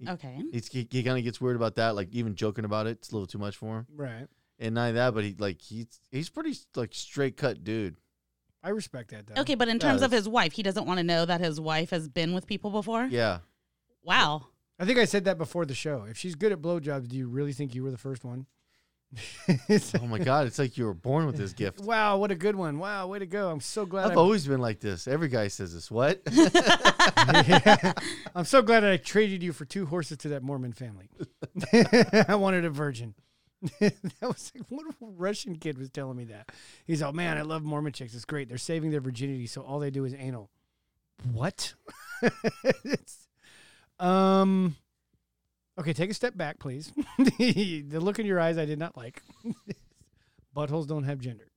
Uh,
Okay.
He's, he he kind of gets weird about that, like even joking about it. It's a little too much for him.
Right.
And not only that, but he like he's he's pretty like straight cut dude.
I respect that though.
Okay, but in terms of
that's-
his wife, he doesn't want to know that his wife has been with people before.
Yeah.
Wow.
I think I said that before the show. If she's good at blowjobs, do you really think you were the first one? *laughs* It's
*laughs*
like,
Oh my god, it's like you were born with this gift.
wow, what a good one. Wow, way to go. I'm so glad
I've
I,
always been like this. Every guy says this. What? *laughs*
*laughs* I'm so glad I traded you for two horses to that Mormon family. *laughs* I wanted a virgin. *laughs* that was like what Russian kid was telling me that. He's like, man, I love Mormon chicks. It's great. They're saving their virginity, so all they do is anal. What? *laughs* It's- um Okay, take a step back, please. *laughs* the look in your eyes I did not like. *laughs* Buttholes don't have gender.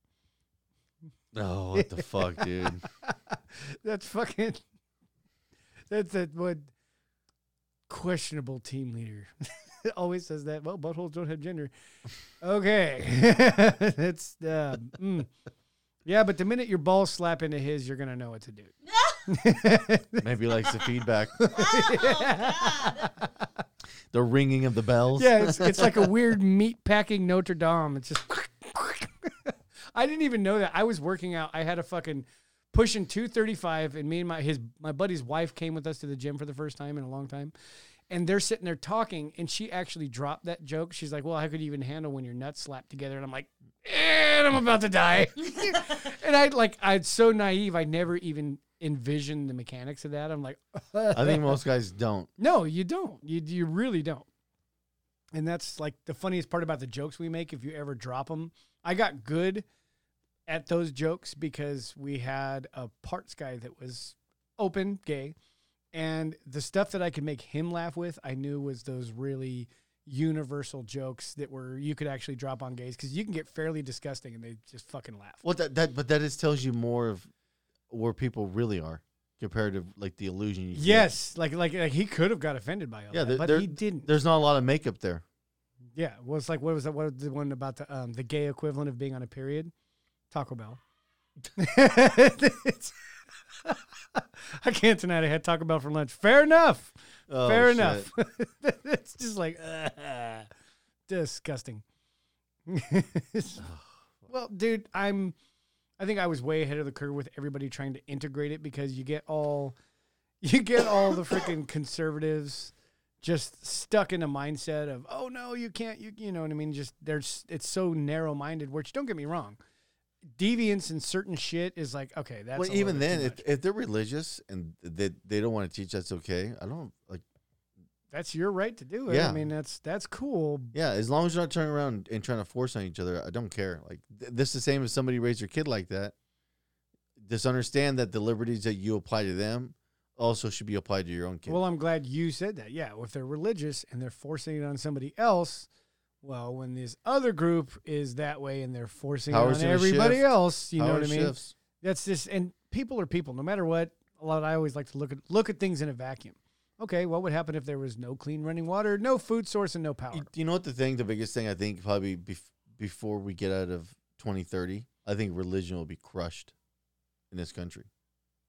No, Oh, what the fuck, dude?
*laughs* That's fucking. That's that one questionable team leader. *laughs* Always says that. Well, buttholes don't have gender. Okay, *laughs* that's uh, mm. yeah. But the minute your balls slap into his, you're gonna know what to do.
Maybe he likes the
*laughs*
feedback.
Oh,
the ringing of the bells.
Yeah, it's, it's like a
*laughs*
weird meat packing Notre Dame. It's just. *laughs* I didn't even know that. I was working out. I had a fucking pushing 235 and me and my his my buddy's wife came with us to the gym for the first time in a long time. And they're sitting there talking and she actually dropped that joke. She's like, "Well, how could you even handle when your nuts slapped together?" And I'm like, "And I'm about to die." and I like I'm so naive. I never even envisioned the mechanics of that. I'm like, *laughs*
I think most guys don't.
no, you don't. You you really don't. And that's like the funniest part about the jokes we make. If you ever drop them, I got good at those jokes because we had a parts guy that was open gay, and the stuff that I could make him laugh with, I knew was those really universal jokes that were you could actually drop on gays because you can get fairly disgusting and they just fucking laugh.
Well, that, that but that is tells you more of where people really are compared to like the illusion. You get.
Yes, like like like he could have got offended by all
Yeah,
that,
there-
but
there-
he didn't.
There's not a lot of makeup there.
Yeah, well, it's like what was that? What was the one about the um the gay equivalent of being on a period? Taco Bell. *laughs* It's- *laughs* I can't tonight. I had Taco Bell for lunch. Fair enough.
Oh,
Fair
shit.
enough. *laughs* it's just like ugh, disgusting. *laughs* well, dude, I'm. I think I was way ahead of the curve with everybody trying to integrate it because you get all, *laughs* you get all the freaking conservatives just stuck in a mindset of oh no you can't you you know what I mean just there's it's so narrow minded which don't get me wrong, deviance and certain shit is like okay that's
Well,
a little
even
bit too
then, if,
much.
if they're religious and they they don't want to teach, that's okay. I don't like.
that's your right to do it I
Yeah.
mean that's that's cool
Yeah, as long as you're not turning around and trying to force on each other, I don't care. Like th- this is the same as somebody raised their kid like that. Just understand that the liberties that you apply to them also should be applied to your own kid.
Well, I'm glad you said that. Yeah, well, if they're religious and they're forcing it on somebody else, well, when this other group is that way and they're forcing
Powers
it on
gonna
everybody
shift.
else, you know
Power
what I mean?
shifts.
That's just and people are people, no matter what. A lot. I always like to look at look at things in a vacuum. Okay, what would happen if there was no clean running water, no food source, and no power?
You, you know what the thing, the biggest thing I think probably bef- before we get out of 2030, I think religion will be crushed in this country.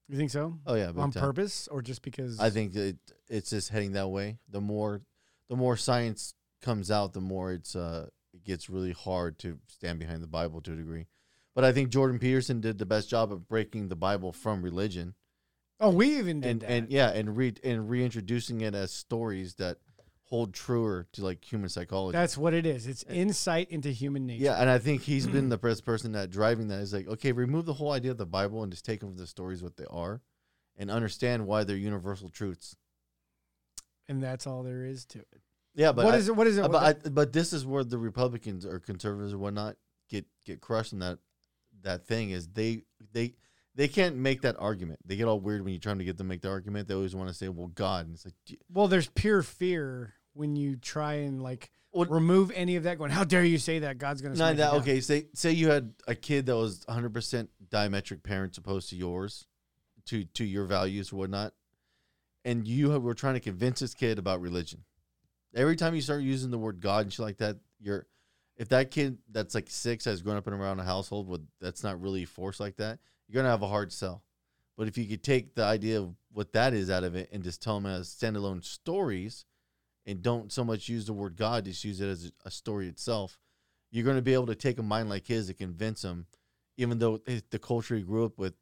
You think so?
Oh yeah, big
on
time.
purpose or just because?
I think that it's just heading that way. The more, the more science comes out, the more it's uh, it gets really hard to stand behind the Bible to a degree. But I think Jordan Peterson did the best job of breaking the Bible from religion
Oh, we even did
and
that.
and yeah, and re and reintroducing it as stories that hold truer to like human psychology.
That's what it is. It's insight into human nature.
yeah, and I think he's been *clears throat* the best person that driving that is like, okay, remove the whole idea of the Bible and just take them for the stories what they are, and understand why they're universal truths.
and that's all there is to it.
Yeah, but
What
I-
is it? What is it?
Uh, but I, but this is where the Republicans or conservatives or whatnot get get crushed in that that thing is they they they can't make that argument. They get all weird when you try to get them to make the argument. They always want to say, "Well, God," and it's like, "Do you-
Well, there's pure fear when you try and like
Well-
remove any of that going, how dare you say that? God's going to
Not that okay. Say say you had a kid that was 100 percent diametric parents opposed to yours, to to your values or whatnot, and you have- were trying to convince this kid about religion. Every time you start using the word God and shit like that, you're if that kid that's like six has grown up in around a household with that's not really forced like that, you're gonna have a hard sell. But if you could take the idea of what that is out of it and just tell them as standalone stories, and don't so much use the word God, just use it as a- a story itself you're going to be able to take a mind like his and convince him, even though it- the culture he grew up with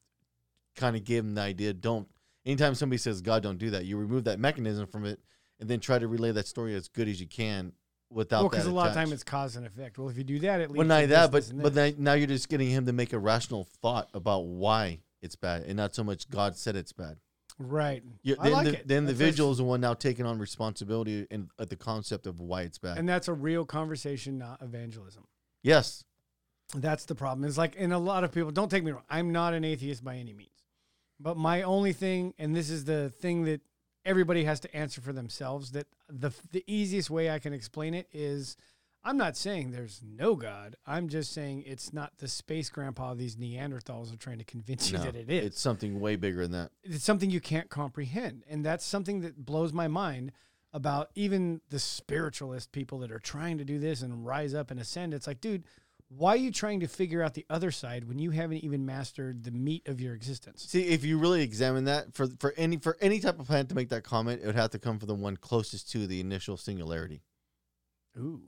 kind of gave him the idea. Don't anytime somebody says God, don't do that. You remove that mechanism from it, and then try to relay that story as good as you can without.
Well, because
that
a lot of
attached.
time it's cause and effect. Well, if you do that, it leads
Well,
to
not
this,
that, but
this, and
but
this.
then, now you're just getting him to make a rational thought about why it's bad, and not so much God said it's bad.
right.
You,
I
then
like
the,
it.
the
That's a-
individual is the one now taking on responsibility and uh, the concept of why it's bad.
and that's a real conversation, not evangelism. *laughs*
yes,
That's the problem. It's like, and a lot of people, don't take me wrong, I'm not an atheist by any means. But my only thing, and this is the thing that everybody has to answer for themselves, that the, the easiest way I can explain it is I'm not saying there's no God. I'm just saying it's not the space grandpa these Neanderthals are trying to convince you
No,
that it is
it's something way bigger than that.
it's something you can't comprehend and that's something that blows my mind about even the spiritualist people that are trying to do this and rise up and ascend it's like dude why are you trying to figure out the other side when you haven't even mastered the meat of your existence
See, if you really examine that, for for any for any type of planet to make that comment, it would have to come from the one closest to the initial singularity.
ooh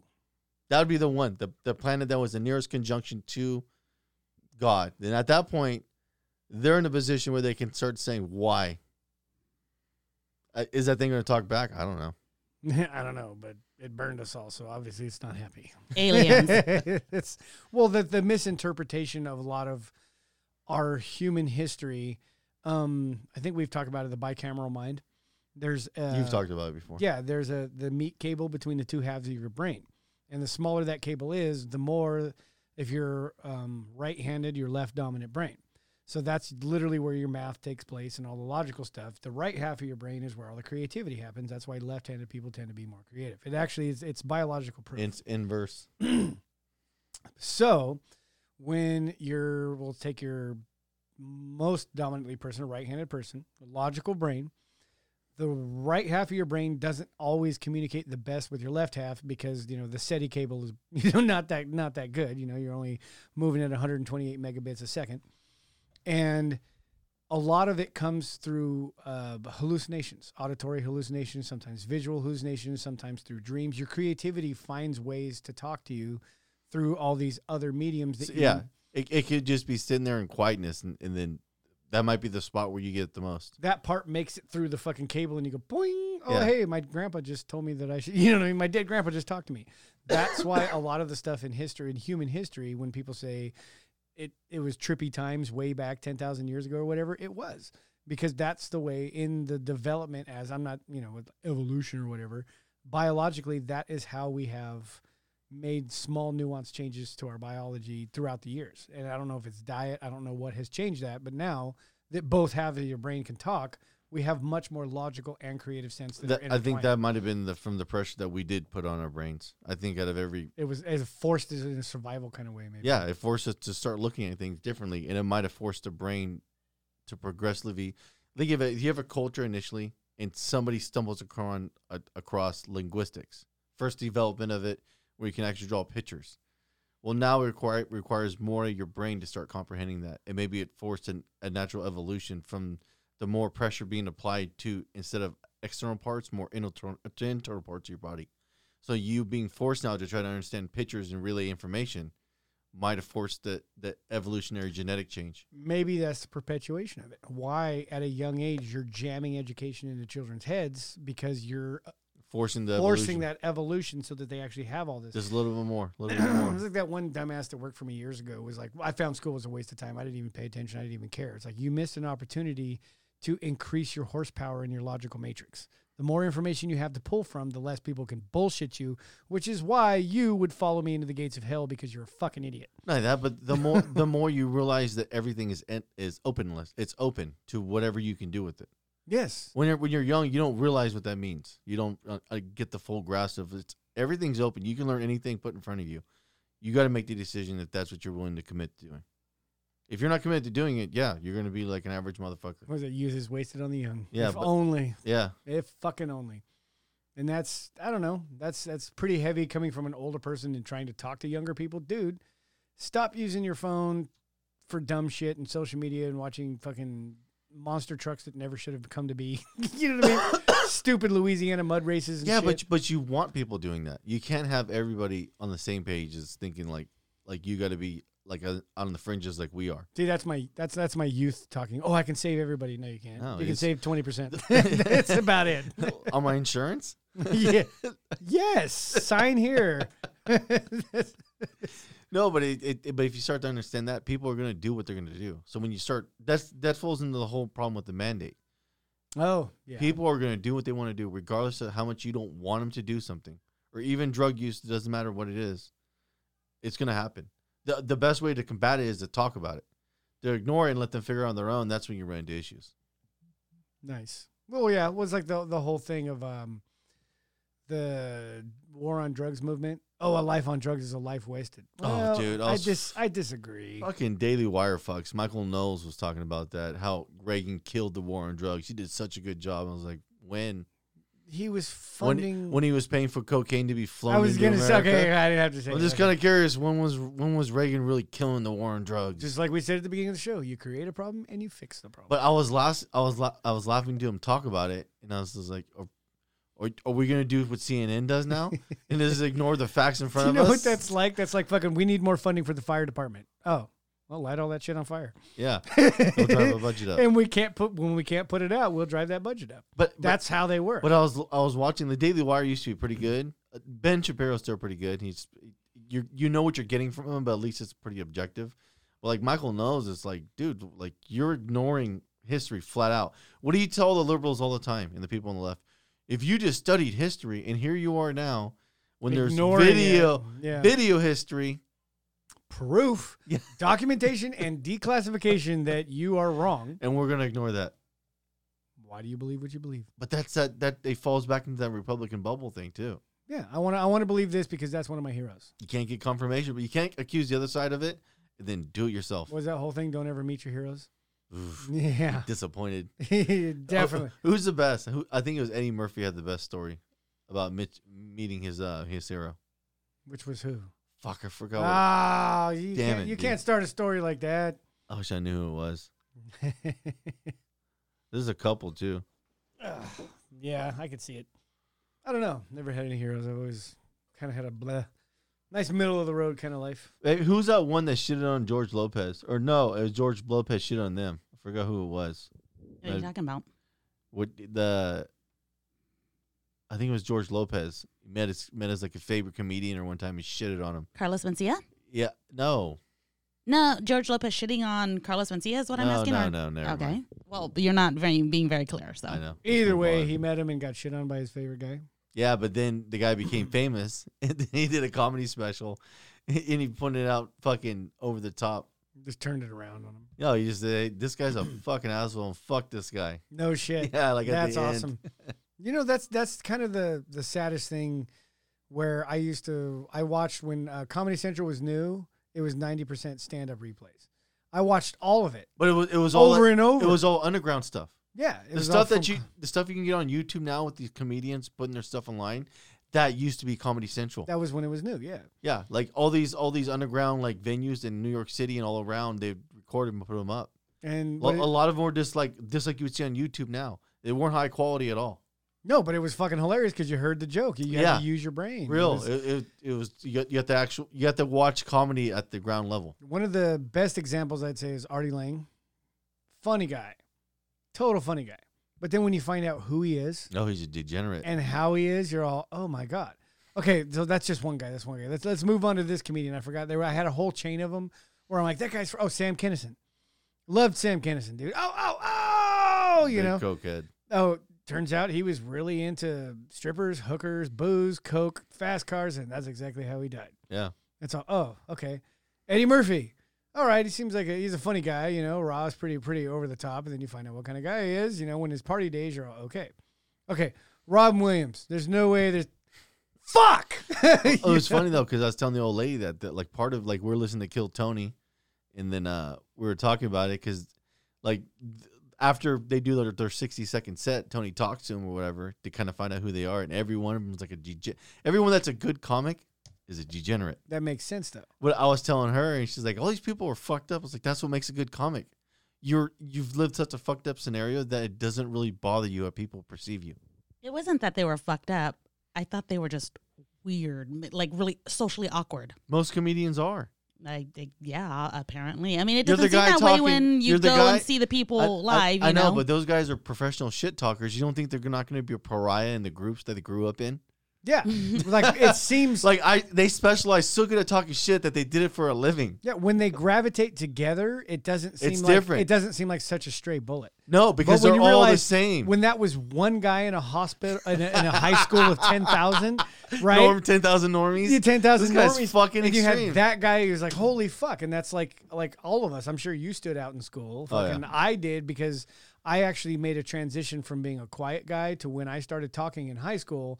That would be the one, the, the planet that was the nearest conjunction to God. Then at that point, they're in a position where they can start saying why. Uh, Is that thing going to talk back? I don't know.
*laughs* i don't know but it burned us all so obviously it's not happy *laughs*
*laughs*
Aliens.
it's well the the misinterpretation of a lot of our human history um i think we've talked about it the bicameral mind there's uh,
You've talked about it before.
Yeah, there's a the meat cable between the two halves of your brain, and the smaller that cable is, the more if you're um, right-handed, your left dominant brain. So that's literally where your math takes place and all the logical stuff. The right half of your brain is where all the creativity happens. That's why left-handed people tend to be more creative. It actually is it's biological proof.
It's inverse.
So when you're, we'll take your most dominantly person, a right-handed person, logical brain, the right half of your brain doesn't always communicate the best with your left half because you know the SETI cable is *laughs* you know not that not that good. You know you're only moving at 128 megabits a second, and a lot of it comes through uh, hallucinations, auditory hallucinations, sometimes visual hallucinations, sometimes through dreams. Your creativity finds ways to talk to you through all these other mediums. That
So,
you-
yeah. It, it could just be sitting there in quietness, and, and then that might be the spot where you get it the most.
that part makes it through the fucking cable and you go boing. Oh,
Yeah.
hey, my grandpa just told me that I should, *laughs* you know what I mean? My dead grandpa just talked to me. That's why a lot of the stuff in history, in human history, when people say it, it was trippy times way back 10,000 years ago or whatever, it was because that's the way in the development as I'm not, you know, with evolution or whatever, biologically, that is how we have made small nuanced changes to our biology throughout the years. And I don't know if it's diet, I don't know what has changed that, but now that both halves of your brain can talk, we have much more logical and creative sense. That,
That,
are
I think
intertwined.
that might have been the from the pressure that we did put on our brains. I think out of every
it was as forced as in a survival kind of way, maybe.
yeah, it forced us to start looking at things differently, and it might have forced the brain to progressively. Think of it: if you have a culture initially, and somebody stumbles across uh, across linguistics, first development of it, where you can actually draw pictures. Well, now it require, requires more of your brain to start comprehending that, and maybe it forced an, a natural evolution from the more pressure being applied to instead of external parts, more internal internal parts of your body. So you being forced now to try to understand pictures and relay information might have forced the, the evolutionary genetic change.
Maybe that's the perpetuation of it. Why, at a young age, you're jamming education into children's heads because you're uh,
Forcing the
forcing
evolution.
that evolution so that they actually have all this.
just a little bit more.
*clears throat*
A little bit
It was
*clears throat* more.
like that one dumbass that worked for me years ago was like, I found school was a waste of time. I didn't even pay attention. I didn't even care. It's like you missed an opportunity to increase your horsepower in your logical matrix. The more information you have to pull from, the less people can bullshit you, which is why you would follow me into the gates of hell because you're a fucking idiot.
Not that, but the more the more you realize that everything is en- is openless. It's open to whatever you can do with it.
Yes.
When you're when you're young, you don't realize what that means. You don't uh, uh, get the full grasp of it. Everything's open. You can learn anything put in front of you. You got to make the decision if that's what you're willing to commit to doing. If you're not committed to doing it, yeah, you're gonna be like an average motherfucker.
What is it? Youth is wasted on the young.
Yeah,
If
but-
only.
Yeah,
If fucking only. And that's I don't know. That's that's pretty heavy coming from an older person and trying to talk to younger people. Dude, stop using your phone for dumb shit and social media and watching fucking monster trucks that never should have come to be. *laughs* you know what I
*laughs*
mean? Stupid Louisiana mud races and
yeah,
shit.
but but you want people doing that. You can't have everybody on the same page as thinking like like you got to be like uh on the fringes like we are.
See, that's my that's that's my youth talking. Oh, I can save everybody. No, you can't.
No,
you can
it's-
save twenty
*laughs*
percent. *laughs* that's about it.
on my insurance,
yeah. Yes. Sign
*laughs*
here.
No, but it, it, it- but if you start to understand that, people are gonna do what they're gonna do. So when you start, that's that falls into the whole problem with the mandate.
Oh, yeah.
People are gonna do what they want to do, regardless of how much you don't want them to do something, or even drug use. It doesn't matter what it is, it's gonna happen. the The best way to combat it is to talk about it. To ignore it and let them figure it out on their own. That's when you run into issues.
Nice. Well, yeah, it was like the the whole thing of um, the war on drugs movement. Oh, a life on drugs is a life wasted.
Oh,
Well,
dude, I
I
was-
dis I disagree.
Fucking Daily Wire fucks. Michael Knowles was talking about that. How Reagan killed the war on drugs. He did such a good job. I was like, when
He was
when,
funding.
when he was paying for cocaine to be flown.
I was
into
gonna say
America.
okay, I didn't have to say.
I'm
it.
just
Okay.
kind of curious. When was when was Reagan really killing the war on drugs?
just like we said at the beginning of the show, you create a problem and you fix the problem.
but I was last. I was la- I was laughing to him talk about it, and I was just like, "Are, are, are we gonna do what CNN
*laughs*
does now and just ignore the facts in
Do
front
*laughs* you
of
know
us?"
what that's like? That's like fucking. We need more funding for the fire department. Oh, well, light all that shit on fire.
yeah, we'll
*laughs*
drive our budget up.
and we can't put when we can't put it out, we'll drive that budget up.
But but-
That's how they work.
But I was I was watching the Daily Wire used to be pretty good. Uh, Ben Shapiro's still pretty good. He's you you know what you're getting from him, but at least it's pretty objective. But like Michael knows, it's like, dude, like you're ignoring history flat out. What do you tell the liberals all the time and the people on the left? If you just studied history and here you are now, when
Ignoring
there's video
it. Yeah.
video history,
proof, documentation, and declassification that you are wrong.
and we're gonna ignore that.
Why do you believe what you believe?
But that's that that it falls back into that Republican bubble thing too.
Yeah, I want to. I want to believe this because that's one of my heroes.
You can't get confirmation, but you can't accuse the other side of it. And then do it yourself.
What was that whole thing? Don't ever meet your heroes. *laughs*
Oof.
Yeah, *laughs*
disappointed.
definitely.
Who- who's the best? Who, I think it was Eddie Murphy had the best story about Mitch meeting his uh his hero.
Which was who?
Fuck, I forgot. what-
Ah, you
Oh. Damn
can't,
it,
you
dude.
can't start a story like that. *laughs*
I wish I knew who it was. This is a couple too.
yeah, I could see it. I don't know. Never had any heroes. I've always kind of had a bleh. nice middle of the road kind of life.
Hey, who's that one that shitted on George Lopez? Or no, it was George Lopez shit on them. I forgot who it was.
What are you talking about?
What the? I think it was George Lopez. He met his met his like a favorite comedian, or one time he shitted on him.
Carlos Mencia?
Yeah, no,
No, George Lopez shitting on Carlos Mencia is what I'm
no,
asking.
no,
or-
no, never
okay.
mind.
Well, you're not very being very clear. So
I know.
Either
Move
way,
on.
he met him and got shit on by his favorite guy.
Yeah, but then the
*laughs*
guy became famous, *laughs* and then he did a comedy special, *laughs* and he pointed out fucking over the top.
Just turned it around on him.
No, he just said, "Hey, "This guy's
*clears throat*
a fucking asshole, and fuck this guy." *laughs*
No shit.
Yeah, like at the
that's
end. *laughs*
awesome. you know, that's that's kind of the the saddest thing. Where I used to, I watched when uh, Comedy Central was new. It was ninety percent stand up replays. I watched all of it.
But it was it was all
Over and over.
It was all underground stuff.
Yeah, it
The
was
stuff
all
that
from-
you the stuff you can get on YouTube now with these comedians putting their stuff online. That used to be Comedy Central.
that was when it was new. Yeah,
yeah, like all these all these underground like venues in New York City and all around. They recorded and put them up.
and
Lo-
but it-
a lot of them were just like just like you would see on YouTube now. They weren't high quality at all.
no, but it was fucking hilarious because you heard the joke. You had
Yeah.
to use your brain. It
Real.
was-
It, it, it was you got, you got the actual you got to watch comedy at the ground level.
One of the best examples I'd say is Artie Lang. Funny guy, total funny guy. But then when you find out who he is,
No, Oh, he's a degenerate.
and how he is, you're all, oh my god. Okay, so that's just one guy. That's one guy. Let's let's move on to this comedian. I forgot there. were- I had a whole chain of them where I'm like, that guy's. fr- Oh, Sam Kinison. Loved Sam Kinison, dude. Oh, oh, oh. You
Big
know.
cokehead.
Oh, turns out he was really into strippers, hookers, booze, coke, fast cars, and that's exactly how he died.
Yeah.
That's all. Oh, okay. Eddie Murphy. all right, he seems like a, he's a funny guy, you know. Ra's pretty pretty over the top, and then you find out what kind of guy he is, you know. When his party days, you're all okay, okay. Rob Williams, there's no way there's fuck.
*laughs*
*laughs*
Oh, it was funny though because I was telling the old lady that, that like part of like we're listening to Kill Tony, and then uh we were talking about it because like th- after they do their, their sixty second set, Tony talks to him or whatever to kind of find out who they are, and every one of them is like a dege- everyone that's a good comic is a degenerate.
that makes sense though.
What I was telling her, and she's like, all these people are fucked up. I was like, that's what makes a good comic. You're you've lived such a fucked up scenario that it doesn't really bother you how people perceive you.
It wasn't that they were fucked up. I thought they were just weird, m- like really socially awkward.
Most comedians are.
Like, they- yeah, apparently. I mean, it
You're the
doesn't seem
guy
that way
talking-
when you
you're the
go
guy-
and see the people
I- I-
live.
I,
you know,
but those guys are professional shit talkers. You don't think they're not going to be a pariah in the groups that they grew up in?
Yeah, like
*laughs*
it seems
It's like I, they specialize so good at talking shit that they did it for a living.
Yeah, when they gravitate together, it doesn't seem
It's
like
different.
it doesn't seem like such a stray bullet.
No, because
but
they're
when
all
you realize
the same.
When that was one guy in a hospital in a, in a high school of ten thousand,
*laughs*
right?
Norm ten thousand normies.
Yeah, ten thousand
This guy's
normies.
fucking
and You
extreme.
had that guy who's like, "Holy fuck!" And that's like, like all of us. I'm sure you stood out in school.
Oh, yeah.
Fucking, I did because I actually made a transition from being a quiet guy to when I started talking in high school.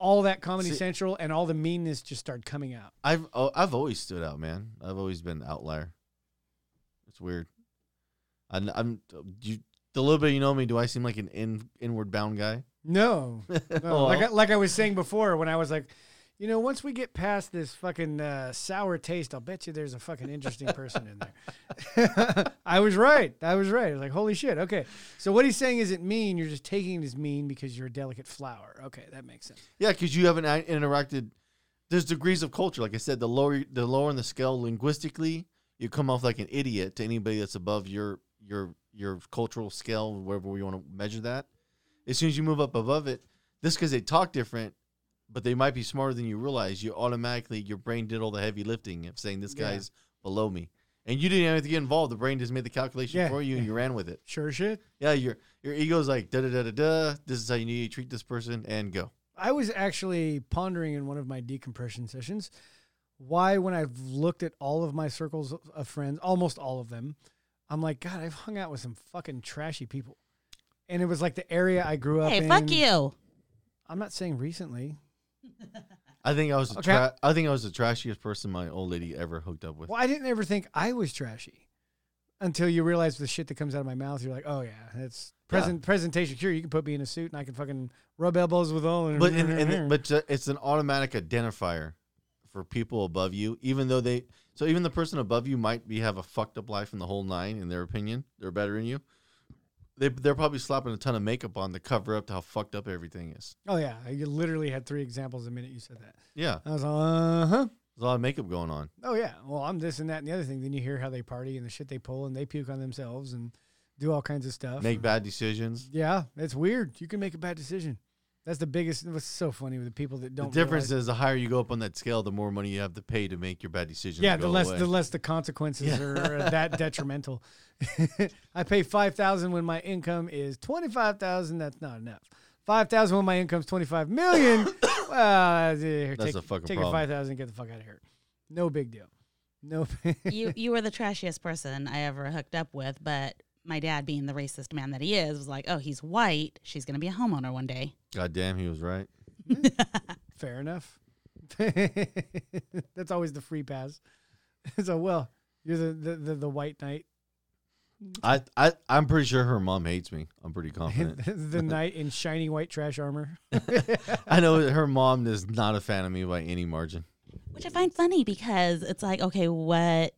All that Comedy
See-
Central and all the meanness just started coming out.
I've oh, I've always stood out, man. I've always been an outlier. It's weird. I, am you the little bit you know me. Do I seem like an in, inward bound guy?
No, *laughs*
Oh.
no. like I, like I was saying before, when I was like, you know, once we get past this fucking uh, sour taste, I'll bet you there's a fucking interesting person in there. *laughs* I was right. I was right. I was like, holy shit. Okay, so what he's saying isn't mean. You're just taking it as mean because you're a delicate flower. Okay, that makes sense.
Yeah, because you haven't a- interacted. There's degrees of culture. Like I said, the lower the lower in the scale linguistically, you come off like an idiot to anybody that's above your your your cultural scale, wherever you want to measure that. As soon as you move up above it, just because they talk different, but they might be smarter than you realize, you automatically your brain did all the heavy lifting of saying this
Yeah.
guy's below me, and you didn't have to get involved. The brain just made the calculation
Yeah,
for you, and you ran with it.
Sure shit.
Yeah, your your ego's like da da da da da. This is how you need to treat this person, and go.
I was actually pondering in one of my decompression sessions why, when I've looked at all of my circles of- of friends, almost all of them, I'm like, God, I've hung out with some fucking trashy people. And it was like the area I grew up
hey,
in.
*laughs*
fuck you.
I'm not saying recently.
I think I was the
Okay.
tra- I think I was the trashiest person my old lady ever hooked up with.
Well, I didn't ever think I was trashy until you realize the shit that comes out of my mouth. You're like, oh, yeah, that's present presentation cure. You can put me in a suit and I can fucking rub elbows with all. And
But and,
*laughs*
and, but ju- it's an automatic identifier for people above you, even though they so even the person above you might be have a fucked up life in the whole nine in their opinion. They're better than you. They they're probably slapping a ton of makeup on to cover up to how fucked up everything is.
oh, yeah. You literally had three examples the minute you said that.
Yeah,
I was like, uh huh.
there's a lot of makeup going on.
Oh yeah. Well, I'm this and that and the other thing. Then you hear how they party and the shit they pull and they puke on themselves and do all kinds of stuff.
Make bad decisions.
yeah, it's weird. You can make a bad decision. That's the biggest. What's so funny with the people that
The
don't.
difference
realize-
is the higher you go up on that scale, the more money you have to pay to make your bad decisions.
Yeah,
go
the less
away.
the less the consequences
Yeah.
are uh,
*laughs*
that detrimental. *laughs* I pay five thousand when my income is twenty five thousand. That's not enough. Five thousand when my income's twenty five
*coughs*
million. *coughs* well, here,
That's
take,
a fucking
take your
problem.
five thousand. Get the fuck out of here. No big deal. No. *laughs*
You you were the trashiest person I ever hooked up with, but my dad, being the racist man that he is, was like, "Oh, he's white. She's gonna be a homeowner one day."
God damn, he was right.
Fair enough. *laughs* That's always the free pass. *laughs* so well, you're the the, the, the white knight, *laughs*
I, I I'm pretty sure her mom hates me. I'm
*laughs*
pretty confident. *laughs*
the knight in shiny white trash armor.
I know that her mom is not a fan of me by any margin.
which I find funny because it's like, okay, what?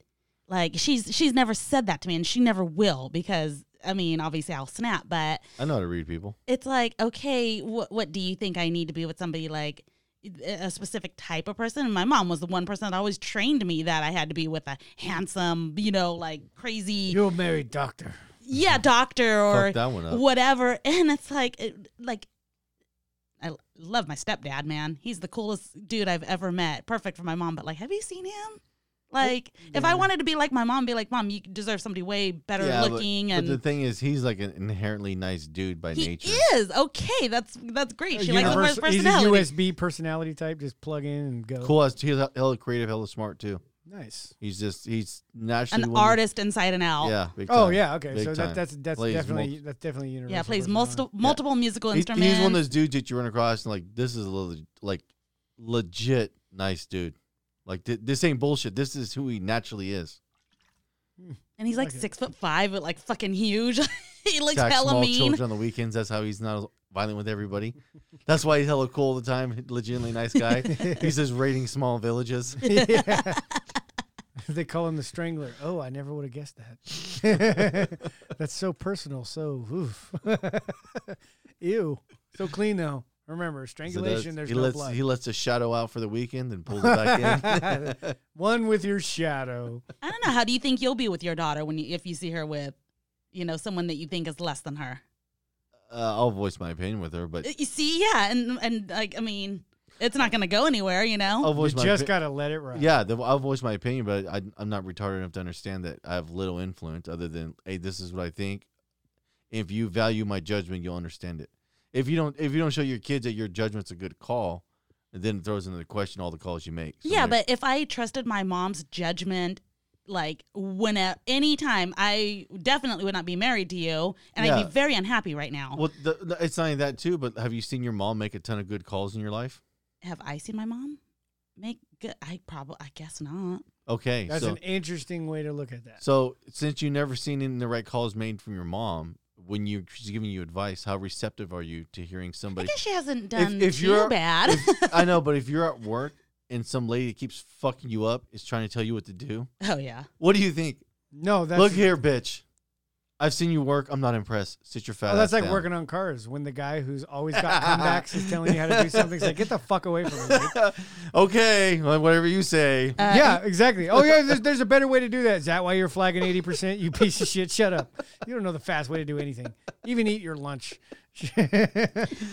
Like she's she's never said that to me, and she never will because I mean, obviously I'll snap, but
I know how to read people.
it's like, okay, what what do you think I need to be with somebody like? eh, A specific type of person. And my mom was the one person that always trained me that I had to be with a handsome, you know, like crazy.
You'll marry doctor.
yeah, doctor or
Fuck that one up.
whatever. And it's like, it, like, I l- love my stepdad, man. He's the coolest dude I've ever met. Perfect for my mom, but like, have you seen him? Like, if I wanted to be like my mom, be like, mom, you deserve somebody way better
but-
looking,
but,
and
the thing is, he's like an inherently nice dude by
he
nature. Uh,
is okay. That's that's great. She likes his
Universal- he's a
personality.
USB personality type. Just plug in and go.
Cool. He's, he's hella creative, hella smart too.
Nice.
He's just he's naturally
An
one of-
artist inside and out.
Yeah. big
Oh
time.
yeah. Okay.
uh, Big
so
time.
that, that's that's
Plays
definitely
multi-
that's definitely universal.
Yeah, plays
personality.
multiple multiple musical
He's,
instruments.
he's one of those dudes that you run across and like this is a little, like legit nice dude. Like th- this ain't bullshit. This is who he naturally is.
and he's like
Okay.
six foot five, but like fucking huge. *laughs* he looks
Attack
hella
small
mean.
children on the weekends. That's how he's not violent with everybody. That's why he's hella cool all the time. Legitimately
*laughs*
nice guy. he's just raiding small villages.
yeah. *laughs* they call him the Strangler. Oh, I never would have guessed that. *laughs* That's so personal. So oof. *laughs* Ew. So clean though. Remember,
So that's-
strangulation. there's
he
no
lets
blood.
he lets a shadow out for the weekend and pulls it back in.
*laughs*
Uh,
One with your shadow.
I don't know. How do you think you'll be with your daughter when you if you see her with, you know, someone that you think is less than her?
Uh, I'll voice my opinion with her, but
Uh, You see, yeah, and and like I mean, it's not gonna go anywhere, you know.
I'll *laughs* voice
you
my
just
opi-
gotta let it ride.
Yeah, the, I'll voice my opinion, but I, I'm not retarded enough to understand that I have little influence other than, hey, this is what I think. If you value my judgment, you'll understand it. If you don't, if you don't show your kids that your judgment's a good call, then it throws into question all the calls you make. So
yeah,
there-
but if I trusted my mom's judgment, like when at any time, I definitely would not be married to you, and I'd
Yeah.
be very unhappy right now.
well, the, the- it's not only that too. But have you seen your mom make a ton of good calls in your life?
Have I seen my mom make good? I probably, I guess not.
Okay,
That's
so
an interesting way to look at that.
so since you never seen any of the right calls made from your mom when you she's giving you advice, how receptive are you to hearing
I
somebody
guess she hasn't done
if
too
you're-
bad. *laughs*
If- I know, but if you're at work and some lady keeps fucking you up is trying to tell you what to do,
oh yeah,
what do you think?
No, that's
Look here, bitch. I've seen you work. I'm not impressed. Sit your fat.
Oh, that's
ass
like
down.
working on cars when the guy who's always
*laughs*
got comebacks is telling you how to do something. It's like, get the fuck away from me. dude."
okay, well, whatever you say.
Uh,
yeah, exactly. Oh, yeah, there's, there's a better way to do that. Is that why you're flagging 80%? You piece of shit. Shut up. You don't know the fast way to do anything. Even eat your lunch. *laughs*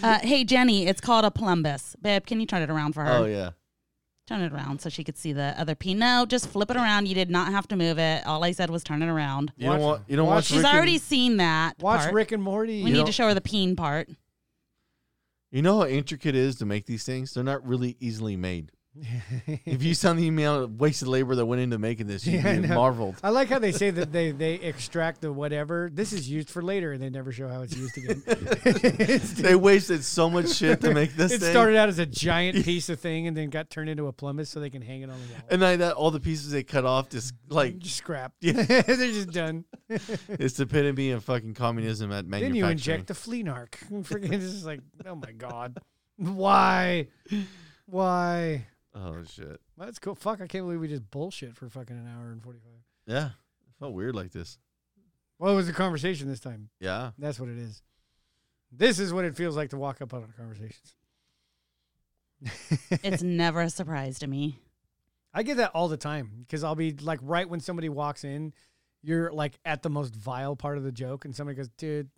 Uh, hey Jenny, it's called a plumbus, babe. Can you turn it around for her?
oh yeah.
Turn it around so she could see the other P. No, just flip it around. You did not have to move it. All I said was turn it around.
You
Watch-
don't want. You don't
watch-
watch.
She's
Rick and-
already seen that.
Watch
part.
Rick and Morty.
We need to show her the peen part.
You know how intricate it is to make these things. They're not really easily made.
*laughs*
if you saw the amount of wasted labor that went into making this, you'd
Yeah, I
be
know. *laughs*
marveled.
I like how they say that they, they extract the whatever. This is used for later, and they never show how it's used again.
They wasted so much shit
*laughs*
to make this.
it
thing.
started out as a giant piece of thing and then got turned into a plumbus so they can hang it on the wall.
and I, that all the pieces they cut off just like
Just scrap.
Yeah.
*laughs* They're just done.
It's the epitome of fucking communism at
Then
manufacturing.
you inject the flea narc. *laughs* Freaking, this is like, oh my god, why, why?
oh shit.
Well, that's cool. Fuck, I can't believe we just bullshit for fucking an hour and forty five.
Yeah. It felt weird like this.
Well, it was a conversation this time.
Yeah.
That's what it is. This is what it feels like to walk up on our conversations.
*laughs*
It's never a surprise to me.
I get that all the time because I'll be like, right when somebody walks in, you're like at the most vile part of the joke, and somebody goes, dude.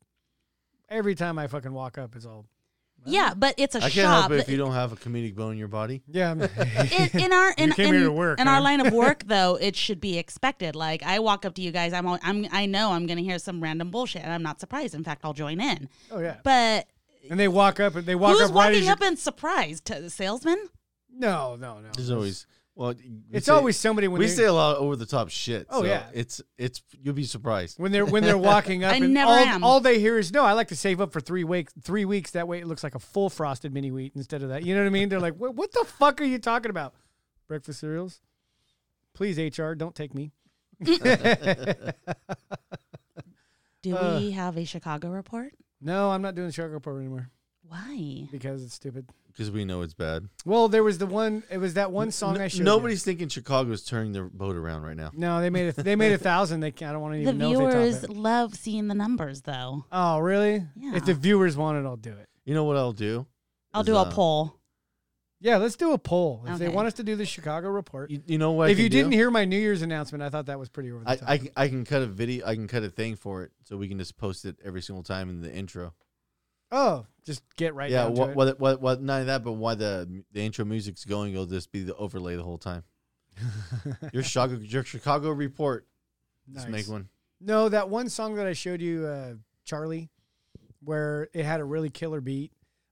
Every time I fucking walk up, it's all *laughs*
Yeah, but it's a
I can't
shop.
help it if you don't have a comedic bone in your body.
yeah.
*laughs*
I'm- *laughs*
in, in our in,
came here
in-
to work,
in our
huh?
line of work
*laughs*
though it should be expected like i walk up to you guys i'm, al- I'm i know i'm gonna hear some random bullshit and i'm not surprised in fact i'll join in
oh yeah.
but
And they walk up and they walk
who's
up right
walking
as you're-
up and surprised to the salesman
No, no, no.
There's always well we
It's
say-
always somebody when
we
they-
say a lot of over the top shit.
Oh,
so
yeah.
It's it's you'll be surprised.
when they're when they're
*laughs*
walking up
I
and
never
all,
am.
all they hear is no, I like to save up for three weeks three weeks. That way it looks like a full frosted mini wheat instead of that. You know what I mean? They're like, What what the fuck are you talking about? Breakfast cereals? Please, HR, don't take me.
do
Uh.
we have a chicago report
No, I'm not doing Shark Report anymore
why
because it's stupid.
Because we know it's bad.
Well, there was the one it was that one song I
N-
showed. you.
Nobody's thinking Chicago's turning their boat around right now.
No, they made a they made a thousand. They I don't want to
the
even know if they top
viewers
it.
love seeing the numbers though
Oh, really?
Yeah.
If the viewers want it, I'll do it.
You know what I'll do?
i'll
Is,
do a
uh,
poll
Yeah, let's do a poll. If they
Okay.
want us to do the Chicago report,
You, you know what? I
if you
can do?
didn't hear my New Year's announcement, I thought that was pretty over the
I,
top.
I can- I can cut a video. I can cut a thing for it, so we can just post it every single time in the intro.
oh, just get right
yeah,
down to
what,
it.
what, what, what, none of that, but why the the intro music's going, it'll just be the overlay the
*laughs*
whole time. your Chicago, your Chicago report. Let's
Nice.
make one.
No, that one song that I showed you, uh, Charlie, where it had a really killer beat,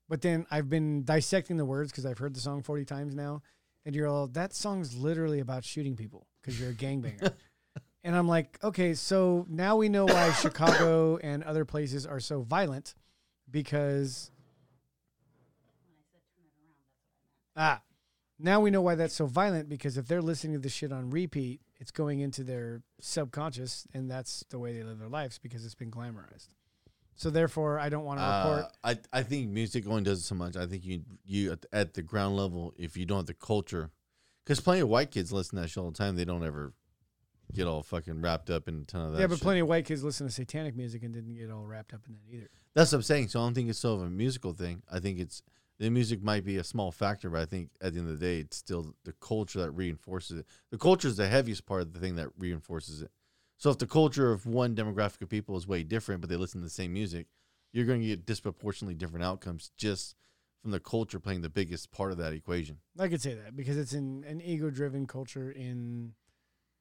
but then I've been dissecting the words because I've heard the song forty times now, and you're all that song's literally about shooting people. because you're a gangbanger. and I'm like, okay, so now we know why Chicago and other places are so violent because. Ah, now we know why that's so violent because if they're listening to this shit on repeat, it's going into their subconscious, and that's the way they live their lives because it's been glamorized. So therefore, I don't want to report.
Uh, I I think music only does it so much. I think you you at the, at the ground level, if you don't have the culture, because plenty of white kids listen to that shit all the time. They don't ever get all fucking wrapped up in a ton of that.
yeah, but
shit.
plenty of white kids listen to satanic music and didn't get all wrapped up in that either.
That's what I'm saying. So I don't think it's sort of a musical thing. I think it's the music might be a small factor, but I think at the end of the day, it's still the culture that reinforces it. The culture is the heaviest part of the thing that reinforces it. So if the culture of one demographic of people is way different, but they listen to the same music, you're going to get disproportionately different outcomes just from the culture playing the biggest part of that equation.
I could say that because it's in an ego-driven culture in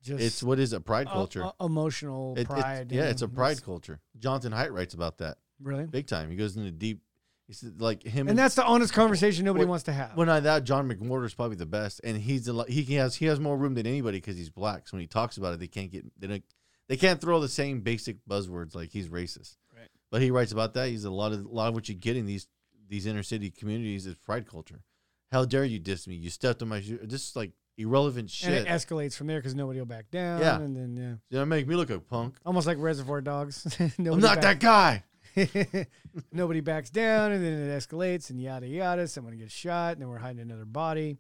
just
It's what is a pride
o-
culture.
o- emotional
It- it's-
Oh, pride.
yeah,
and
it's a pride culture. Jonathan Haidt writes about that
Really,
big time. He goes into deep. He said like him
and that's the honest conversation nobody
What-
wants to have.
Well, not that John McWhorter is probably the best, and he's a, lot- he can- has he has more room than anybody because he's black. So when he talks about it, they can't get they don't they can't throw the same basic buzzwords like he's racist.
Right.
But he writes about that. He's a lot of a lot of what you get in these these inner city communities is pride culture. How dare you diss me? You stepped on my shoe. Just like irrelevant
and
shit.
it escalates from there because nobody will back down.
Yeah.
and then yeah,
you know, make me look like punk.
almost like Reservoir Dogs. *laughs*
I'm not that guy.
that. *laughs* nobody backs down, and then it escalates, and yada yada. Someone gets shot, and then we're hiding another body.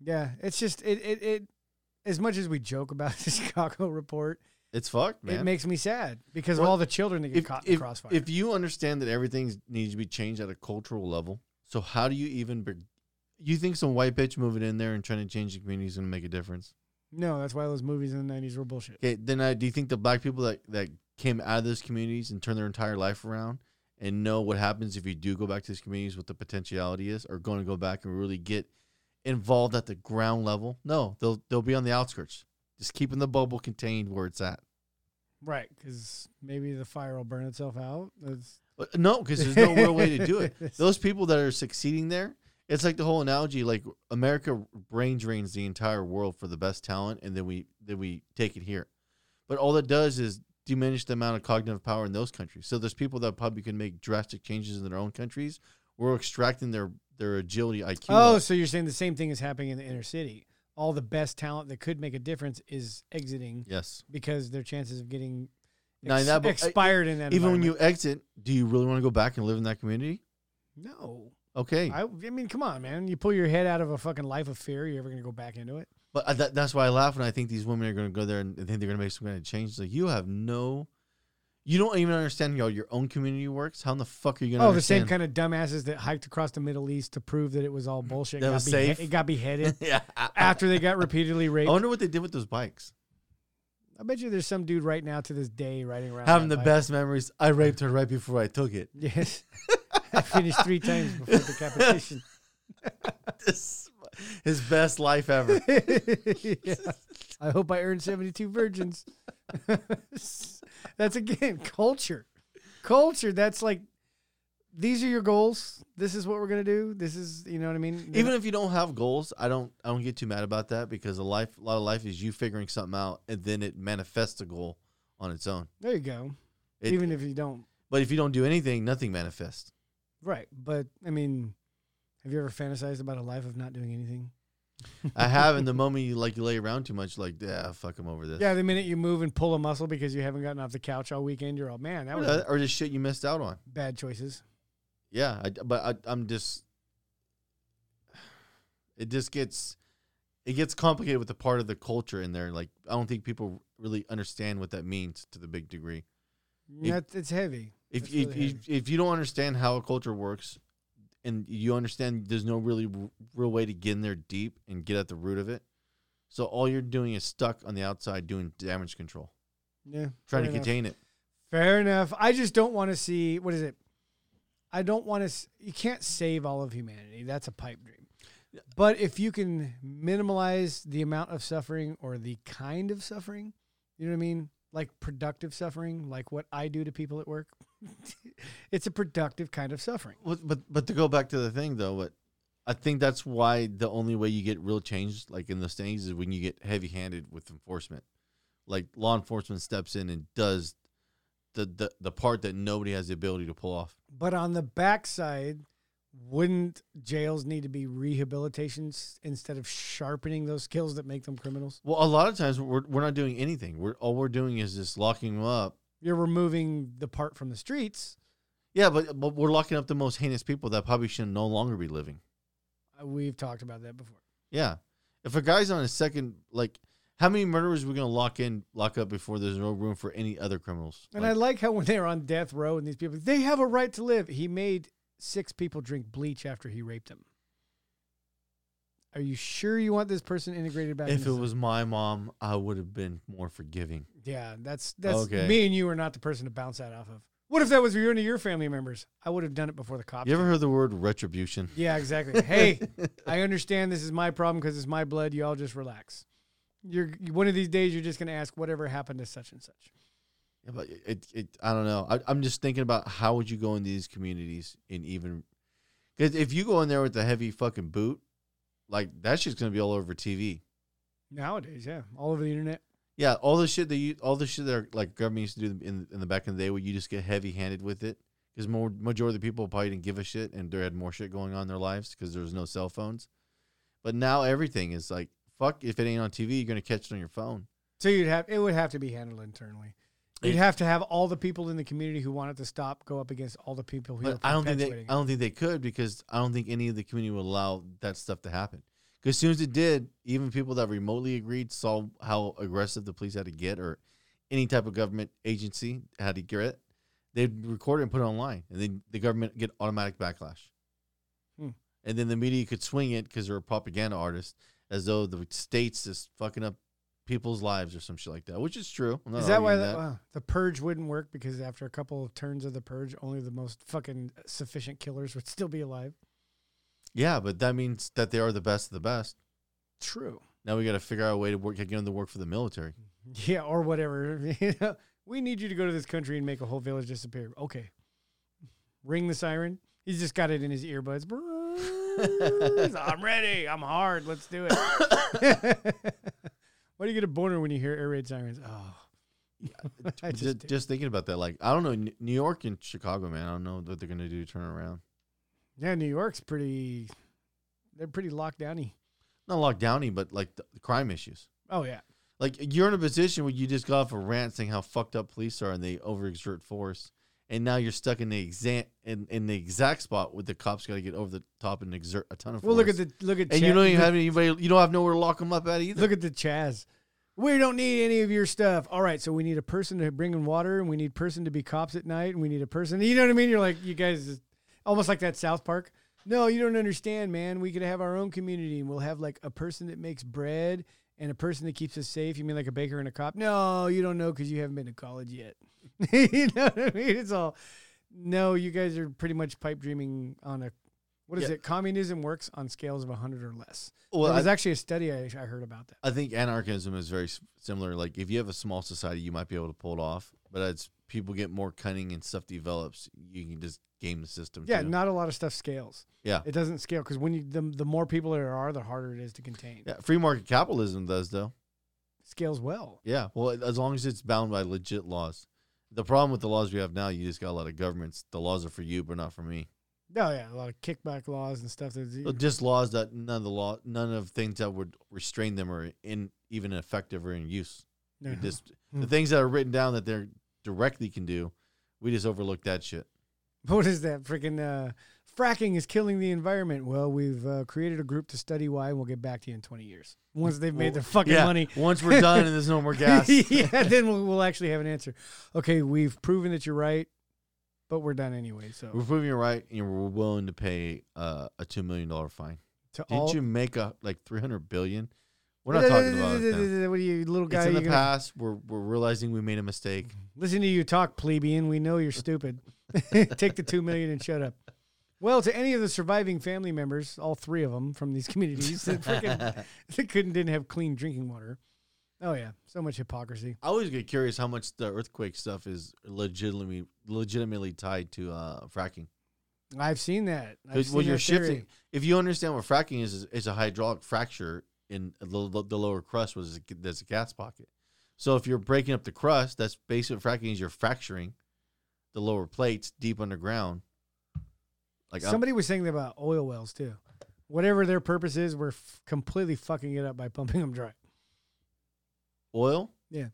Yeah, it's just it it it. As much as we joke about *laughs* the Chicago report,
It's fucked, man.
it makes me sad because
Well,
of all the children that get caught in the crossfire.
If you understand that everything needs to be changed at a cultural level, so how do you even? Be, you think some white bitch moving in there and trying to change the community is going to make a difference?
no, that's why those movies in the '90s were bullshit.
Okay, then I, do you think the black people that that came out of those communities and turned their entire life around and know what happens if you do go back to these communities, what the potentiality is, are going to go back and really get involved at the ground level? No, they'll they'll be on the outskirts, just keeping the bubble contained where it's at.
Right, because maybe the fire will burn itself out. That's-
But No, because there's no real way to do it. Those people that are succeeding there, it's like the whole analogy. Like America brain drains the entire world for the best talent, and then we then we take it here. But all that does is diminish the amount of cognitive power in those countries. So there's people that probably can make drastic changes in their own countries. We're extracting their their agility IQ.
oh,
up.
so you're saying the same thing is happening in the inner city. All the best talent that could make a difference is exiting
yes.
because their chances of getting
Now,
ex-
that- but-
expired in that
Even when you exit, do you really want to go back and live in that community?
environment. no,
Okay,
I, I mean, come on, man. You pull your head out of a fucking life of fear. You're ever gonna go back into it?
But I, that, that's why I laugh when I think these women are going to go there and think they're going to make some kind of change. It's like you have no, you don't even understand how your own community works. How in the fuck are you going to?
Oh, the same kind of dumbasses that hiked across the Middle East to prove that it was all bullshit.
That
got
was
behe-
safe. Oh,
It got
*laughs*
beheaded
yeah. I,
after they got repeatedly raped.
wonder what they did with those bikes.
I bet you there's some dude right now to this day riding around
Having
that
the
bike.
best memories. I raped her right before I took it. *laughs*
*laughs* Yes, I finished three times before decapitation.
This- his best life
*laughs*
ever.
Yeah. *laughs* I hope I earned seventy-two virgins. *laughs* that's again culture, culture. That's like these are your goals. This is what we're gonna do. This is you know what I mean.
even if you don't have goals, I don't. I don't get too mad about that because a life, a lot of life is you figuring something out and then it manifests a goal on its own.
there you go.
It-
even if you don't,
but if you don't do anything, nothing manifests.
right? But I mean, have you ever fantasized about a life of not doing anything?
I have, and the moment you like you lay around too much, like yeah, fuck him over this.
Yeah, the minute you move and pull a muscle because you haven't gotten off the couch all weekend, you're all man. That
or,
was
the, Uh, or the shit you missed out on.
bad choices.
Yeah, I, but I, I'm just. It just gets, it gets complicated with the part of the culture in there. Like I don't think people really understand what that means to the big degree. If-
That, it's heavy.
If
That's
if,
really
if if you don't understand how a culture works, and you understand there's no really r- real way to get in there deep and get at the root of it, so all you're doing is stuck on the outside doing damage control,
Yeah, fair
trying to
enough.
contain it.
Fair enough. I just don't want to see what is it? I don't want to. You can't save all of humanity. That's a pipe dream. But if you can minimize the amount of suffering or the kind of suffering, you know what I mean? Like productive suffering, like what I do to people at *laughs* work. it's a productive kind of suffering.
Well, but but to go back to the thing though, what I think that's why the only way you get real change, like in those things, is when you get heavy handed with enforcement. Like law enforcement steps in and does the, the the part that nobody has the ability to pull off.
But on the backside, wouldn't jails need to be rehabilitations instead of sharpening those skills that make them criminals?
Well, a lot of times we're, we're not doing anything. We're all we're doing is just locking them up.
You're removing the part from the streets.
Yeah, but, but we're locking up the most heinous people that probably should no longer be living.
Uh, We've talked about that before.
Yeah. If a guy's on his second, like, how many murderers are we gonna lock in, lock up before there's no room for any other criminals?
And
Like,
I like how when they're on death row and these people, they have a right to live. He made six people drink bleach after he raped them. Are you sure you want this person integrated back?
if
into
it
soc-
was my mom, I would have been more forgiving.
yeah, that's that's
Okay.
me and you are not the person to bounce that off of. What if that was you and your family members? I would have done it before the cops.
You ever heard the word retribution?
Yeah,
*laughs*
exactly. Hey, I understand this is my problem because it's my blood. You all just relax. You're one of these days. You're just gonna ask whatever happened to such and such.
Yeah, but it, it, I don't know. I, I'm just thinking about how would you go into these communities and even, because if you go in there with a heavy fucking boot, like that shit's gonna be all over TV.
Nowadays, yeah, all over the internet.
Yeah, all the shit that you, all the shit that our, like government used to do in in the back in the day, where you just get heavy handed with it, because more majority of the people probably didn't give a shit and they had more shit going on in their lives because there was no cell phones. But now everything is like fuck. If it ain't on TV, you're gonna catch it on your phone.
So you'd have it would have to be handled internally. You'd have to have all the people in the community who want it to stop go up against all the people who are
But I don't think they,
perpetuating
I
it.
don't think they could because I don't think any of the community would allow that stuff to happen. Because as soon as it did, even people that remotely agreed saw how aggressive the police had to get or any type of government agency had to get. They'd record it and put it online, and then the government get automatic backlash.
Hmm.
And then the media could swing it because they're a propaganda artist, as though the state's just fucking up people's lives or some shit like that, which is true. I'm not
Is that why
arguing
the, wow, the purge wouldn't work? Because after a couple of turns of the purge, only the most fucking sufficient killers would still be alive.
Yeah, but that means that they are the best of the best.
True.
Now we got to figure out a way to work, get them to work for
*laughs*
the military.
Yeah, or whatever. *laughs* You know, we need you to go to this country and make a whole village disappear. Okay. Ring the siren. He's just got it in his earbuds. I'm ready. I'm hard. Let's do it. Why do you get a boner when you hear air raid sirens? Oh. I just,
Just, just,
did.
thinking about that, like I don't know, N- New York and Chicago, man. I don't know what they're gonna do to turn around.
yeah, New York's pretty. They're pretty locked downy.
Not lockdowny, but like the, the crime issues.
Oh yeah,
Like you're in a position where you just got off a rant saying how fucked up police are and they overexert force, and now you're stuck in the exact in, in the exact spot where the cops got to get over the top and exert a ton of.
well look at
force.
the look at
and you don't even have anybody. You don't have nowhere to lock them up at either.
Look at the Chaz. We don't need any of your stuff. All right, so we need a person to bring in water, and we need person to be cops at night, and we need a person. You know what I mean? You're like, you guys, almost like that South Park. No, you don't understand, man. We could have our own community, and we'll have like a person that makes bread and a person that keeps us safe. You mean like a baker and a cop? No, you don't know because you haven't been to college yet. *laughs* you know what I mean? It's all. No, you guys are pretty much pipe dreaming on a. What is
Yeah.
it? Communism works on scales of 100 or less.
well,
there was
I,
actually a study I, I heard about that.
I think anarchism is very s- similar. Like if you have a small society, you might be able to pull it off, but as people get more cunning and stuff develops, you can just game the system.
Yeah,
too.
not a lot of stuff scales.
yeah,
It doesn't scale because when you the, the more people there are, the harder it is to contain.
yeah. Free market capitalism does though.
Scales well.
Yeah, well, as long as it's bound by legit laws. The problem with the laws we have now, you just got a lot of governments. The laws are for you, but not for me.
No, Oh, yeah, a lot of kickback laws and stuff. That's,
Well, Just laws that none of the law, none of things that would restrain them are in even effective or in use.
no.
We just the things that are written down that they're directly can do, we just overlook that shit.
*laughs* what is that freaking uh, fracking is killing the environment? Well, we've uh, created a group to study why, and we'll get back to you in twenty years once they've made their fucking
yeah,
money.
Once we're done and there's
*laughs*
no more gas.
yeah, then we'll, we'll actually have an answer. Okay, we've proven that you're right, but we're done anyway.
We're
So
proving you're right, and we're willing to pay uh, a two million dollar fine.
to
Didn't
all,
you make a like three hundred billion? We're not talking about
*laughs*
it. Now.
What are you, little guy?
It's in
you
the
gonna-
past. We're we're realizing we made a
*laughs*
mistake.
Listen to you talk, plebeian. We know you're stupid. *laughs* Take the two million and shut up. Well, to any of the surviving family members, all three of them from these communities
*laughs*
that, freaking, that couldn't didn't have clean drinking water. Oh yeah, so much hypocrisy.
I always get curious how much the earthquake stuff is legitimately legitimately tied to uh, fracking.
I've seen that. I've
Because
seen
when you're
that theory.
shifting, if you understand what fracking is, is, is a hydraulic fracture in the, lo- the lower crust was there's a gas pocket. So if you're breaking up the crust, that's basically what fracking is. You're fracturing the lower plates deep underground. Like I'm-
Somebody was saying that about oil wells too. Whatever their purpose is, we're f- completely fucking it up by pumping them dry.
oil.
Yeah.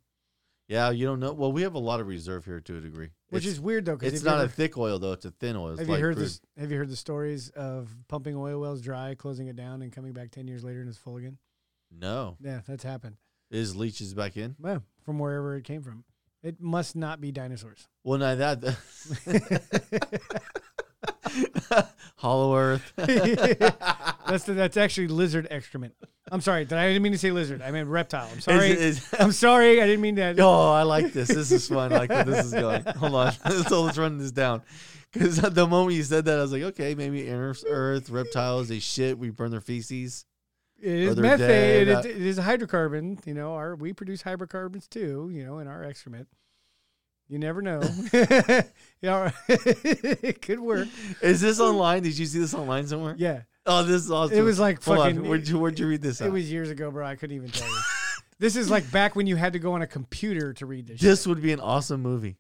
Yeah, you don't know. Well, we have a lot of reserve here to a degree,
Which
It's-
is weird though, because
it's not a thick oil though; it's a thin oil. It's
Have you
light
heard
crude.
this? Have you heard the stories of pumping oil wells dry, closing it down, and coming back ten years later and it's full again?
No,
Yeah, that's happened.
it just leaches back in.
Well, from wherever it came from, it must not be
*laughs*
dinosaurs. *laughs*
Well, not that. Hollow Earth.
that's the, that's actually lizard excrement. I'm sorry, did I I didn't mean to say lizard. I meant reptile. I'm sorry.
Is- is-
I'm sorry. I didn't mean that.
Oh, I like this. This is fun. I like where this
*laughs*
is going. Hold on. *laughs* so let's run this down. Because the moment you said that, I was like, okay, maybe inner earth, reptiles, they shit. We burn their feces.
It is
Other
methane.
day,
it, is,
that-
it is a hydrocarbon. You know, our we produce hydrocarbons too. You know, in our excrement. You never know. *laughs* yeah, *laughs* it could work.
Is this online? Did you see this online somewhere?
Yeah,
Oh, this is awesome.
It was like
Hold on.
fucking-
Where'd you, where'd you read this?
it
at?
was years ago, bro. I couldn't even tell you. this is like back when you had to go on a computer to read
*laughs*
this.
this would be an awesome movie.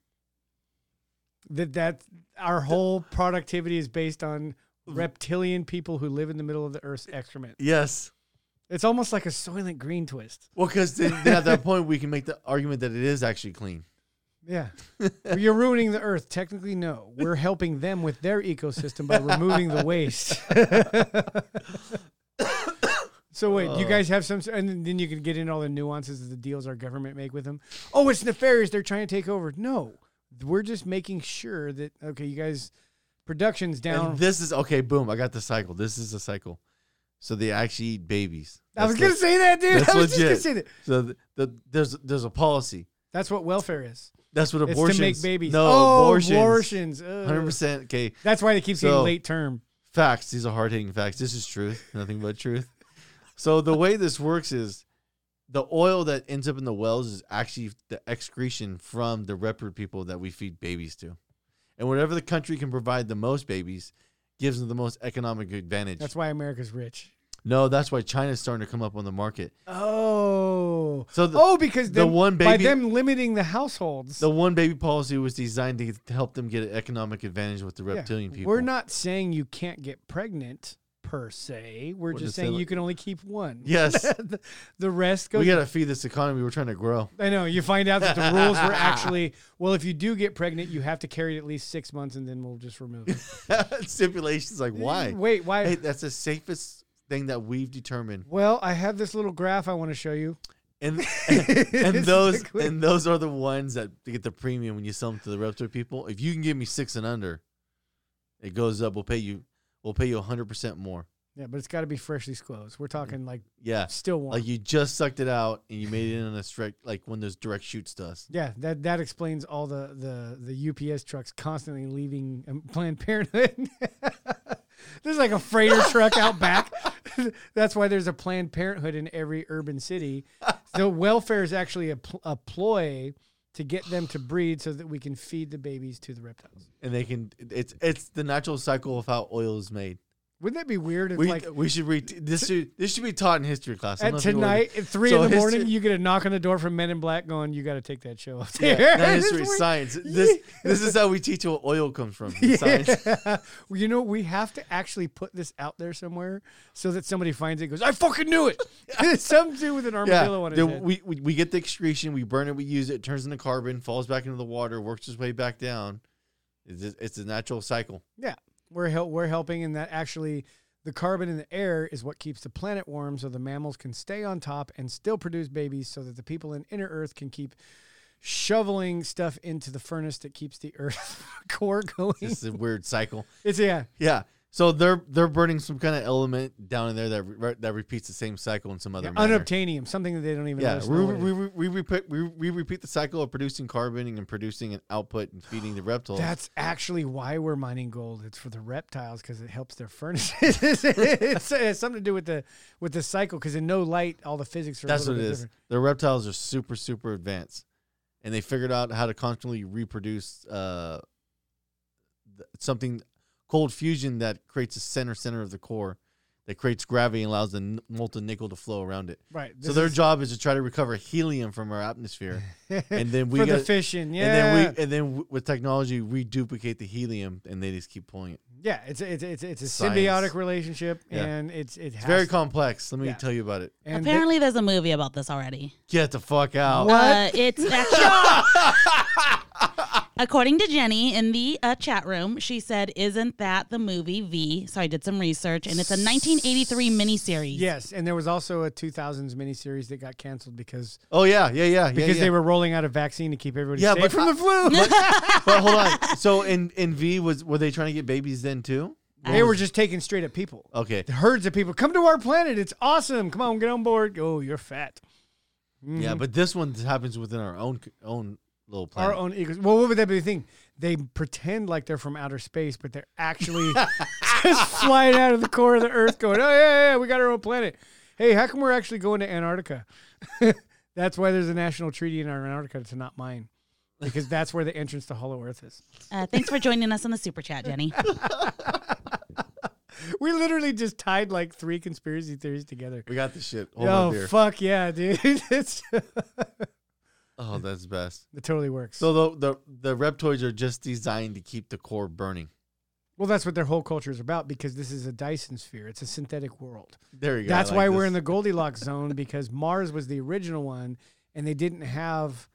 shit. that that our whole productivity is based on reptilian people who live in the middle of the Earth's excrement.
Yes.
It's almost like a Soylent Green twist.
Well, because then, then at that point, we can make the argument that it is actually clean.
Yeah. Well, You're ruining the earth. Technically, no. We're helping them with their ecosystem by removing the waste. so wait, you guys have some, and then- then you can get into all the nuances of the deals our government make with them. Oh, it's nefarious. They're trying to take over. No, we're just making sure that okay, you guys, production's down.
And this is okay. Boom. I got the cycle. This is the cycle. So they actually eat babies.
I was
That's
gonna
the-
say that, dude. *laughs*
That's
I was
legit.
just gonna say that.
So the, the, there's there's a policy.
That's what welfare is.
That's what
It's
abortions.
to make babies.
No
oh,
abortions.
abortions. Ugh.
Hundred percent. Okay,
That's why they keep saying
So-
late term.
facts. These are hard hitting facts. This is truth. Nothing but truth. So the way this works is, the oil that ends up in the wells is actually the excretion from the leopard people that we feed babies to, and whatever the country can provide the most babies, gives them the most economic advantage.
That's why America's rich.
no, that's why China's starting to come up on the market.
Oh.
So the-
oh, because
the
them-
one
by
baby-
them limiting the households.
The one baby policy was designed to to help them get an economic advantage with the reptilian people.
We're not saying you can't get pregnant per se. We're,
We're
just
just
saying
saying-
you can only keep one.
Yes.
*laughs* the, the rest goes.
We got to feed this economy. We're trying to grow. *laughs*
I know. You find out that the rules were actually well. If you do get pregnant, you have to carry it at least six months, and then we'll just remove it.
Stipulations like why?
Wait, why?
Hey, that's the safest thing that we've determined,
well, I have this little graph I want to show you.
*laughs*
*laughs*
and and those
It's like-
and those are the ones that get the premium when you sell them to the reptile people. If you can give me six and under, it goes up. We'll pay you. We'll pay you hundred percent more.
Yeah, but it's got to be freshly squoze. We're talking like
Yeah,
still warm.
like you just sucked it out and you made it in a direct, like when those direct shoots to us.
Yeah, that that explains all the the the UPS trucks constantly leaving um, Planned Parenthood. *laughs* there's like a freighter truck out back. *laughs* That's why there's a Planned Parenthood in every urban city. So welfare is actually a, pl- a ploy to get them to breed so that we can feed the babies to the reptiles.
and they can it's it's the natural cycle of how oil is made.
Wouldn't that be weird if
We,
like
we should read this should this should be taught in history class. I
at
don't know if you already-
tonight at three
So
in the
history-
morning you get a knock on the door from Men in Black going you got to take that show off the
Yeah, *laughs*
air." *laughs*
not
This
history,
weird-
science. This this is how we teach what oil comes from. Science.
*laughs* Yeah. Well, you know, we have to actually put this out there somewhere so that somebody finds it and goes, I fucking knew
*laughs*
it. *laughs* Some dude with an
Yeah.
armadillo on his
then
head.
we, we we get the excretion, we burn it, we use it, it turns into carbon, falls back into the water, works its way back down. It's just- it's a natural cycle.
yeah. We're, hel- we're helping in that actually the carbon in the air is what keeps the planet warm so the mammals can stay on top and still produce babies so that the people in inner earth can keep shoveling stuff into the furnace that keeps the earth *laughs* core going.
It's
*laughs*
a weird cycle.
It's, yeah.
Yeah. So they're they're burning some kind of element down in there that re- that repeats the same cycle in some other manner.
Unobtainium, something that they don't even Oh,
Yeah,
let us
we,
know what it
we, we, we, repeat, we, we repeat the cycle of producing carbon and producing an output and feeding the reptiles.
That's actually why we're mining gold. It's for the reptiles because it helps their furnaces. *laughs* it's, it's, something to do with the with the cycle because in no light, all the physics are. a
That's what
little
it
bit
is.
different.
The reptiles are super, super advanced. And they figured out how to constantly reproduce uh, th- something cold fusion that creates the center center of the core that creates gravity and allows the n- molten nickel to flow around it.
Right.
so
this
their
is
job is to try to recover helium from
*laughs*
our atmosphere, and then we
for
got-
the fishing. Yeah.
and then we and then w- with technology we duplicate the helium, and they just keep pulling it.
yeah. It's a, it's a, it's a, it's a
Science.
symbiotic relationship,
Yeah.
and it's it
It's
has
very
to-
complex. Let me
Yeah.
tell you about it.
and they-
Apparently, there's a movie about this already.
Get the fuck out.
Uh, it's actually. According to Jenny in the uh, chat room, she said, Isn't that the movie V? So I did some research, and it's a 1983 miniseries.
Yes, and there was also a 2000s miniseries that got canceled because
Oh yeah, yeah, yeah,
because they were rolling out a vaccine to keep everybody
Yeah,
safe
but
from the flu.
*laughs* but hold *laughs* on. So in in V was were they trying to get babies then too?
they were just taking straight at people.
Okay.
Herds of people come to our planet. It's awesome. Come on, get on board. Oh, you're fat.
Yeah, but this one happens within our own own little planet.
Our own egos. Well, what would that be the thing? They pretend like they're from outer space, but they're actually just flying out of the core of the Earth, going, "Oh yeah, yeah, yeah, we got our own planet." Hey, how come we're actually going to Antarctica? *laughs* that's why there's a national treaty in Antarctica to not mine, because that's where the entrance to Hollow Earth is.
Uh, thanks for joining us on the super chat, Jenny.
We literally just tied like three conspiracy theories together.
We got the shit. Hold on
Oh
there.
fuck yeah, dude! *laughs* it's, it
Oh, that's best.
totally works.
So the the the reptoids are just designed to keep the core burning.
well, that's what their whole culture is about because this is a Dyson sphere. It's a synthetic world.
There you go. I
That's
like
why
this.
we're in the
*laughs*
Goldilocks zone because Mars was the original one, and they didn't have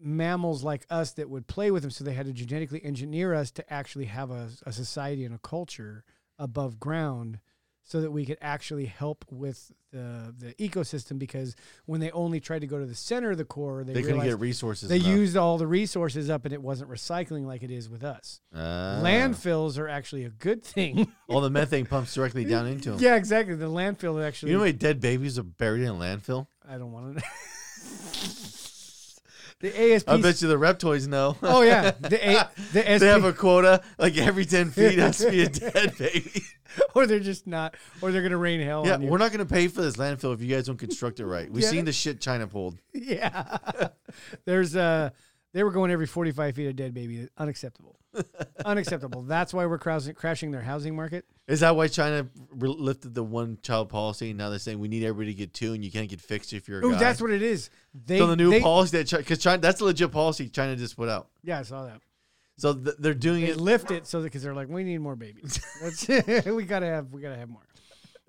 mammals like us that would play with them, so they had to genetically engineer us to actually have a, a society and a culture above ground, so that we could actually help with the the ecosystem. Because when they only tried to go to the center of the core, they,
They couldn't
realized
get resources.
they
enough.
used all the resources up, and it wasn't recycling like it is with us.
Ah.
Landfills are actually a good
*laughs*
thing.
All the methane pumps
*laughs*
directly down into them.
yeah, exactly. The landfill actually.
You know how many dead babies are buried in a landfill?
I don't want to. *laughs* the ASP.
I bet you the reptoids know.
*laughs* oh yeah, the A, the SP,
*laughs* they have a quota. Like every ten feet has to be a dead baby.
*laughs* or they're just not, or they're gonna rain hell
Yeah,
on you.
we're not going to pay for this landfill if you guys don't construct it right. We've
Yeah.
seen the shit China pulled.
*laughs* yeah, *laughs* there's uh, they were going every 45 feet a dead baby.
*laughs*
Unacceptable, unacceptable. That's why we're crashing, crashing their housing market.
Is that why China re- lifted the one child policy? Now they're saying we need everybody to get two, and you can't get fixed if you're a
Oh,
guy.
that's what it is. They,
so the new
they-
policy that because China that's a legit policy China just put out.
Yeah, I saw that.
So th- they're doing
They
it.
lift it so because they're like, we need more babies. *laughs* Let's- we gotta have, we gotta have more.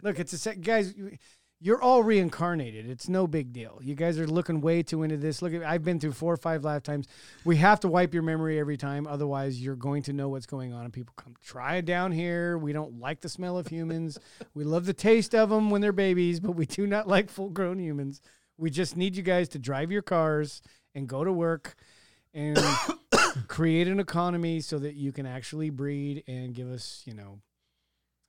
Look, it's a sec- guys. you- You're all reincarnated. It's no big deal. You guys are looking way too into this. Look, at, I've been through four or five lifetimes. We have to wipe your memory every time, otherwise you're going to know what's going on. And people come try it down here. We don't like the smell of humans. we love the taste of them when they're babies, but we do not like full-grown humans. We just need you guys to drive your cars and go to work and create an economy so that you can actually breed and give us, you know,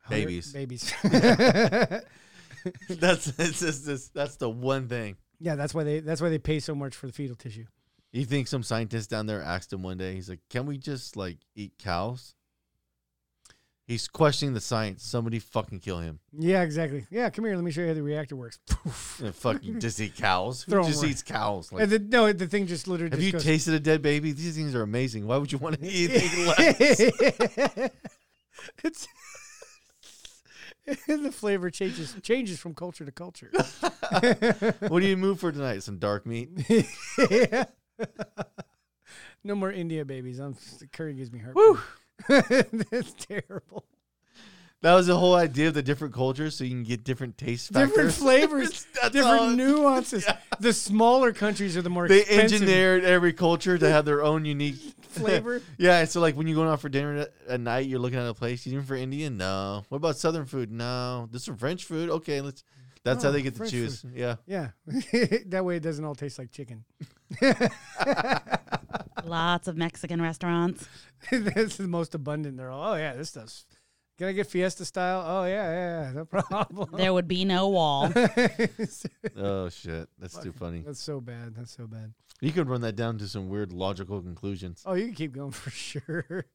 hundred-
Babies. *laughs*
Babies.
*laughs*
*laughs*
That's it's just, this, that's the one thing.
yeah, that's why they that's why they pay so much for the fetal tissue.
You think some scientist down there asked him one day? He's like, "Can we just like eat cows?" He's questioning the science. Somebody fucking kill him. *laughs*
Yeah, exactly. Yeah, come here. Let me show you how the reactor works. Poof.
And fucking just eat cows. Who
Throw 'em
just
away.
eats cows? Like,
and the, no, the thing just literally.
Have
just
you
goes,
tasted a dead baby? These things are amazing. Why would you want to
*laughs*
eat anything less? *laughs*
it's *laughs* the flavor changes changes from culture to
*laughs*
culture. *laughs*
what do you move for tonight? Some dark meat.
no more India babies. I'm the curry gives me hurt.
Woo.
*laughs* That's terrible.
That was the whole idea of the different cultures, so you can get different taste factors.
Different flavors,
*laughs* That's
different
all.
nuances. The smaller countries are the more
They
expensive
engineered every culture to have their own unique.
*laughs* flavor.
*laughs* Yeah, so like when you're going out for dinner at- at night, you're looking at a place. You looking for Indian? No. What about Southern food? No. This some French food? Okay, let's. That's how
Oh,
they get to
French
choose. Yeah.
*laughs* Yeah, that way it doesn't all taste like chicken. *laughs*
Lots of Mexican restaurants.
this is the most abundant. They're all, oh yeah, this stuff's. Can I get Fiesta style? Oh yeah, yeah, yeah no *laughs* problem.
There would be no wall.
Oh shit, that's too funny.
That's so bad. That's so bad.
You could run that down to some weird logical conclusions.
Oh, you can keep going *laughs* for sure.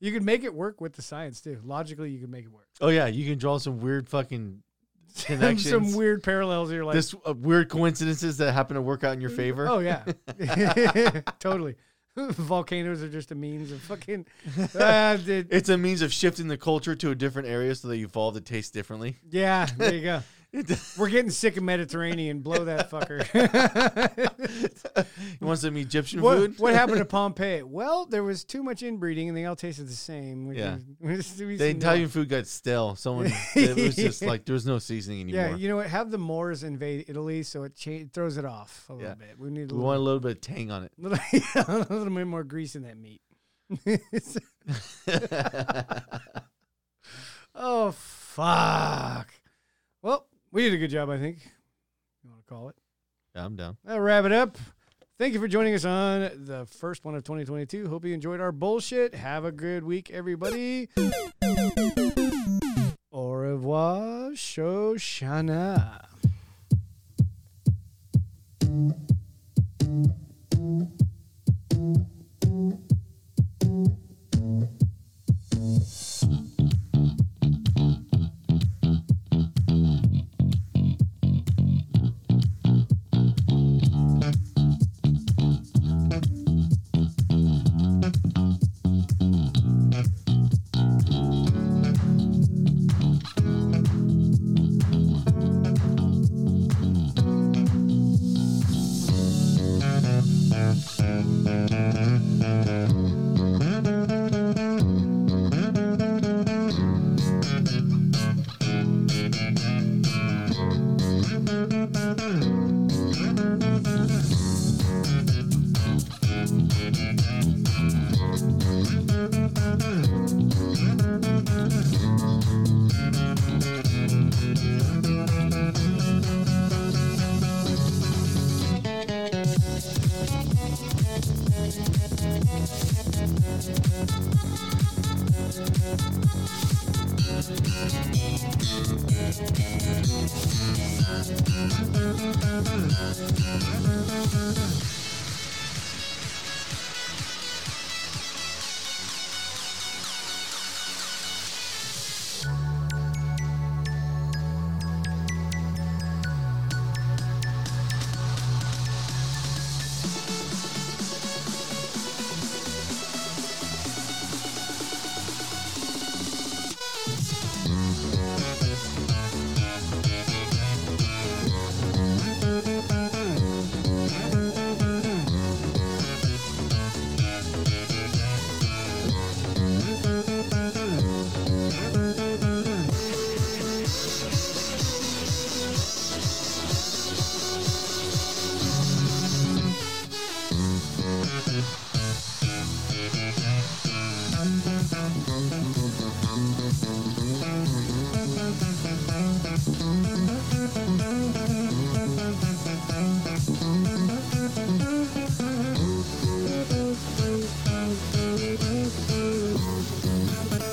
You could make it work with the science too. Logically, you could make it work. *laughs*
Oh yeah, you can draw some weird fucking
Some,
connections.
some weird parallels. You're like, Mm,
*laughs* this uh, weird coincidences that happen to work out in your favor.
oh yeah, *laughs* totally. *laughs* volcanoes are just a means of fucking. *laughs* Ah, dude.
It's a means of shifting the culture to a different area so they evolve to taste differently. *laughs*
Yeah, there you go. We're getting sick of Mediterranean. Blow
*laughs*
that fucker.
You want some
*laughs*
Egyptian
what,
food?
what happened
*laughs*
to Pompeii? Well, there was too much inbreeding, and they all tasted the same. which
Yeah.
is- *laughs* which is- we
The
said no.
Italian food got
*laughs*
stale. Someone it was just like there was no seasoning anymore.
Yeah, you know what? Have the Moors invade Italy, so it, cha- it throws it off a
Yeah.
little bit. We need a
we
little,
want a little bit of tang on it.
*laughs*
*laughs*
little, yeah, a little bit more grease in that meat. *laughs* oh fuck! Well, we did a good job, I think. You want to call it?
Yeah, I'm down.
That'll wrap it up. Thank you for joining us on the first one of 2022. Hope you enjoyed our bullshit. Have a good week, everybody. Au revoir, Shoshana.